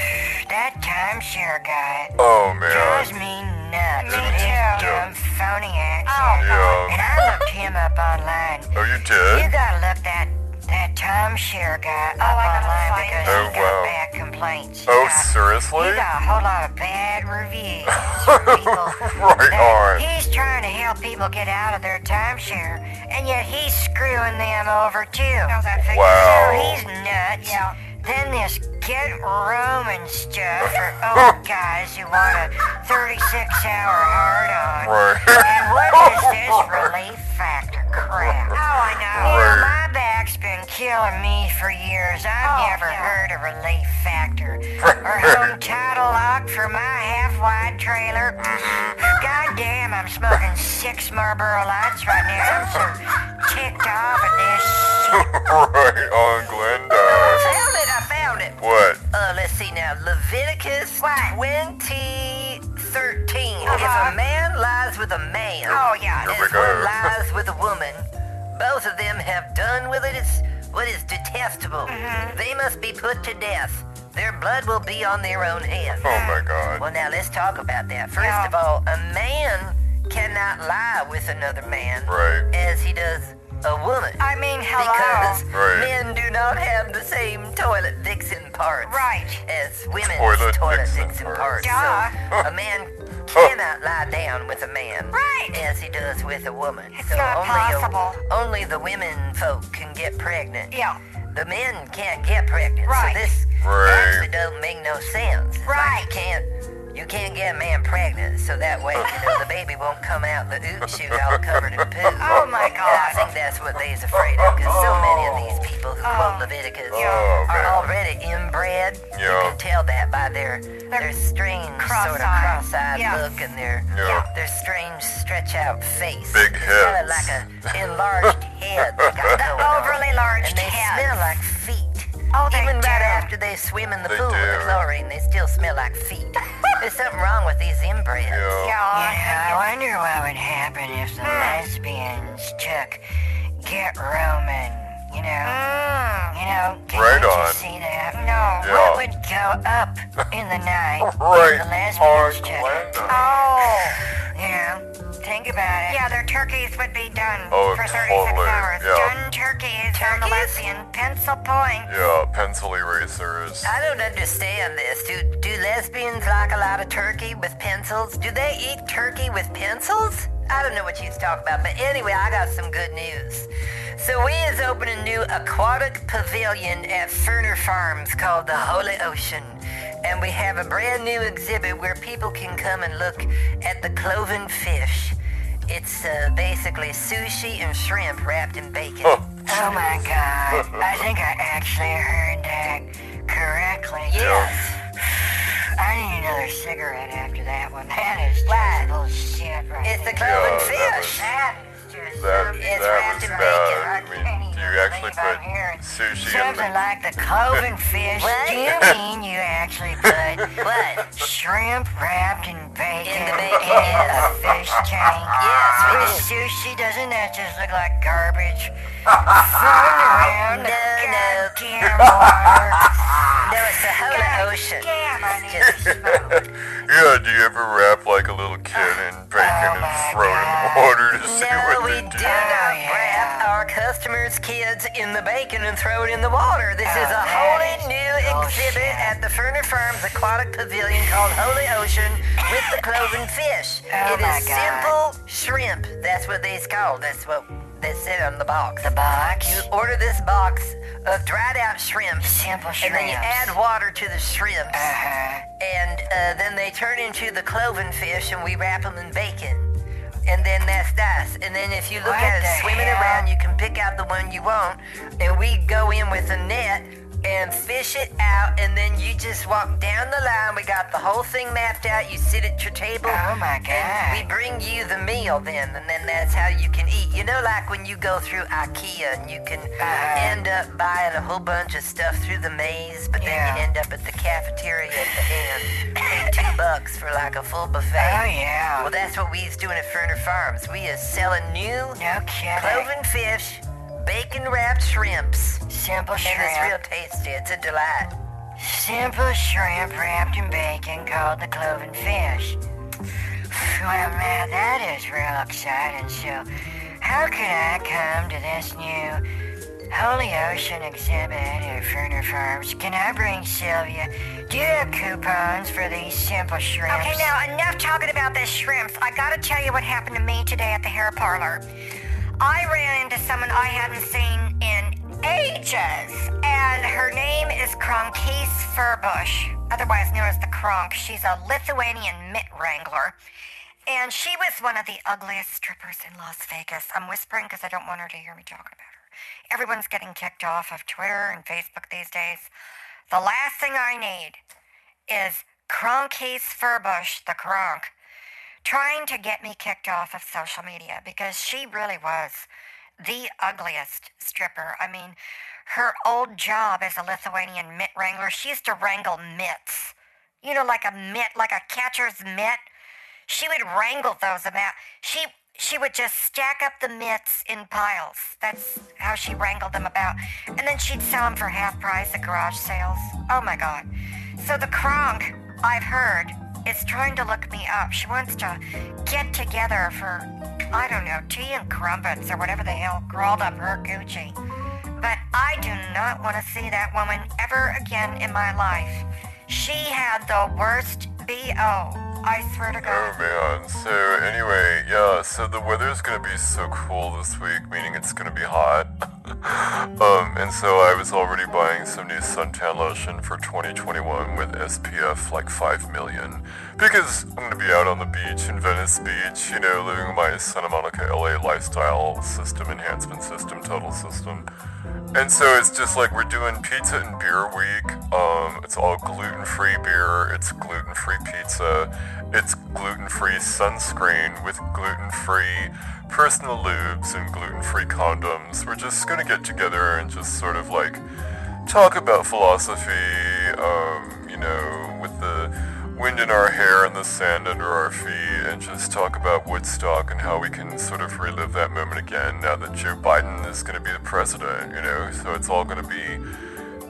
Speaker 1: that timeshare guy
Speaker 2: Oh,
Speaker 1: drives
Speaker 2: man.
Speaker 1: me nuts.
Speaker 2: Me
Speaker 1: with his
Speaker 2: too.
Speaker 1: dumb phony accent. And
Speaker 2: Yeah.
Speaker 1: I looked him up online.
Speaker 2: Oh, you
Speaker 1: You
Speaker 2: did?
Speaker 1: gotta look that that timeshare guy up
Speaker 4: Oh, I gotta
Speaker 1: online
Speaker 4: find
Speaker 1: because he
Speaker 2: him. Oh,
Speaker 1: got
Speaker 2: wow.
Speaker 1: bad complaints. He
Speaker 2: Oh,
Speaker 1: got-
Speaker 2: seriously?
Speaker 1: He got a whole lot of bad reviews. from people
Speaker 2: Right on.
Speaker 1: He's trying to help people get out of their timeshare, and yet he's screwing them over too.
Speaker 4: oh, that thing.
Speaker 1: So
Speaker 2: Wow.
Speaker 1: he's nuts.
Speaker 4: Yeah.
Speaker 1: Then this get Roman stuff for old guys who want a 36 hour hard on.
Speaker 2: Right.
Speaker 1: And what is this relief factor crap?
Speaker 4: Oh, I know.
Speaker 1: You know,
Speaker 2: Right.
Speaker 1: my back's been killing killing me for years. I've
Speaker 6: Oh,
Speaker 1: never
Speaker 6: yeah.
Speaker 1: heard of relief factor or home title lock for my half-wide trailer. God damn, I'm smoking six Marlboro Lights right now. I'm so ticked off at this
Speaker 2: right on, Glenda.
Speaker 3: Found it, I found it.
Speaker 2: What?
Speaker 3: Uh, let's see now. Leviticus twenty thirteen. If
Speaker 1: Uh-huh.
Speaker 3: a man lies with a man,
Speaker 1: Oh yeah.
Speaker 2: Here
Speaker 3: and
Speaker 2: we
Speaker 3: if one
Speaker 2: go.
Speaker 3: lies with a woman, both of them have done with it is what is detestable.
Speaker 1: Mm-hmm.
Speaker 3: They must be put to death. Their blood will be on their own hands.
Speaker 2: Oh my god.
Speaker 3: Well, now let's talk about that. First
Speaker 1: Yeah.
Speaker 3: of all, a man cannot lie with another man
Speaker 2: Right.
Speaker 3: as he does a woman.
Speaker 1: I mean, hello.
Speaker 3: Because
Speaker 2: Right.
Speaker 3: men do not have the same toilet vixen parts
Speaker 1: Right.
Speaker 3: as women's
Speaker 2: Toilet
Speaker 3: toilet,
Speaker 2: vixen
Speaker 3: vixen,
Speaker 2: parts.
Speaker 3: parts.
Speaker 1: Duh.
Speaker 3: So a man cannot lie down with a man
Speaker 1: Right.
Speaker 3: as he does with a woman.
Speaker 1: It's
Speaker 3: so
Speaker 1: not
Speaker 3: only
Speaker 1: possible.
Speaker 3: A, only the women folk can get pregnant.
Speaker 1: Yeah.
Speaker 3: The men can't get pregnant.
Speaker 1: Right.
Speaker 3: So this
Speaker 2: Right.
Speaker 3: actually don't make no sense. It's like
Speaker 1: Right.
Speaker 3: you can't you can't get a man pregnant, so that way you know the baby won't come out the oot shoot all covered in poo.
Speaker 1: Oh my
Speaker 3: And
Speaker 1: God.
Speaker 3: I think that's what they's afraid of, because so many of these people who quote Leviticus
Speaker 2: Oh,
Speaker 3: are
Speaker 2: man.
Speaker 3: already inbred. You
Speaker 2: Yeah.
Speaker 3: can tell that by their their strange sort of
Speaker 1: cross-eyed.
Speaker 3: cross-eyed
Speaker 1: Yeah.
Speaker 3: look and their
Speaker 2: Yeah.
Speaker 3: their strange stretch out face.
Speaker 2: Big
Speaker 3: it's kinda
Speaker 2: heads.
Speaker 3: like a enlarged head. they got
Speaker 1: The
Speaker 3: going on.
Speaker 1: overly large
Speaker 3: And they
Speaker 1: head.
Speaker 3: smell like feet.
Speaker 1: Oh, they
Speaker 3: Even
Speaker 1: do.
Speaker 3: right after they swim in the
Speaker 2: They
Speaker 3: pool
Speaker 2: do.
Speaker 3: with chlorine, they still smell like feet. There's something wrong with these inbreds.
Speaker 2: Yeah. Hmm.
Speaker 1: Yeah.
Speaker 4: I wonder what would happen if the lesbians took get Roman, you know?
Speaker 1: Mm,
Speaker 4: You know, can
Speaker 2: Right
Speaker 4: you
Speaker 2: on.
Speaker 4: just see that?
Speaker 1: no.
Speaker 2: Yeah.
Speaker 4: What would go up in the night if
Speaker 2: Right
Speaker 4: the
Speaker 2: on,
Speaker 4: lesbians took it?
Speaker 2: Glenda.
Speaker 1: Oh.
Speaker 4: You know, think about it.
Speaker 1: Yeah, their turkeys would be done
Speaker 2: Oh,
Speaker 1: for 36
Speaker 2: totally,
Speaker 1: hours.
Speaker 2: yeah.
Speaker 1: Done turkeys, on the
Speaker 3: Turkeys?
Speaker 1: lesbian pencil point.
Speaker 2: Yeah, pencil erasers.
Speaker 3: I don't understand this. Do do lesbians like a lot of turkey with pencils? Do they eat turkey with pencils? I don't know what you talk about, but anyway, I got some good news. So we is opening a new aquatic pavilion at Ferner Farms called the Holy Ocean. And we have a brand new exhibit where people can come and look at the cloven fish. It's uh, basically sushi and shrimp wrapped in bacon.
Speaker 4: Oh my god. I think I actually heard that correctly.
Speaker 3: Yes.
Speaker 4: I need another cigarette after that one. That is
Speaker 3: Why?
Speaker 4: just bullshit right
Speaker 3: It's the
Speaker 4: there.
Speaker 3: cloven
Speaker 2: Yeah, that
Speaker 3: fish.
Speaker 4: That is just
Speaker 2: That,
Speaker 3: Um,
Speaker 4: something
Speaker 2: that was
Speaker 3: bacon.
Speaker 2: bad. I
Speaker 4: I can't
Speaker 2: mean,
Speaker 4: even
Speaker 2: do you actually
Speaker 4: believe I'm
Speaker 2: put
Speaker 4: hearing
Speaker 2: sushi in
Speaker 4: Something
Speaker 2: the...
Speaker 4: like the cloven fish.
Speaker 3: What?
Speaker 4: Do you mean you actually put
Speaker 3: What?
Speaker 4: shrimp wrapped in
Speaker 3: In
Speaker 4: bacon
Speaker 3: the bacon,
Speaker 4: in a
Speaker 3: yes.
Speaker 4: fish tank?
Speaker 3: Yes,
Speaker 4: With sushi, doesn't that just look like garbage? Thrown around
Speaker 3: No,
Speaker 4: the
Speaker 3: no.
Speaker 4: goddamn water.
Speaker 3: No, it's the whole ocean.
Speaker 4: Damn, I need
Speaker 3: Just-
Speaker 2: Yeah, do you ever wrap like a little kid
Speaker 3: Uh,
Speaker 2: in bacon and
Speaker 4: my
Speaker 2: throw it in the water to see
Speaker 3: oh No,
Speaker 2: what
Speaker 3: we
Speaker 2: they
Speaker 3: do
Speaker 2: do?
Speaker 3: not
Speaker 4: yeah.
Speaker 3: wrap our customers' kids in the bacon and throw it in the water. This is a
Speaker 4: that
Speaker 3: wholly
Speaker 4: is
Speaker 3: new
Speaker 4: bullshit.
Speaker 3: exhibit at the Ferner Farms Aquatic Pavilion called Holy Ocean with the cloven fish. it
Speaker 4: Oh, my
Speaker 3: is
Speaker 4: God.
Speaker 3: simple shrimp. That's what they's called. That's what they said on the box.
Speaker 4: The box.
Speaker 3: You order this box of dried out shrimp.
Speaker 4: Simple
Speaker 3: And then you
Speaker 4: shrimps.
Speaker 3: add water to the shrimps.
Speaker 4: Uh-huh.
Speaker 3: And uh, then they turn into the cloven fish, and we wrap them in bacon. And then that's that. And then if you look
Speaker 4: What
Speaker 3: at
Speaker 4: the
Speaker 3: it swimming
Speaker 4: hell?
Speaker 3: around, you can pick out the one you want. And we go in with a net and fish it out. And then you just walk down the line. We got the whole thing mapped out. You sit at your table.
Speaker 4: Oh my
Speaker 3: And we
Speaker 4: god.
Speaker 3: bring you the meal then, and then that's how you can eat. You know, like when you go through IKEA and you can
Speaker 4: Uh-huh.
Speaker 3: end up buying a whole bunch of stuff through the maze, but then
Speaker 4: Yeah.
Speaker 3: you end up at the cafeteria at the end, pay two bucks for like a full buffet.
Speaker 4: Oh yeah.
Speaker 3: Well, that's what we's doing at Ferner Farms. We is selling new
Speaker 4: No kidding.
Speaker 3: cloven fish, bacon wrapped shrimps,
Speaker 4: Simple
Speaker 3: and it's real
Speaker 4: shrimp.
Speaker 3: tasty. It's a delight.
Speaker 4: Simple shrimp wrapped in bacon called the cloven fish. Well, man, that is real exciting. So, how can I come to this new Holy Ocean exhibit at Ferner Farms? Can I bring Sylvia? Do you have coupons for these simple shrimps?
Speaker 1: Okay, now enough talking about this shrimps. I gotta tell you what happened to me today at the hair parlor. I ran into someone I hadn't seen in ages, and her name is Kronkis Furbush, otherwise known as the Kronk. She's a Lithuanian mitt wrangler. And she was one of the ugliest strippers in Las Vegas. I'm whispering because I don't want her to hear me talking about her. Everyone's getting kicked off of Twitter and Facebook these days. The last thing I need is Cronkies Furbush, the Cronk, trying to get me kicked off of social media because she really was the ugliest stripper. I mean, her old job as a Lithuanian mitt wrangler, she used to wrangle mitts. You know, like a mitt, like a catcher's mitt. She would wrangle those about. She she would just stack up the mitts in piles. That's how she wrangled them about. And then she'd sell them for half price at garage sales. Oh my God. So the Kronk, I've heard, is trying to look me up. She wants to get together for, I don't know, tea and crumpets or whatever the hell crawled up her Gucci. But I do not want to see that woman ever again in my life. She had the worst BO. I swear to
Speaker 2: Oh
Speaker 1: God.
Speaker 2: man. So anyway, yeah. So the weather's gonna be so cool this week, meaning it's gonna be hot. um, and so I was already buying some new suntan lotion for 2021 with SPF like five million because I'm gonna be out on the beach in Venice Beach, you know, living my Santa Monica, LA lifestyle system enhancement system, total system. And so it's just like we're doing pizza and beer week. Um, it's all gluten free beer, it's gluten free pizza, it's gluten free sunscreen with gluten free personal lubes and gluten free condoms. We're just gonna get together and just sort of like talk about philosophy, um, you know, with the wind in our hair and the sand under our feet, and just talk about Woodstock and how we can sort of relive that moment again now that Joe Biden is going to be the president, you know? So it's all going to be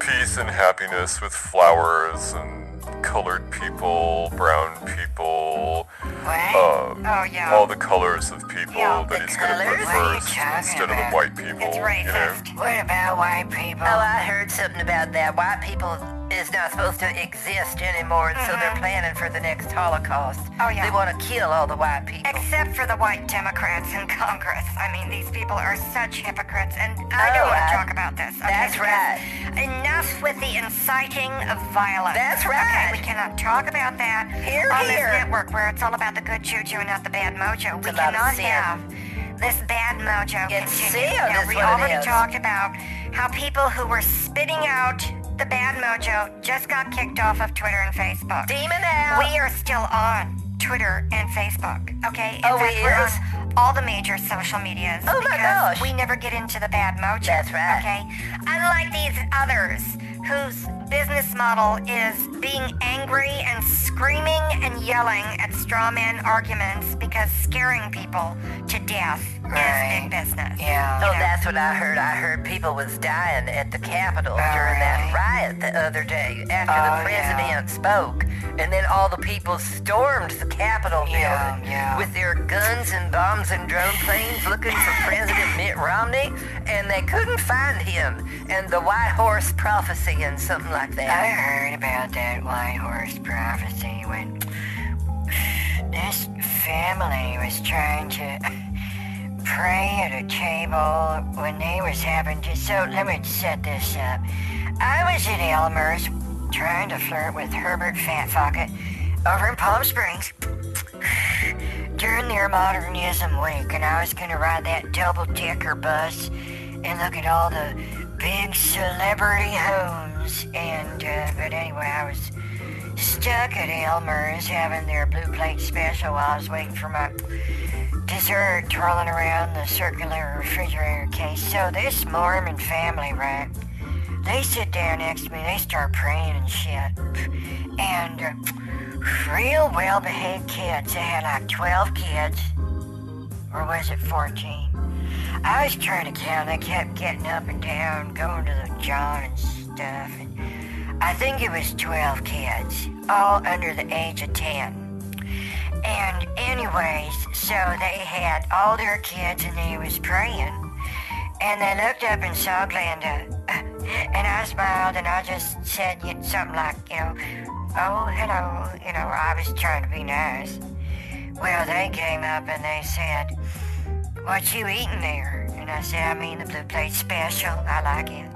Speaker 2: peace and happiness with flowers and colored people, brown people, uh,
Speaker 1: Oh, yeah.
Speaker 2: all the colors of people
Speaker 1: Yeah,
Speaker 2: that
Speaker 1: the
Speaker 2: he's going to put
Speaker 1: colors? What are you
Speaker 2: first
Speaker 1: talking
Speaker 2: instead of the
Speaker 1: about?
Speaker 2: white people,
Speaker 1: It's
Speaker 2: you know?
Speaker 1: racist. What about white people?
Speaker 3: Oh, I heard something about that. White people is not supposed to exist anymore, and so they're planning for the next Holocaust.
Speaker 1: Mm-hmm. Oh, yeah.
Speaker 3: They want to kill all the white people.
Speaker 1: Except for the white Democrats in Congress. I mean, these people are such hypocrites, and I
Speaker 3: Oh,
Speaker 1: don't want
Speaker 3: I-
Speaker 1: to talk about this. Okay,
Speaker 3: that's
Speaker 1: because
Speaker 3: right.
Speaker 1: Enough with the inciting of violence.
Speaker 3: That's
Speaker 1: Okay,
Speaker 3: right.
Speaker 1: we cannot talk about that
Speaker 3: Hear,
Speaker 1: on
Speaker 3: hear.
Speaker 1: this network where it's all about the good choo-choo and not the bad mojo. We
Speaker 3: a lot
Speaker 1: cannot
Speaker 3: of sin.
Speaker 1: have this bad mojo
Speaker 3: It's
Speaker 1: continue.
Speaker 3: sin,
Speaker 1: Now,
Speaker 3: is
Speaker 1: we
Speaker 3: what it
Speaker 1: already
Speaker 3: is.
Speaker 1: talked about how people who were spitting out the bad mojo just got kicked off of Twitter and Facebook.
Speaker 3: Demon out.
Speaker 1: We are still on Twitter and Facebook, okay? In
Speaker 3: Oh,
Speaker 1: fact,
Speaker 3: we
Speaker 1: we're
Speaker 3: is?
Speaker 1: on all the major social medias.
Speaker 3: Oh, my
Speaker 1: because
Speaker 3: gosh.
Speaker 1: We never get into the bad mojo.
Speaker 3: That's right.
Speaker 1: Okay? Unlike these others whose business model is being angry and screaming and yelling at straw man arguments because scaring people to death is
Speaker 3: Right.
Speaker 1: big business.
Speaker 3: Oh,
Speaker 1: You know?
Speaker 3: that's what I heard. I heard people was dying at the Capitol during that riot the other day after the president spoke. And then all the people stormed the Capitol building with their guns and bombs and drone planes looking for President Mitt Romney. And they couldn't find him. And the White Horse Prophecy and something like
Speaker 4: I
Speaker 3: that.
Speaker 4: heard about that white horse prophecy when this family was trying to pray at a table when they was having to. So let me set this up. I was at Elmer's trying to flirt with Herbert Fatfocket over in Palm Springs during their modernism week, and I was gonna ride that double decker bus and look at all the big celebrity homes. And uh, but anyway, I was stuck at Elmer's having their blue plate special while I was waiting for my dessert, twirling around the circular refrigerator case. So this Mormon family, right? They sit down next to me. They start praying and shit, and. Uh, real well behaved kids. They had like 12 kids, or was it 14? I was trying to count. They kept getting up and down, going to the John and stuff. And I think it was 12 kids, all under the age of 10. And anyways, so they had all their kids and they was praying. And they looked up and saw Glenda. And I smiled and I just said y- something like, you know, oh, hello, you know, I was trying to be nice. Well, they came up and they said, what you eating there? And I said, I mean the blue plate special. I like it.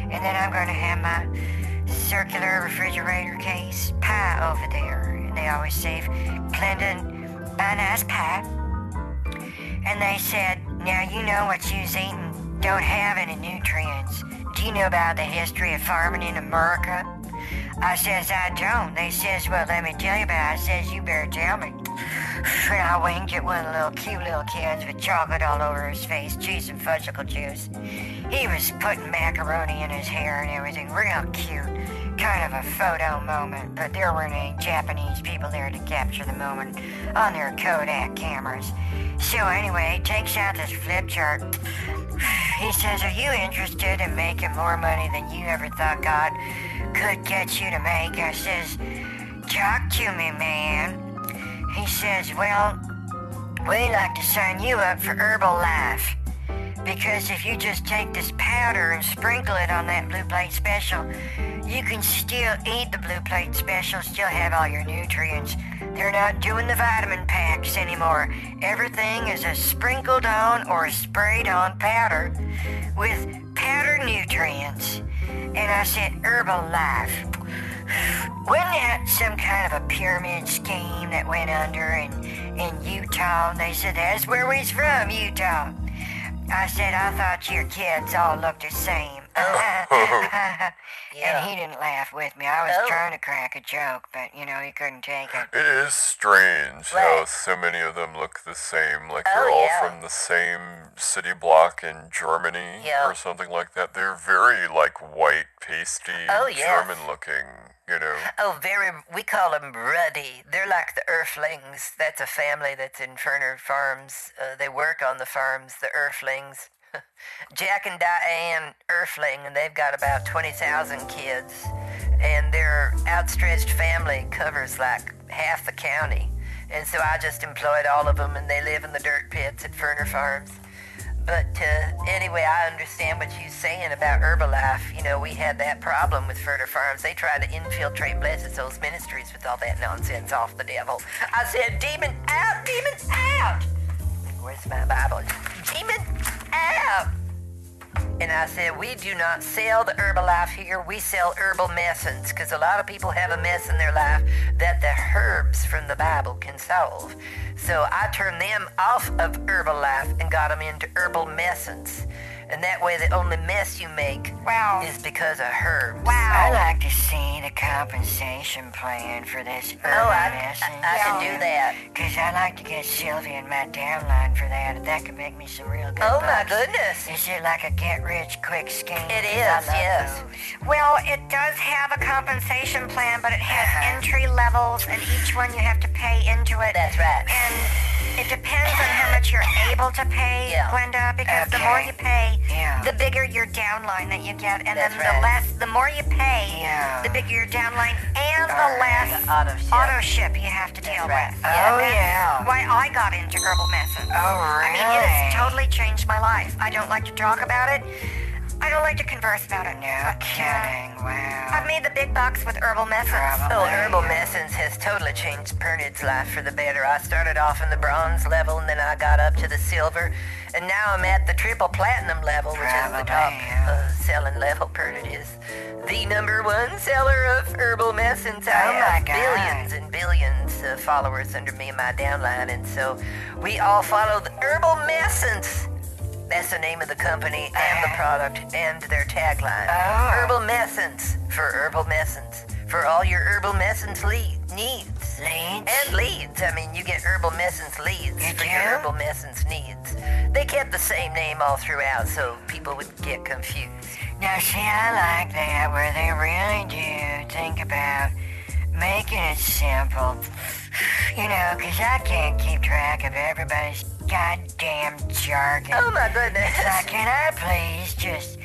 Speaker 4: And then I'm going to have my circular refrigerator case pie over there. And they always say, Clinton, buy nice pie. And they said, now you know what you's eating. don't have any nutrients. Do you know about the history of farming in America? I says, I don't. They says, well, let me tell you about it. I says, you better tell me. And I winked at one of the little cute little kids with chocolate all over his face, cheese and fudgicle juice. He was putting macaroni in his hair and everything, real cute. Kind of a photo moment, but there weren't any Japanese people there to capture the moment on their Kodak cameras. So anyway, he takes out this flip chart. He says, Are you interested in making more money than you ever thought God could get you to make? I says, Talk to me, man. He says, Well, we like to sign you up for Herbalife. Because if you just take this powder and sprinkle it on that blue plate special, you can still eat the blue plate special, still have all your nutrients. They're not doing the vitamin packs anymore. Everything is a sprinkled on or sprayed on powder with powder nutrients. And I said, Herbalife. Wasn't that some kind of a pyramid scheme that went under in, in Utah? And they said, that's where we's from, Utah. I said, I thought your kids all looked the same.
Speaker 3: Oh. Yeah.
Speaker 4: And he didn't laugh with me. I was
Speaker 3: Oh.
Speaker 4: trying to crack a joke, but, you know, he couldn't take it.
Speaker 2: It is strange how
Speaker 3: Right.
Speaker 2: so many of them look the same, like
Speaker 3: Oh,
Speaker 2: they're all
Speaker 3: yeah.
Speaker 2: from the same city block in Germany
Speaker 3: Yeah.
Speaker 2: or something like that. They're very like white, pasty,
Speaker 3: Oh, yes.
Speaker 2: German looking, you know.
Speaker 3: Oh, very. We call them ruddy. They're like the Earthlings. That's a family that's in Ferner Farms. Uh, they work on the farms, the Earthlings. Jack and Diane Earthling, and they've got about 20,000 kids. And their outstretched family covers like half the county. And so I just employed all of them, and they live in the dirt pits at Ferner Farms. But uh, anyway, I understand what you're saying about Herbalife. You know, we had that problem with Furter Farms. They tried to infiltrate Blessed Souls Ministries with all that nonsense off the devil. I said, Demon out, demon out. Where's my Bible? Demon out. And I said, we do not sell the Herbalife here. We sell herbal messins because a lot of people have a mess in their life that the herbs from the Bible can solve. So I turned them off of Herbalife and got them into herbal messins. And that way, the only mess you make
Speaker 4: Wow.
Speaker 3: is because of herbs.
Speaker 4: I like to see the compensation plan for this urban
Speaker 3: Oh, I, I,
Speaker 4: essence.
Speaker 3: I can do that.
Speaker 4: Because I like to get Sylvia and my downline for that. That could make me some real good
Speaker 3: Oh, my
Speaker 4: bucks.
Speaker 3: goodness.
Speaker 4: Is it like a get rich quick scheme?
Speaker 3: It
Speaker 4: 'Cause I
Speaker 3: is,
Speaker 4: love
Speaker 3: yes.
Speaker 4: those. Well, it does have a compensation plan, but it has
Speaker 3: Uh-huh.
Speaker 4: entry levels, and each one you have to pay into it.
Speaker 3: That's right.
Speaker 4: And it depends on how much you're able to pay,
Speaker 3: Yeah.
Speaker 4: Glenda, because the more
Speaker 3: Okay.
Speaker 4: you pay,
Speaker 3: Yeah.
Speaker 4: the bigger your downline that you get, and
Speaker 3: That's
Speaker 4: then
Speaker 3: right.
Speaker 4: the less, the more you pay,
Speaker 3: Yeah.
Speaker 4: the bigger your downline, and the
Speaker 3: Or
Speaker 4: less
Speaker 3: the auto ship.
Speaker 4: auto ship you have to deal
Speaker 3: right.
Speaker 4: with.
Speaker 3: Oh,
Speaker 4: that's
Speaker 3: yeah.
Speaker 4: Why I got into herbal medicine.
Speaker 3: Oh,
Speaker 4: I mean, it has
Speaker 3: really?
Speaker 4: totally changed my life. I don't like to talk about it. I don't like to converse about it. No
Speaker 3: kidding. Wow.
Speaker 4: I've made the big bucks with herbal medicines.
Speaker 3: Oh, herbal medicines has totally changed Pernod's life for the better. I started off in the bronze level, and then I got up to the silver, and now I'm at the triple platinum level, which is the top
Speaker 4: Probably, yeah.
Speaker 3: uh, selling level. Pernod is the number one seller of herbal medicines. I
Speaker 4: Oh,
Speaker 3: have
Speaker 4: my God.
Speaker 3: billions and billions of followers under me and my downline, and so we all follow the herbal medicines. That's the name of the company and the product and their tagline.
Speaker 4: Oh,
Speaker 3: Herbal Messence for Herbal Messence. For all your Herbal Messence lead, needs.
Speaker 4: Leads?
Speaker 3: And leads. I mean, you get Herbal Messence leads for your
Speaker 4: do?
Speaker 3: Herbal Messence needs. They kept the same name all throughout so people would get confused.
Speaker 4: Now, see, I like that where they really do think about making it simple. You know, 'cause I can't keep track of everybody's goddamn jargon.
Speaker 3: Oh my goodness.
Speaker 4: It's like, can I please just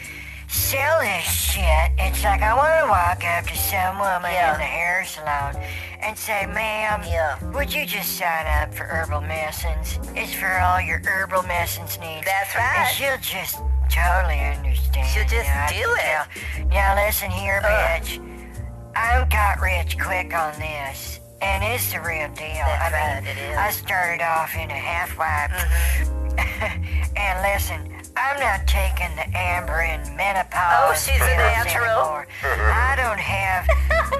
Speaker 4: sell this shit? It's like I want to walk up to some woman
Speaker 3: Yeah.
Speaker 4: in the hair salon and say, ma'am,
Speaker 3: Yeah.
Speaker 4: would you just sign up for herbal medicines? It's for all your herbal medicines needs.
Speaker 3: That's
Speaker 4: And
Speaker 3: right.
Speaker 4: she'll just totally understand.
Speaker 3: She'll just
Speaker 4: Now, I
Speaker 3: do
Speaker 4: can
Speaker 3: it.
Speaker 4: tell. Now listen here,
Speaker 3: Ugh.
Speaker 4: bitch. I got rich quick on this. And it's the real deal.
Speaker 3: That's
Speaker 4: I
Speaker 3: right, Mm-hmm.
Speaker 4: mean,
Speaker 3: it is.
Speaker 4: I started off in a half wipe. and listen, I'm not taking the amber in menopause.
Speaker 3: Oh, she's a
Speaker 4: pills
Speaker 3: natural.
Speaker 4: Anymore. I don't have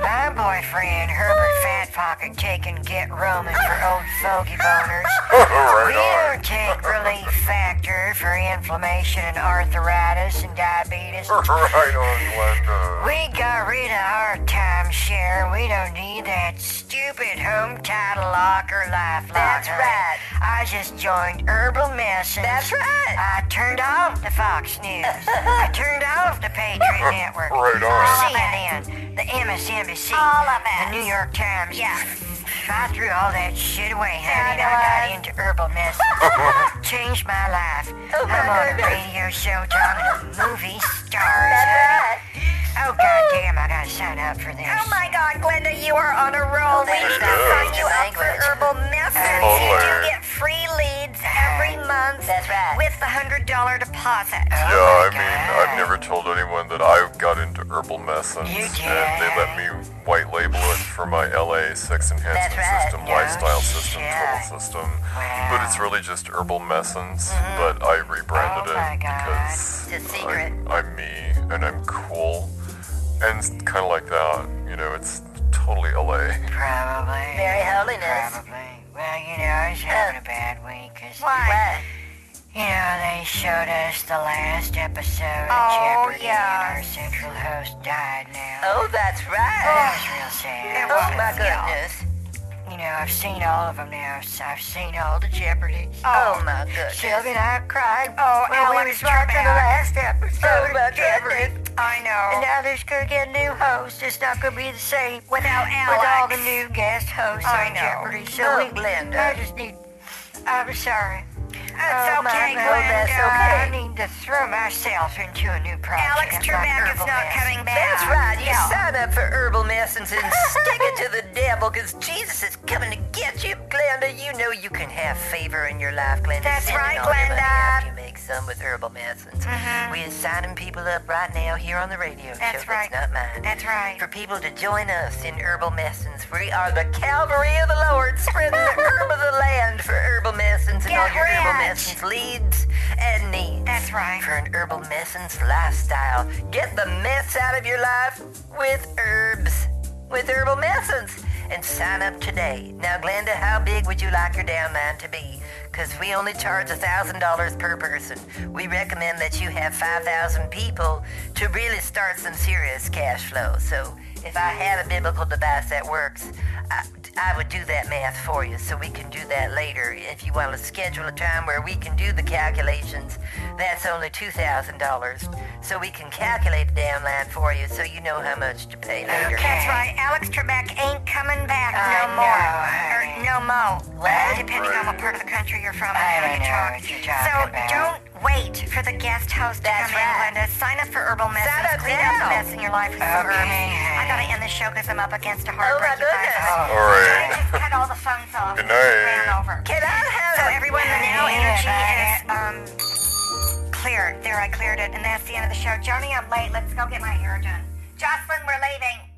Speaker 4: my boyfriend Herbert Fat Pocket taking get Roman for old fogey boners.
Speaker 3: Oh,
Speaker 2: right
Speaker 4: we
Speaker 2: on.
Speaker 4: don't take relief factor for inflammation and arthritis and diabetes.
Speaker 2: right on, Glenda.
Speaker 4: We got rid of our timeshare. We don't need that stupid home title locker life locker.
Speaker 3: That's right.
Speaker 4: I just joined Herbal Medicine.
Speaker 3: That's right.
Speaker 4: I turned off the Fox News. I turned off the Patriot Network.
Speaker 2: Right on.
Speaker 4: CNN, the MSNBC,
Speaker 1: All of it.
Speaker 4: the New York Times.
Speaker 1: Yeah.
Speaker 4: I threw all that shit away,
Speaker 3: Yeah, I
Speaker 4: honey.
Speaker 3: know
Speaker 4: I
Speaker 3: it.
Speaker 4: got into herbal medicine. Changed my life.
Speaker 3: Oh, my
Speaker 4: I'm on a
Speaker 3: goodness.
Speaker 4: radio show talking to movie stars. honey.
Speaker 3: That's right.
Speaker 4: Oh goddamn! I gotta sign up for this.
Speaker 1: Oh my god, Glenda, you are on a roll. We
Speaker 2: She
Speaker 1: need to sign
Speaker 2: is.
Speaker 1: you up for
Speaker 3: Language.
Speaker 1: herbal medicine.
Speaker 2: Totally.
Speaker 1: You get free leads every month
Speaker 3: That's right.
Speaker 1: with the $100 deposit.
Speaker 2: Yeah,
Speaker 3: Oh,
Speaker 2: I mean, I've never told anyone that I got into herbal medicines,
Speaker 4: You
Speaker 2: and they let me white label it for my LA sex enhancement
Speaker 3: right.
Speaker 2: system,
Speaker 3: Yeah.
Speaker 2: lifestyle system,
Speaker 4: Shit.
Speaker 2: total system. But it's really just herbal medicines. But I rebranded
Speaker 4: Oh my
Speaker 2: it
Speaker 4: God.
Speaker 2: because
Speaker 3: Mm-hmm. It's a secret.
Speaker 2: I'm, I'm me and I'm cool, and kind of like that. You know, it's totally LA.
Speaker 4: Probably.
Speaker 3: Mary Holiness.
Speaker 4: Probably. Well, you know, I was having a bad week 'cause
Speaker 3: What?
Speaker 4: you know, they showed us the last episode
Speaker 1: Oh,
Speaker 4: of Jeopardy
Speaker 1: yeah.
Speaker 4: and our central host died now.
Speaker 3: Oh, that's
Speaker 4: That
Speaker 3: right.
Speaker 4: was real
Speaker 1: It
Speaker 4: sad.
Speaker 3: Oh,
Speaker 1: was.
Speaker 3: my goodness.
Speaker 4: You know, I've seen all of them now. So I've seen all the Jeopardy.
Speaker 3: Oh, my
Speaker 4: Sylvia
Speaker 3: goodness.
Speaker 4: and I cried.
Speaker 1: Oh,
Speaker 4: when we
Speaker 1: Alex
Speaker 4: was watching the
Speaker 1: Trebek.
Speaker 4: last episode
Speaker 3: Oh, my
Speaker 4: of Jeopardy.
Speaker 3: goodness.
Speaker 1: I
Speaker 4: And
Speaker 1: know.
Speaker 4: now there's gonna get a new host. It's not gonna be the same
Speaker 1: Without
Speaker 4: with all
Speaker 1: Alex.
Speaker 4: the new guest hosts
Speaker 1: I
Speaker 4: on
Speaker 1: know.
Speaker 4: Jeopardy. So
Speaker 3: Oh,
Speaker 4: we,
Speaker 3: Glenda.
Speaker 4: I just need. I'm sorry.
Speaker 1: That's
Speaker 4: oh, my
Speaker 1: okay,
Speaker 4: God,
Speaker 1: Glenda.
Speaker 3: that's
Speaker 4: I
Speaker 3: okay.
Speaker 4: need to throw myself into a new project.
Speaker 1: Alex
Speaker 4: like
Speaker 1: Trebek is
Speaker 4: herbal
Speaker 1: not
Speaker 4: medicine.
Speaker 1: coming back.
Speaker 3: That's right. You
Speaker 1: Yeah.
Speaker 3: sign up for herbal medicines and stick it to the devil because Jesus is coming to get you, Glenda. You know you can have favor in your life, Glenda.
Speaker 1: That's
Speaker 3: Send it
Speaker 1: right,
Speaker 3: all your money
Speaker 1: Glenda. Mm-hmm.
Speaker 3: up. You make some with herbal medicines. We are signing people up right now here on the radio
Speaker 1: That's
Speaker 3: show.
Speaker 1: right.
Speaker 3: That's not mine.
Speaker 1: That's right.
Speaker 3: for people to join us in herbal medicines. We are the Calvary of the Lord, spreading the herb of the land for herbal medicines and
Speaker 1: Get
Speaker 3: all your herbal
Speaker 1: rich.
Speaker 3: medicines leads and needs.
Speaker 1: That's right.
Speaker 3: For an herbal medicines lifestyle, get the mess out of your life with herbs, with herbal medicines, and sign up today. Now, Glenda, how big would you like your downline to be? Because we only charge $1,000 per person. We recommend that you have 5,000 people to really start some serious cash flow. So if I had a biblical device that works, I, I would do that math for you so we can do that later. If you want to schedule a time where we can do the calculations, that's only $2,000. So we can calculate the downline for you so you know how much to pay later.
Speaker 1: That's right. Alex Trebek ain't coming back
Speaker 4: I
Speaker 1: no
Speaker 4: know,
Speaker 1: more. or
Speaker 4: honey.
Speaker 1: no mo.
Speaker 4: What?
Speaker 1: Depending on what part of the country you're from and
Speaker 4: I
Speaker 1: how
Speaker 4: don't
Speaker 1: you
Speaker 4: know
Speaker 1: talk.
Speaker 4: what you're talking
Speaker 1: so
Speaker 4: about.
Speaker 1: don't wait for the guest host to
Speaker 3: That's
Speaker 1: come
Speaker 3: right.
Speaker 1: in, Glenda. Sign up for herbal medicine.
Speaker 3: up
Speaker 1: Clean up the
Speaker 3: now.
Speaker 1: mess in your life with some
Speaker 4: Okay,
Speaker 1: herbs.
Speaker 4: honey.
Speaker 1: I gotta end the show because I'm up against a
Speaker 3: Oh, my
Speaker 1: heartbreaking
Speaker 3: goodness.
Speaker 1: five.
Speaker 2: All right.
Speaker 1: Just cut all the phones off. Ran
Speaker 2: Good night.
Speaker 1: over.
Speaker 3: Can I have
Speaker 1: So
Speaker 3: a-
Speaker 1: everyone, the now
Speaker 4: Hey,
Speaker 1: energy is
Speaker 4: everybody.
Speaker 1: um cleared. There, I cleared it, and that's the end of the show. Joni, I'm late. Let's go get my hair done. Jocelyn, we're leaving.